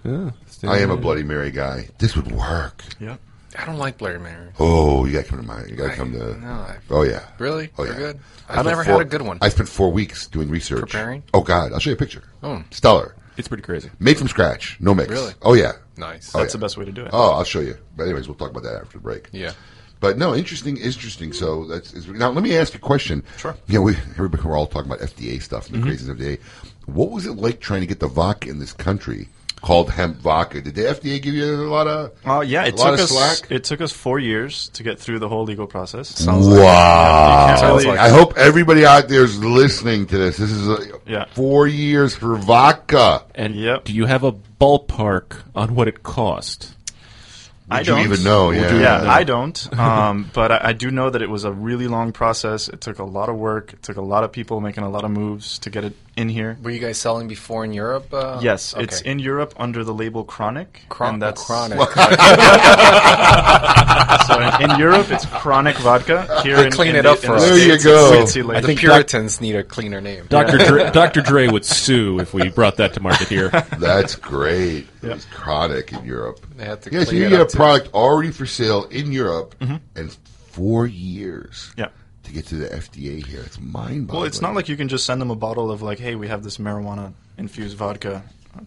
Speaker 9: I am a Bloody Mary guy. This would work.
Speaker 5: Yeah.
Speaker 17: I don't like Bloody Mary.
Speaker 9: Oh, you got to come to my. You got to come to.
Speaker 17: no, I-
Speaker 9: oh yeah.
Speaker 17: Really?
Speaker 9: Oh
Speaker 17: They're good?
Speaker 9: I
Speaker 17: I've
Speaker 9: spent
Speaker 17: never
Speaker 9: four-
Speaker 17: had a good one.
Speaker 9: I spent four weeks doing research.
Speaker 17: Preparing?
Speaker 9: Oh God, I'll show you a picture.
Speaker 17: Oh.
Speaker 9: Stellar.
Speaker 8: It's pretty crazy.
Speaker 9: Made from scratch, no mix.
Speaker 17: Really?
Speaker 9: Oh yeah.
Speaker 17: Nice.
Speaker 9: Oh,
Speaker 17: That's
Speaker 9: yeah.
Speaker 17: the best way to do it.
Speaker 9: Oh, I'll show you. But anyways, we'll talk about that after the break.
Speaker 17: Yeah.
Speaker 9: But no, interesting, interesting. So that's is, now. Let me ask you a question. Sure. You know, we everybody, we're all talking about FDA stuff and the
Speaker 5: Mhm.
Speaker 9: craziness of FDA. What was it like trying to get the vodka in this country called hemp vodka? Did the FDA give you a lot of?
Speaker 5: Uh, yeah, it
Speaker 9: a lot
Speaker 5: took
Speaker 9: of
Speaker 5: us
Speaker 9: slack.
Speaker 5: it took us four years to get through the whole legal process.
Speaker 9: wow!
Speaker 5: Yeah, you can't really-
Speaker 9: I hope everybody out there is listening to this. This is a,
Speaker 5: Yeah.
Speaker 9: four years for vodka.
Speaker 8: And do you have a ballpark on what it cost?
Speaker 5: I don't
Speaker 8: Would you even know?
Speaker 5: I don't. Um, but I, I do know that it was a really long process. It took a lot of work. It took a lot of people making a lot of moves to get it in here.
Speaker 17: Were you guys selling before in Europe? Uh,
Speaker 5: yes,
Speaker 17: okay.
Speaker 5: it's in Europe under the label Chronic.
Speaker 17: Chron- oh,
Speaker 5: and that's
Speaker 17: Chronic.
Speaker 5: so in, in Europe, it's Chronic vodka. Here,
Speaker 17: They
Speaker 5: in,
Speaker 17: clean
Speaker 5: in
Speaker 17: it
Speaker 5: the-
Speaker 17: up
Speaker 5: in
Speaker 17: for
Speaker 5: the
Speaker 17: us.
Speaker 5: States, it's Whiskey
Speaker 17: The
Speaker 5: Lake.
Speaker 17: Puritans need a cleaner name.
Speaker 8: Dr.
Speaker 17: Yeah.
Speaker 8: Dre, Dr. Dre would sue if we brought that to market here.
Speaker 9: That's great. It was chronic in Europe.
Speaker 17: They had to
Speaker 9: yeah, so
Speaker 17: clean
Speaker 9: you
Speaker 17: it
Speaker 9: get a
Speaker 17: up, too.
Speaker 9: product already for sale in Europe, and four years.
Speaker 5: Yeah.
Speaker 9: To get to the FDA here, it's mind boggling.
Speaker 5: Well, it's not like you can just send them a bottle of like, hey, we have this marijuana infused vodka.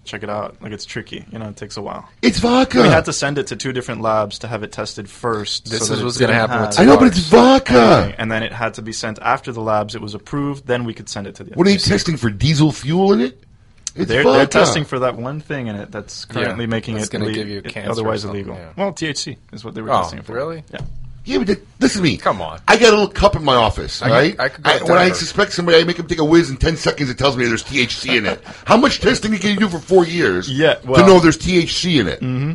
Speaker 5: Check it out. Like it's tricky. You know, it takes a while.
Speaker 9: It's vodka!
Speaker 5: We had to send it to two different labs to have it tested first.
Speaker 17: This
Speaker 5: so
Speaker 17: is
Speaker 5: that it
Speaker 17: what's gonna
Speaker 5: didn't
Speaker 17: happen with
Speaker 5: have-
Speaker 9: I know, but it's vodka!
Speaker 5: Anything. And then it had to be sent after the labs. It was approved. Then we could send it to the.
Speaker 9: What are they
Speaker 5: FTC.
Speaker 9: testing for? Diesel fuel in it? It's
Speaker 5: They're,
Speaker 9: vodka.
Speaker 5: they're testing for that one thing in it that's
Speaker 17: Yeah,
Speaker 5: currently making
Speaker 17: that's
Speaker 5: it
Speaker 17: gonna
Speaker 5: le-
Speaker 17: give you
Speaker 5: it-
Speaker 17: cancer or
Speaker 5: otherwise
Speaker 17: something,
Speaker 5: illegal.
Speaker 17: yeah.
Speaker 5: Well, THC is what they were
Speaker 17: Oh,
Speaker 5: testing for.
Speaker 17: really?
Speaker 5: Yeah.
Speaker 9: Yeah, but th- listen to me.
Speaker 17: Come on.
Speaker 9: I got a little cup in my office,
Speaker 17: I-
Speaker 9: right?
Speaker 17: I could go
Speaker 9: when I
Speaker 17: diver.
Speaker 9: suspect somebody, I make them take a whiz in 10 seconds. It tells me there's THC in it. How much testing can you do for four years
Speaker 5: Yeah,
Speaker 9: to
Speaker 5: well-
Speaker 9: know there's THC in it? Mm-hmm.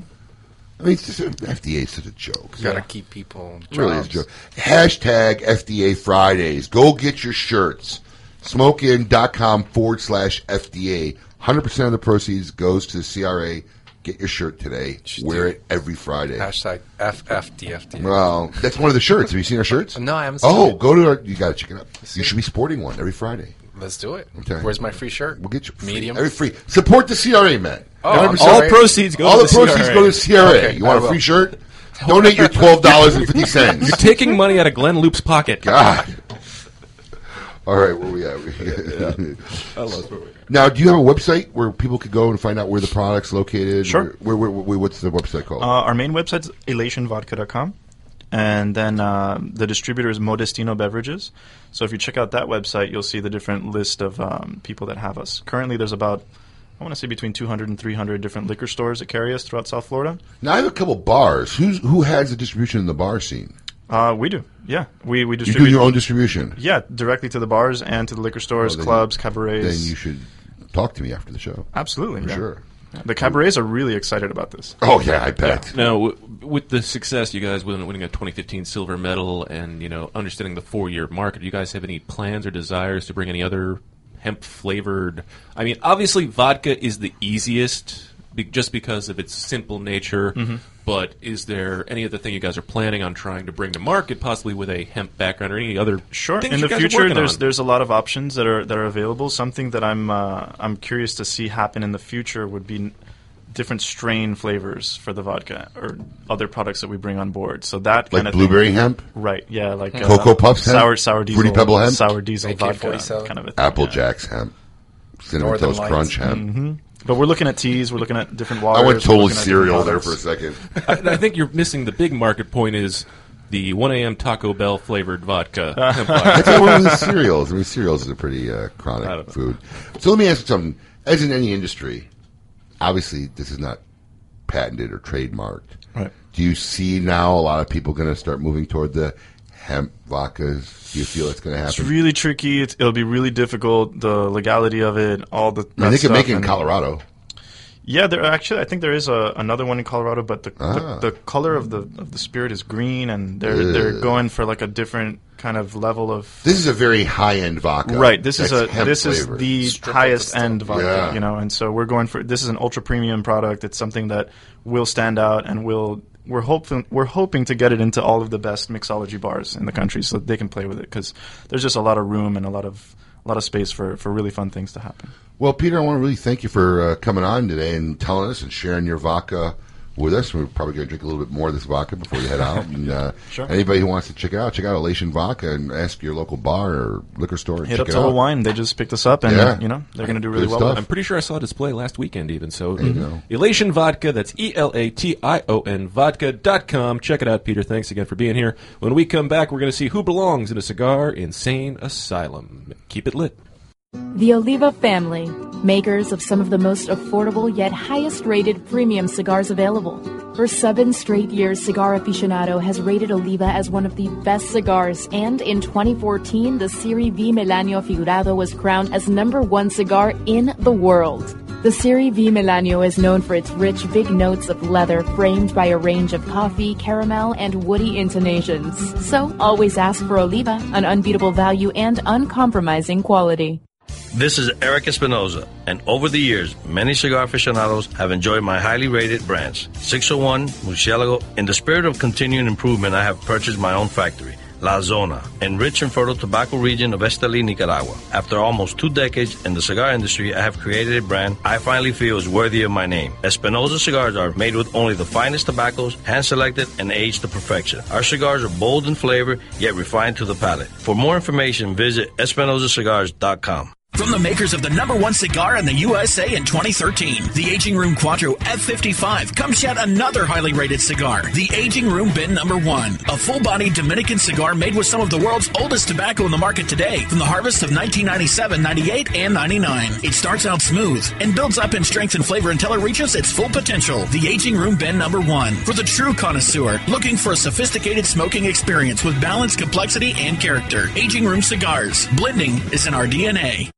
Speaker 9: I mean, it's just, FDA is such a joke.
Speaker 17: You gotta keep people.
Speaker 9: It Really is a
Speaker 17: jobs.
Speaker 9: joke. Hashtag FDA Fridays. Go get your shirts. Smokein.com forward slash FDA. 100% of the proceeds goes to the CRA Get your shirt today. Wear it every Friday.
Speaker 17: Hashtag FFDFD.
Speaker 9: Well, that's one of the shirts. Have you seen our shirts?
Speaker 17: No, I haven't seen
Speaker 9: Oh,
Speaker 17: it.
Speaker 9: go to our. You got to check it out. You should be sporting one every Friday.
Speaker 17: Let's do it.
Speaker 9: I'm telling you.
Speaker 17: Where's my free shirt?
Speaker 9: We'll get you free-
Speaker 17: medium.
Speaker 9: Every free support the CRA, man.
Speaker 17: Oh, I'm
Speaker 9: 100%.
Speaker 17: sorry. All proceeds go
Speaker 9: all
Speaker 17: to
Speaker 9: the
Speaker 17: the
Speaker 9: proceeds
Speaker 17: CRA.
Speaker 9: go to the CRA.
Speaker 17: Okay,
Speaker 9: you want
Speaker 17: I
Speaker 9: a free
Speaker 17: will.
Speaker 9: shirt? Donate your twelve dollars and fifty cents.
Speaker 3: You're taking money out of Glenn Loop's pocket.
Speaker 9: God. All right, where we at? We-
Speaker 8: I lost where we are.
Speaker 9: now, do you have a website where people could go and find out where the product's located? Sure. Where, where, where, where- what's the website called?
Speaker 5: Uh, our main website's elationvodka.com, and then uh, the distributor is Modestino Beverages. So if you check out that website, you'll see the different list of um, people that have us. Currently, there's about I want to say between 200 and 300 different liquor stores that carry us throughout South Florida.
Speaker 9: now, I have a couple bars. Who's who has the distribution in the bar scene?
Speaker 5: Uh, we do, yeah. We we
Speaker 9: You
Speaker 5: distribute
Speaker 9: do your own distribution.
Speaker 5: Yeah, directly to the bars and to the liquor stores,
Speaker 9: Well, then-
Speaker 5: clubs, cabarets.
Speaker 9: Then you should talk to me after the show.
Speaker 5: Absolutely,
Speaker 9: For
Speaker 5: yeah.
Speaker 9: sure.
Speaker 5: The cabarets are really excited about this.
Speaker 9: Oh, yeah, I bet.
Speaker 8: Now, w- with the success you guys winning, winning a 2015 silver medal and you know understanding the four-year market, do you guys have any plans or desires to bring any other hemp flavored? I mean, obviously, vodka is the easiest be- just because of its simple nature.
Speaker 5: Mm-hmm.
Speaker 3: Mhm.
Speaker 8: But is there any other thing you guys are planning on trying to bring to market, possibly with a hemp background or any other
Speaker 5: Sure.
Speaker 8: things
Speaker 5: In
Speaker 8: you
Speaker 5: the
Speaker 8: guys are
Speaker 5: future,
Speaker 8: working
Speaker 5: there's
Speaker 8: on?
Speaker 5: there's a lot of options that are that are available. Something that I'm uh, I'm curious to see happen in the future would be n- different strain flavors for the vodka or other products that we bring on board. So that
Speaker 9: Like
Speaker 5: kind of
Speaker 9: blueberry
Speaker 5: thing,
Speaker 9: hemp?
Speaker 5: right? Yeah, like uh,
Speaker 9: Hmm. Cocoa Puffs hemp?
Speaker 5: sour sour diesel,
Speaker 9: Fruity Pebble hemp?
Speaker 5: sour diesel vodka,
Speaker 9: AK-47.
Speaker 5: kind of a thing.
Speaker 9: Apple Jacks hemp, cinnamon
Speaker 5: Northern
Speaker 9: toast
Speaker 5: Lights.
Speaker 9: crunch hemp.
Speaker 5: Mhm. But we're looking at teas. We're looking at different waters.
Speaker 9: I
Speaker 5: we're
Speaker 9: went total
Speaker 5: looking at different
Speaker 9: cereal there
Speaker 5: products.
Speaker 9: for a second.
Speaker 8: I, I think you're missing the big market point is the 1 a.m. Taco Bell flavored vodka. hemp vodka.
Speaker 9: That's what one of the cereals. I mean, cereals is a pretty uh, chronic food. So let me ask you something. As in any industry, obviously this is not patented or trademarked.
Speaker 5: Right.
Speaker 9: Do you see now a lot of people going to start moving toward the hemp vodkas? Do you feel it's going to
Speaker 5: It's
Speaker 9: happen?
Speaker 5: really tricky. It's, it'll be really difficult. The legality of it, all the.
Speaker 9: I mean,
Speaker 5: that
Speaker 9: they could make
Speaker 5: stuff,
Speaker 9: it in
Speaker 5: and-
Speaker 9: Colorado.
Speaker 5: Yeah, there actually. I think there is a, another one in Colorado, but the,
Speaker 9: Ah.
Speaker 5: the the color of the of the spirit is green, and they're they're
Speaker 9: Ugh.
Speaker 5: going for like a different kind of level of.
Speaker 9: This is a very high end vodka.
Speaker 5: Right. This is a
Speaker 9: That's hemp
Speaker 5: this
Speaker 9: flavored.
Speaker 5: is the highest end vodka,
Speaker 9: Yeah.
Speaker 5: you know, and so we're going for this is an ultra premium product. It's something that will stand out, and will we're hoping we're hoping to get it into all of the best mixology bars in the country, so that they can play with it because there's just a lot of room and a lot of a lot of space for for really fun things to happen.
Speaker 9: Well, Peter, I want to really thank you for uh, coming on today and telling us and sharing your vodka with us. We're probably going to drink a little bit more of this vodka before we head out. And uh,
Speaker 5: Sure.
Speaker 9: anybody who wants to check it out, check out Elation Vodka and ask your local bar or liquor store. And
Speaker 5: Hit
Speaker 9: check
Speaker 5: up
Speaker 9: it
Speaker 5: Total
Speaker 9: out.
Speaker 5: Wine. They just picked us up, and
Speaker 9: Yeah.
Speaker 5: you know they're going to do
Speaker 9: Good
Speaker 5: really well. with
Speaker 9: stuff.
Speaker 5: it.
Speaker 8: I'm pretty sure I saw a display last weekend, even. So,
Speaker 9: There you go.
Speaker 8: Elation Vodka, that's E L A T I O N vodka.com. Check it out, Peter. Thanks again for being here. When we come back, we're going to see who belongs in a cigar insane asylum. Keep it lit.
Speaker 13: The Oliva family, makers of some of the most affordable yet highest rated premium cigars available. For seven straight years, Cigar Aficionado has rated Oliva as one of the best cigars, and in 2014, the Siri V Melanio Figurado was crowned as number one cigar in the world. The Siri V Melanio is known for its rich, big notes of leather framed by a range of coffee, caramel, and woody intonations. So always ask for Oliva, an unbeatable value and uncompromising quality.
Speaker 21: This is Eric Espinoza, and over the years, many cigar aficionados have enjoyed my highly rated brands 601, Murcielago. In the spirit of continuing improvement, I have purchased my own factory, La Zona, in rich and fertile tobacco region of Esteli, Nicaragua. After almost two decades in the cigar industry, I have created a brand I finally feel is worthy of my name. Espinoza cigars are made with only the finest tobaccos, hand selected and aged to perfection. Our cigars are bold in flavor, yet refined to the palate. For more information, visit espinozacigars.com.
Speaker 1: From the makers of the number one cigar in the USA in 2013, the Aging Room Quattro F55 comes yet another highly rated cigar, the Aging Room Bin Number One, a full bodied Dominican cigar made with some of the world's oldest tobacco in the market today from the harvest of 1997, 98, and 99. It starts out smooth and builds up in strength and flavor until it reaches its full potential. The Aging Room Bin Number One, for the true connoisseur looking for a sophisticated smoking experience with balance, complexity, and character. Aging Room Cigars, blending is in our DNA.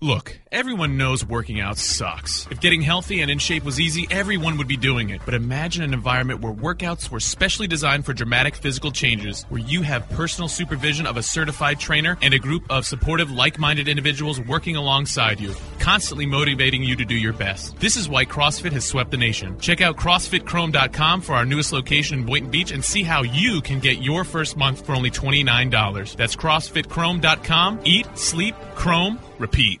Speaker 3: Look, everyone knows working out sucks. If getting healthy and in shape was easy, everyone would be doing it. But imagine an environment where workouts were specially designed for dramatic physical changes, where you have personal supervision of a certified trainer and a group of supportive, like minded individuals working alongside you, constantly motivating you to do your best. This is why CrossFit has swept the nation. Check out CrossFitChrome.com for our newest location in Boynton Beach and see how you can get your first month for only $29. That's CrossFitChrome.com. Eat, sleep, chrome, repeat.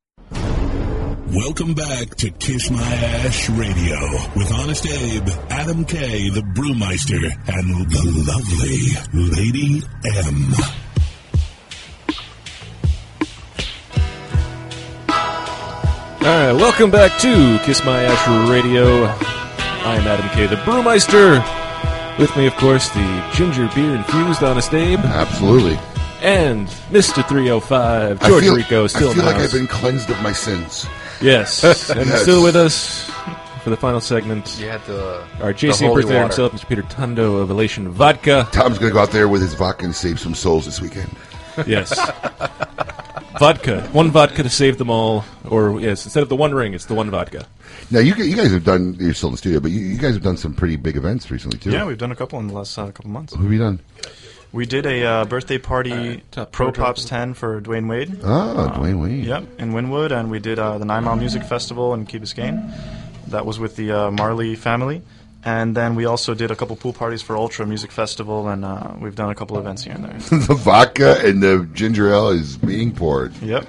Speaker 6: Welcome back to Kiss My Ash Radio with Honest Abe, Adam K, the Brewmeister, and the lovely Lady M.
Speaker 8: All right, welcome back to Kiss My Ash Radio. I am Adam K. the Brewmeister. With me, of course, the ginger beer infused Honest Abe.
Speaker 9: Absolutely.
Speaker 8: And Mr. 305, George
Speaker 9: I feel,
Speaker 8: Rico, is still
Speaker 9: I feel
Speaker 8: in the
Speaker 9: like I've
Speaker 8: house.
Speaker 9: been cleansed of my sins.
Speaker 8: Yes, and
Speaker 9: Yes.
Speaker 8: still with us for the final segment.
Speaker 9: You had the-
Speaker 8: our
Speaker 9: the
Speaker 8: JC
Speaker 9: holy
Speaker 8: Brewster
Speaker 9: water.
Speaker 8: himself, Mr. Peter Tundo of Elation Vodka.
Speaker 9: Tom's going to go out there with his vodka and save some souls this weekend.
Speaker 8: Yes. vodka. One vodka to save them all. Or, yes, instead of the one ring, it's the one vodka.
Speaker 9: Now you g- you guys have done. You're still in the studio, but you, you guys have done some pretty big events recently too.
Speaker 5: Yeah, we've done a couple in the last uh, couple months.
Speaker 9: What have you done?
Speaker 5: We did a uh, birthday party Pro Pops 10 for Dwayne Wade.
Speaker 9: Ah,
Speaker 5: Uh,
Speaker 9: Dwayne Wade.
Speaker 5: Yep, in Wynwood, and we did uh, the Nine Mile Music Festival in Key Biscayne. That was with the uh, Marley family. And then we also did a couple pool parties for Ultra Music Festival, and uh, we've done a couple events here and there.
Speaker 9: the vodka and the ginger ale is being poured.
Speaker 5: Yep.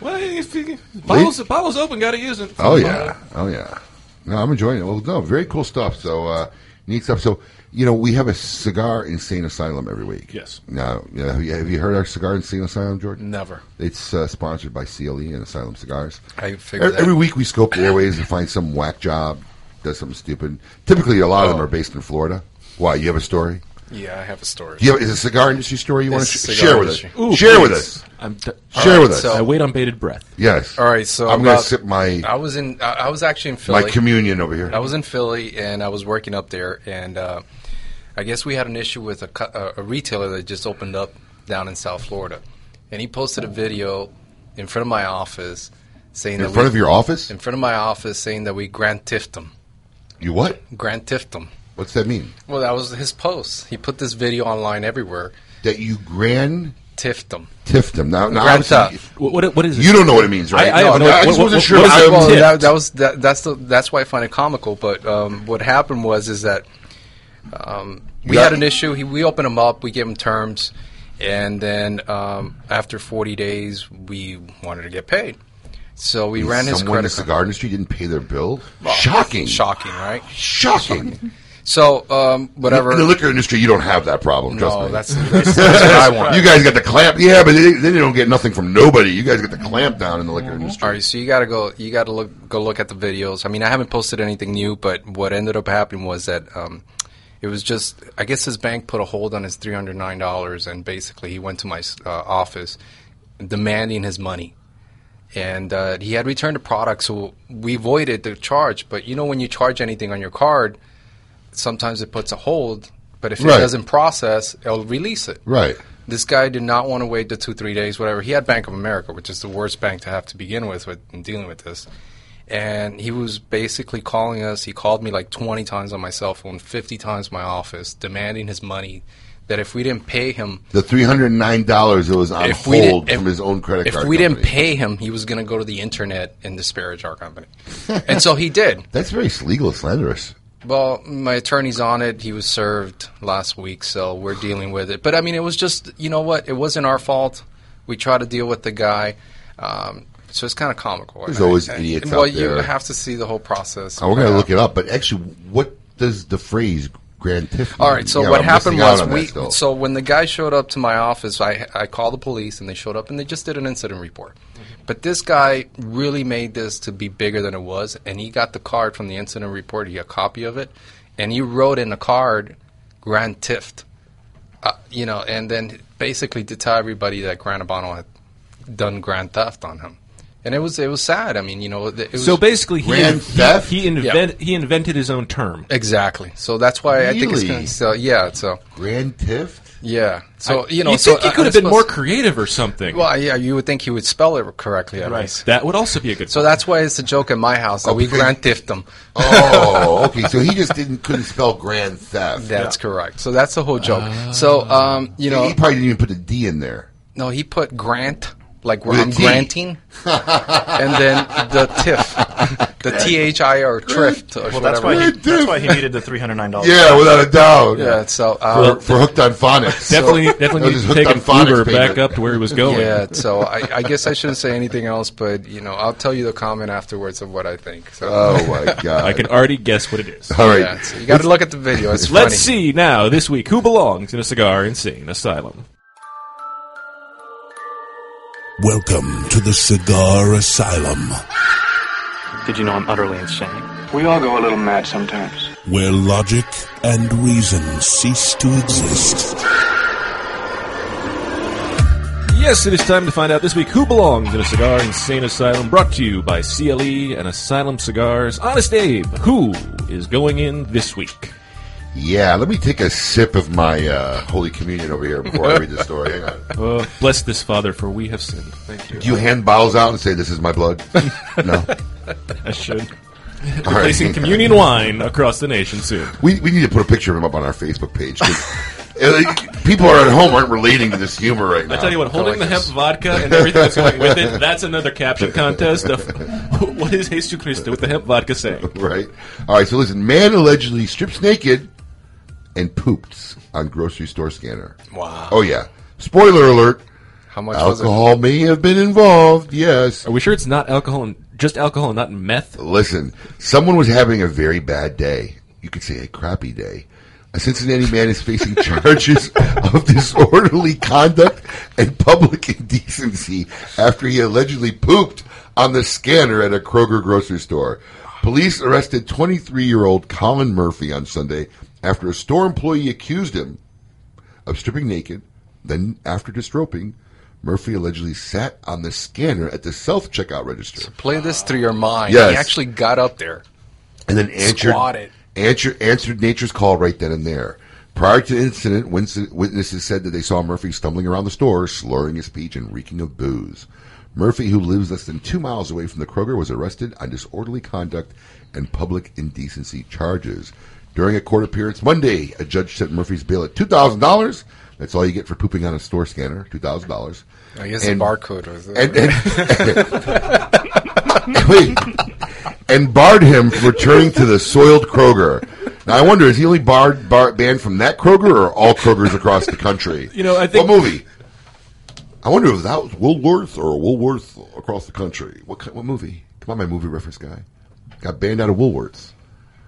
Speaker 8: Well, if you, bottles, bottles open, gotta use it.
Speaker 9: Oh yeah, oh yeah. No, I'm enjoying it. Well, no, very cool stuff. So uh, neat stuff. So you know, we have a cigar insane asylum every week.
Speaker 8: Yes.
Speaker 9: Now, you know, have you- have you heard our cigar insane asylum, Jordan?
Speaker 17: Never.
Speaker 9: It's uh, sponsored by CLE and Asylum Cigars.
Speaker 17: I
Speaker 9: E-
Speaker 17: figured
Speaker 9: Every,
Speaker 17: that.
Speaker 9: week we scope the airways and find some whack job does something stupid. Typically, a lot of them are based in Florida. Why? You have a story?
Speaker 17: Oh. Yeah, I have a story.
Speaker 9: Do you have, is it a cigar industry story you want to
Speaker 17: It's
Speaker 9: sh-
Speaker 17: cigar
Speaker 9: share with us?
Speaker 17: industry. Ooh,
Speaker 9: share with
Speaker 17: please.
Speaker 9: us.
Speaker 17: I'm d-
Speaker 9: share
Speaker 17: All
Speaker 9: with
Speaker 17: right,
Speaker 9: us.
Speaker 17: so- I
Speaker 8: wait on bated breath.
Speaker 9: Yes.
Speaker 17: All right, so
Speaker 9: I'm
Speaker 17: about,
Speaker 9: going to sip my.
Speaker 17: I was in. I, I was actually in Philly.
Speaker 9: my communion over here.
Speaker 17: I was in Philly, and I was working up there, and uh, I guess we had an issue with a, cu- uh, a retailer that just opened up down in South Florida, and he posted a video in front of my office saying
Speaker 9: In
Speaker 17: that
Speaker 9: front
Speaker 17: we-
Speaker 9: of your office?
Speaker 17: in front of my office saying that we grand tiffed them,
Speaker 9: You what?
Speaker 17: grand tiffed them.
Speaker 9: What's that mean?
Speaker 17: Well, that was his post. He put this video online everywhere.
Speaker 9: That you grand
Speaker 17: tiffed them.
Speaker 9: Tiffed them. Now, now
Speaker 17: Grand
Speaker 9: obviously-
Speaker 17: Theft.
Speaker 8: What, what is
Speaker 9: You don't know what it means, right?
Speaker 17: I, I,
Speaker 9: No,
Speaker 17: no,
Speaker 9: no, I just
Speaker 17: what-
Speaker 9: wasn't
Speaker 17: what-
Speaker 9: sure
Speaker 17: what-
Speaker 9: if I
Speaker 17: well,
Speaker 9: tipped.
Speaker 17: that, that was that, that's the that's why I find it comical. But um, what happened was is that um, we
Speaker 9: Yeah.
Speaker 17: had an issue. He, we opened him up. We gave him terms, and then um, after 40 days, we wanted to get paid. So we ran his
Speaker 9: Someone in the
Speaker 17: credit.
Speaker 9: cigar industry didn't pay their bill.
Speaker 17: Well,
Speaker 9: Shocking.
Speaker 17: Shocking, right?
Speaker 9: Shocking.
Speaker 17: So um, whatever.
Speaker 9: In the liquor industry, you don't have that problem. Trust
Speaker 17: No,
Speaker 9: me.
Speaker 17: that's- that's- that's what I want.
Speaker 9: You guys got the clamp. Yeah, but they, they don't get nothing from nobody. You guys get the clamp down in the liquor industry.
Speaker 17: All right, so you gotta go. You gotta look. Go look at the videos. I mean, I haven't posted anything new, but what ended up happening was that um, it was just. I guess his bank put a hold on his three hundred nine dollars, and basically he went to my uh, office demanding his money, and uh, he had returned the product, so we voided the charge. But you know, when you charge anything on your card, sometimes it puts a hold. But if it
Speaker 9: Right.
Speaker 17: doesn't process, it'll release it.
Speaker 9: Right.
Speaker 17: This guy did not want to wait the two, three days, whatever. He had Bank of America, which is the worst bank to have to begin with, with in dealing with this. And he was basically calling us. He called me like 20 times on my cell phone, 50 times my office, demanding his money. That if we didn't pay him,
Speaker 9: The three hundred nine dollars that was on
Speaker 17: if we
Speaker 9: hold
Speaker 17: didn't-
Speaker 9: from his own credit
Speaker 17: if
Speaker 9: card.
Speaker 17: we
Speaker 9: company.
Speaker 17: didn't pay him, he was going to go to the internet and disparage our company. and so he did.
Speaker 9: that's very legal slanderous.
Speaker 17: Well, my attorney's on it. He was served last week, so we're dealing with it. But I mean, it was just you know what? It wasn't our fault. We try to deal with the guy, um, so it's kind of comical.
Speaker 9: There's
Speaker 17: And I-
Speaker 9: always
Speaker 17: and-
Speaker 9: idiots
Speaker 17: Well,
Speaker 9: out
Speaker 17: you
Speaker 9: there.
Speaker 17: have to see the whole process.
Speaker 9: Oh, we're gonna look it up, but actually, what does the phrase "grand tiff"?
Speaker 17: All right. So
Speaker 9: Yeah,
Speaker 17: what
Speaker 9: I'm
Speaker 17: happened
Speaker 9: missing out
Speaker 17: was
Speaker 9: on that
Speaker 17: we.
Speaker 9: still.
Speaker 17: So when the guy showed up to my office, I I called the police and they showed up and they just did an incident report. But this guy really made this to be bigger than it was, and he got the card from the incident report. He had a copy of it, and he wrote in the card, "Grand Tift," uh, you know, and then basically to tell everybody that Granabano had done grand theft on him, and it was it was sad. I mean, you know, it was
Speaker 8: So basically, he,
Speaker 17: Grand
Speaker 8: he, he,
Speaker 17: Yeah.
Speaker 8: invent, he invented his own term.
Speaker 17: Exactly. So that's why I think it's
Speaker 8: Really?
Speaker 17: gonna, so yeah. So
Speaker 9: grand tift.
Speaker 17: Yeah. So
Speaker 8: I-
Speaker 17: you know,
Speaker 8: you
Speaker 17: so
Speaker 8: think he
Speaker 17: I-
Speaker 8: could
Speaker 17: I
Speaker 8: have been
Speaker 17: suppose-
Speaker 8: more creative or something?
Speaker 17: Well, yeah, you would think he would spell it correctly. At
Speaker 8: Right.
Speaker 17: least.
Speaker 8: That would also be a good.
Speaker 17: So that's why it's a joke at my house that we grand thift them.
Speaker 9: Oh, okay. So he just didn't couldn't spell grand theft.
Speaker 17: That's correct. So that's the whole joke.
Speaker 8: Ah.
Speaker 17: so um, you know,
Speaker 9: he probably didn't even put the D in there.
Speaker 17: no, he put grant like where
Speaker 9: With a
Speaker 17: I'm
Speaker 9: T.
Speaker 17: granting, and then the tiff, the T H I R trift. or
Speaker 5: Well, that's
Speaker 17: whatever.
Speaker 5: why he, that's why he needed the three hundred nine dollars.
Speaker 9: Yeah, without a doubt.
Speaker 17: Yeah, so uh,
Speaker 9: For- for, hooked on phonics.
Speaker 8: Definitely- definitely
Speaker 9: That was
Speaker 8: need
Speaker 9: his
Speaker 8: to
Speaker 9: hooked
Speaker 8: take
Speaker 9: on
Speaker 8: an
Speaker 9: phonics
Speaker 8: Uber back
Speaker 9: payment.
Speaker 8: up to where he was going.
Speaker 17: Yeah, so I, I guess I shouldn't say anything else, but you know, I'll tell you the comment afterwards of what I think. So.
Speaker 8: I can already guess what it is.
Speaker 9: Oh, All right.
Speaker 17: Oh, Yeah, so you got to look at the video. It's
Speaker 8: Let's
Speaker 17: funny.
Speaker 8: see now this week who belongs in a cigar insane asylum.
Speaker 6: Welcome to the Cigar Asylum,
Speaker 27: Did you know I'm utterly insane? We all go a little mad sometimes.
Speaker 6: where logic and reason cease to exist.
Speaker 8: Yes, it is time to find out this week who belongs in a cigar insane asylum. Brought to you by CLE and Asylum Cigars. Honest Abe, who is going in this week?
Speaker 9: Yeah, let me take a sip of my uh, Holy Communion over here before I read the story. Hang on.
Speaker 8: Uh, bless this, Father, for we have sinned. Thank you.
Speaker 9: Do you hand bottles out and say, "This is my blood"? no.
Speaker 8: I should.
Speaker 9: All
Speaker 8: Replacing
Speaker 9: right.
Speaker 8: communion wine across the nation soon.
Speaker 9: We, we need to put a picture of him up on our Facebook page. 'cause, uh, people are at home aren't relating to this humor right now.
Speaker 8: I tell you what, holding the hemp
Speaker 9: this.
Speaker 8: vodka and everything that's going with it, that's another caption contest of what is Jesus Christo with the hemp vodka saying?
Speaker 9: right? All right. So listen, man allegedly strips naked and poops on grocery store scanner.
Speaker 17: Wow.
Speaker 9: Oh yeah. Spoiler alert.
Speaker 17: How much was it?
Speaker 9: alcohol may have been involved? Yes.
Speaker 8: Are we sure it's not alcohol and just alcohol and not meth?
Speaker 9: Listen, someone was having a very bad day. You could say a crappy day. A Cincinnati man is facing charges of disorderly conduct and public indecency after he allegedly pooped on the scanner at a Kroger grocery store. Police arrested 23 year old Colin Murphy on Sunday after a store employee accused him of stripping naked. Then, after disrobing, Murphy allegedly sat on the scanner at the self checkout register.
Speaker 17: Play this through your mind.
Speaker 9: Yes.
Speaker 17: He actually got up there.
Speaker 9: and then answered
Speaker 17: Squatted.
Speaker 9: answer, answered nature's call right then and there. Prior to the incident, wins- witnesses said that they saw Murphy stumbling around the store, slurring his speech and reeking of booze. Murphy, who lives less than two miles away from the Kroger, was arrested on disorderly conduct and public indecency charges. During a court appearance Monday, a judge set Murphy's bail at two thousand dollars. That's all you get for pooping on a store scanner, two thousand dollars.
Speaker 17: I guess the barcode was there.
Speaker 9: And, and- Wait. and barred him from returning to the soiled Kroger. Now I wonder is he only barred bar, banned from that Kroger or all Krogers across the country?
Speaker 8: You know, I think-
Speaker 9: what movie? I wonder if that was Woolworth or Woolworth across the country. What kind, what movie? Come on, my movie reference guy. Got banned out of Woolworths.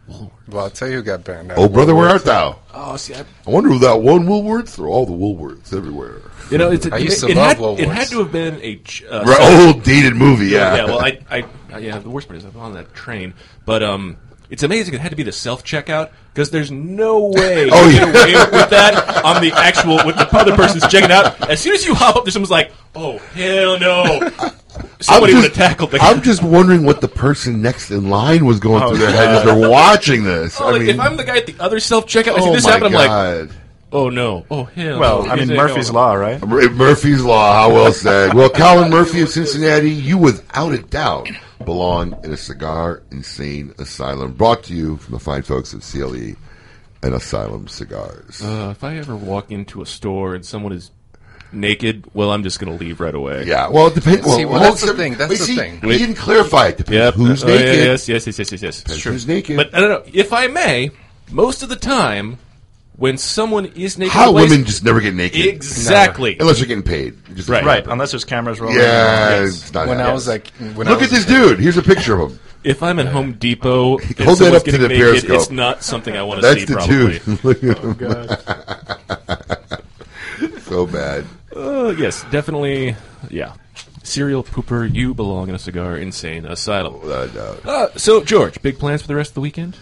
Speaker 17: Well, I'll tell you who got banned.
Speaker 9: Oh, brother, where art thou?
Speaker 8: Oh, see, I,
Speaker 9: I wonder if that one Woolworths or all the Woolworths everywhere.
Speaker 8: you know, it's,
Speaker 17: I used to
Speaker 8: it,
Speaker 17: love
Speaker 8: had,
Speaker 17: Woolworths.
Speaker 8: it had to have been a ch- uh,
Speaker 9: Right,
Speaker 8: some-
Speaker 9: old dated movie, yeah.
Speaker 8: yeah. Well, I, I, I- yeah. The worst part is I'm on that train, but um, it's amazing. It had to be the self checkout because there's no way
Speaker 9: Oh,
Speaker 8: you
Speaker 9: yeah.
Speaker 8: get away with that on the actual with the other person's checking out. As soon as you hop up, there someone's like, "Oh hell no!" Somebody would have tackled the.
Speaker 9: I'm just wondering what the person next in line was going
Speaker 8: Oh,
Speaker 9: through their head as
Speaker 8: God.
Speaker 9: they're watching this.
Speaker 8: Oh,
Speaker 9: I
Speaker 8: like,
Speaker 9: mean,
Speaker 8: if I'm the guy at the other self checkout, I see
Speaker 9: oh
Speaker 8: this
Speaker 9: my
Speaker 8: happen. I'm like,
Speaker 9: God.
Speaker 8: Oh no! Oh hell!
Speaker 5: Well, I mean Murphy's Law, right?
Speaker 9: R- Murphy's Law, how well said. Well, Colin Murphy of Cincinnati, you without a doubt belong in a cigar insane asylum. Brought to you from the fine folks at CLE and Asylum Cigars.
Speaker 8: Uh, if I ever walk into a store and someone is naked, well, I'm just going to leave right away.
Speaker 9: Yeah, well, it depends.
Speaker 8: See, well, that's the
Speaker 9: except-
Speaker 8: thing, that's
Speaker 9: wait,
Speaker 8: the
Speaker 9: see,
Speaker 8: thing.
Speaker 9: He didn't clarify it. Depends
Speaker 8: Yep.
Speaker 9: who's
Speaker 8: Oh, yeah,
Speaker 9: naked.
Speaker 8: yes, yes, yes, yes, yes, yes.
Speaker 9: Depends
Speaker 8: Sure.
Speaker 9: who's naked.
Speaker 8: But I don't know. If I may, most of the time, when someone is naked,
Speaker 9: How
Speaker 8: in a place-
Speaker 9: women just never get naked.
Speaker 8: Exactly.
Speaker 9: Unless you're getting paid. You're just
Speaker 8: Right.
Speaker 9: a rapper.
Speaker 8: Right,
Speaker 5: unless there's cameras
Speaker 9: Yeah,
Speaker 5: rolling. Yes.
Speaker 9: it's not
Speaker 17: When I
Speaker 9: happening.
Speaker 17: was, like, when I
Speaker 9: look
Speaker 17: was-
Speaker 9: at this dude. Here's a picture of him.
Speaker 8: If I'm at Home Depot, and
Speaker 9: Hold that
Speaker 8: someone's
Speaker 9: up to
Speaker 8: getting
Speaker 9: the
Speaker 8: naked,
Speaker 9: periscope.
Speaker 8: It's not something I want to
Speaker 9: That's
Speaker 8: see.
Speaker 9: the
Speaker 8: probably.
Speaker 9: dude. Look
Speaker 17: Oh,
Speaker 5: Oh,
Speaker 9: at him. so bad.
Speaker 8: Uh, yes, definitely. Yeah. Serial pooper, you belong in a cigar insane asylum. Uh, so, George, big plans for the rest of the weekend?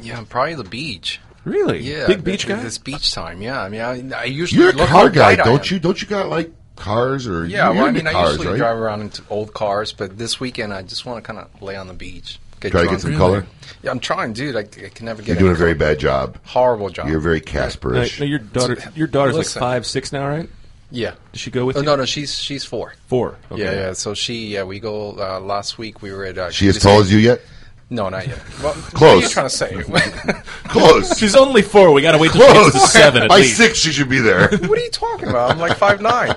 Speaker 17: Yeah, probably the beach.
Speaker 8: Really?
Speaker 17: Yeah.
Speaker 8: Big beach guy?
Speaker 17: This beach time, yeah. I mean, I, I usually
Speaker 9: You're a
Speaker 17: look
Speaker 9: car
Speaker 17: how
Speaker 9: guy,
Speaker 17: bright I am.
Speaker 9: don't you? Don't you got like cars or
Speaker 17: Yeah,
Speaker 9: you're
Speaker 17: well, I
Speaker 9: into
Speaker 17: mean, I
Speaker 9: cars,
Speaker 17: usually
Speaker 9: right?
Speaker 17: drive around into old cars, but this weekend I just want to kind of lay on the beach.
Speaker 9: Try to get some color?
Speaker 17: Yeah, I'm trying, dude. I, I can never get.
Speaker 9: You're doing a
Speaker 17: any
Speaker 9: very
Speaker 17: color.
Speaker 9: bad job.
Speaker 17: Horrible job.
Speaker 9: You're very
Speaker 8: No,
Speaker 9: Casperish.
Speaker 8: no, your daughter, your daughter's
Speaker 17: Listen.
Speaker 8: like five, six now, right?
Speaker 17: Yeah.
Speaker 8: Does she go with
Speaker 17: oh,
Speaker 8: you?
Speaker 17: No, no, she's she's four.
Speaker 8: Four. Okay.
Speaker 17: Yeah, yeah. So she, yeah, we go uh, last week. We were at. Uh,
Speaker 9: She as
Speaker 17: Cubby
Speaker 9: tall as
Speaker 17: City.
Speaker 9: you yet?
Speaker 17: No, not yet. Well, What are you
Speaker 9: Close.
Speaker 17: trying to say?
Speaker 9: Close.
Speaker 8: She's only four. We got to wait till she gets to
Speaker 9: Close.
Speaker 8: seven at
Speaker 9: By
Speaker 8: least.
Speaker 9: six, she should be there.
Speaker 17: what are you talking about? I'm like five nine.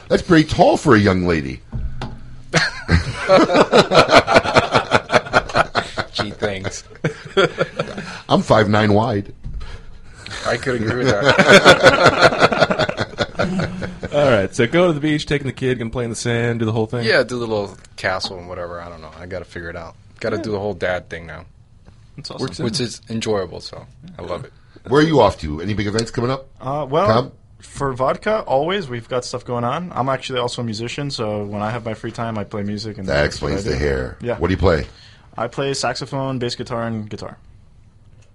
Speaker 9: That's pretty tall for a young lady.
Speaker 17: Gee, thanks.
Speaker 9: I'm five nine wide.
Speaker 17: I could agree with that.
Speaker 8: All right, so go to the beach, taking the kid, can play in the sand, do the whole thing.
Speaker 17: yeah, do the little castle and whatever. I don't know. I got to figure it out. Got to do the whole dad thing now.
Speaker 5: That's
Speaker 8: awesome.
Speaker 5: Works
Speaker 17: Which
Speaker 5: in.
Speaker 17: is enjoyable. So I love it.
Speaker 9: Where are you off to? Any big events coming up?
Speaker 5: Uh, well,
Speaker 9: Tom?
Speaker 5: for vodka, always we've got stuff going on. I'm actually also a musician, so when I have my free time, I play music. And
Speaker 9: That
Speaker 5: that's what
Speaker 9: explains
Speaker 5: I
Speaker 9: the
Speaker 5: do.
Speaker 9: hair.
Speaker 5: Yeah.
Speaker 9: What do you play?
Speaker 5: I play saxophone, bass guitar, and guitar.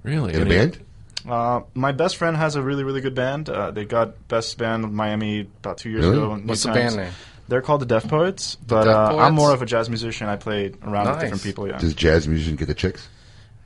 Speaker 8: Really?
Speaker 9: In a
Speaker 8: Any-
Speaker 9: band?
Speaker 5: Uh, my best friend has a really, really good band. Uh, they got best band of Miami about two years
Speaker 9: Really?
Speaker 5: ago. and
Speaker 17: What's
Speaker 5: New
Speaker 17: the band
Speaker 5: Times.
Speaker 17: name?
Speaker 5: They're called the Deaf Poets, but
Speaker 17: Deaf
Speaker 5: Uh, I'm
Speaker 17: Poets?
Speaker 5: more of a jazz musician. I play around with different
Speaker 17: Nice.
Speaker 5: people. Yeah,
Speaker 9: Does jazz musician get the chicks?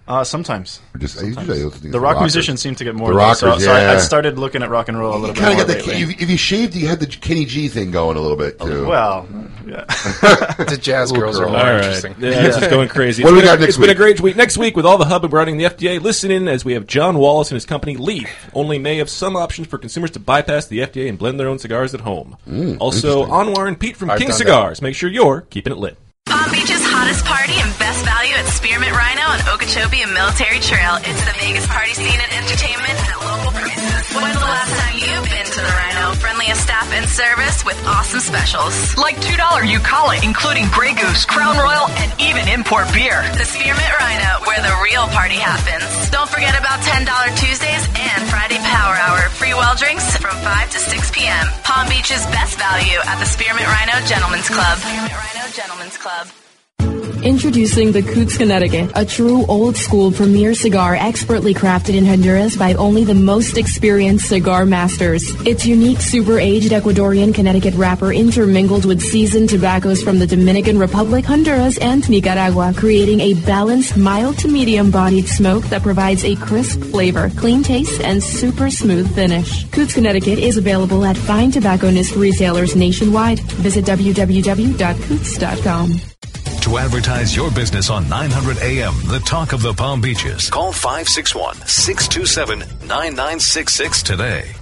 Speaker 5: uh, sometimes.
Speaker 9: Or just, I usually
Speaker 5: Sometimes.
Speaker 9: also think
Speaker 5: The
Speaker 9: it's
Speaker 5: rock
Speaker 9: rockers.
Speaker 5: musicians seem to get more.
Speaker 9: The
Speaker 5: of that,
Speaker 9: rockers,
Speaker 5: so, so I, I
Speaker 9: yeah.
Speaker 5: started looking at rock and roll a
Speaker 9: You
Speaker 5: little bit
Speaker 9: kind
Speaker 5: more
Speaker 9: of got that.
Speaker 5: lately.
Speaker 9: If if you shaved, you had the Kenny G thing going a little bit too.
Speaker 5: Well, yeah.
Speaker 17: The jazz
Speaker 9: Little
Speaker 17: girls are
Speaker 9: girl.
Speaker 17: more
Speaker 8: All right.
Speaker 17: interesting.
Speaker 8: Yeah, this is going crazy.
Speaker 9: What do we
Speaker 8: It's been a-
Speaker 9: got next
Speaker 8: It's been a
Speaker 9: week?
Speaker 8: great week. Next week, with all the hub about the FDA, listen in as we have John Wallace and his company Leaf only may have some options for consumers to bypass the FDA and blend their own cigars at home. also, Anwar and Pete from
Speaker 17: I've
Speaker 8: King
Speaker 17: done that.
Speaker 8: Cigars. Make sure you're keeping it lit.
Speaker 24: Palm Beach's hottest party and best value at Spearmint Rhino and Okeechobee and Military Trail. It's the biggest party scene and entertainment at local prices. When's the last time you've been to the Rhino? Friendliest staff and service with awesome specials.
Speaker 14: Like $2 you call it, including Grey Goose, Crown Royal, and even import beer.
Speaker 24: The Spearmint Rhino, where the real party happens. Don't forget about $10 Tuesdays and Friday Power Hour. Free well drinks from 5 to 6 p.m. Palm Beach's best value at the Spearmint Rhino Gentlemen's Club. Spearmint Rhino Gentlemen's Club.
Speaker 13: Introducing the Coots Connecticut, a true old school premier cigar expertly crafted in Honduras by only the most experienced cigar masters. Its unique super aged Ecuadorian Connecticut wrapper intermingled with seasoned tobaccos from the Dominican Republic, Honduras, and Nicaragua, creating a balanced, mild to medium bodied smoke that provides a crisp flavor, clean taste, and super smooth finish. Coots Connecticut is available at fine tobacconist retailers nationwide. Visit www.coots.com.
Speaker 18: To advertise your business on 900 AM, the talk of the Palm Beaches, call 561 627 9966 today.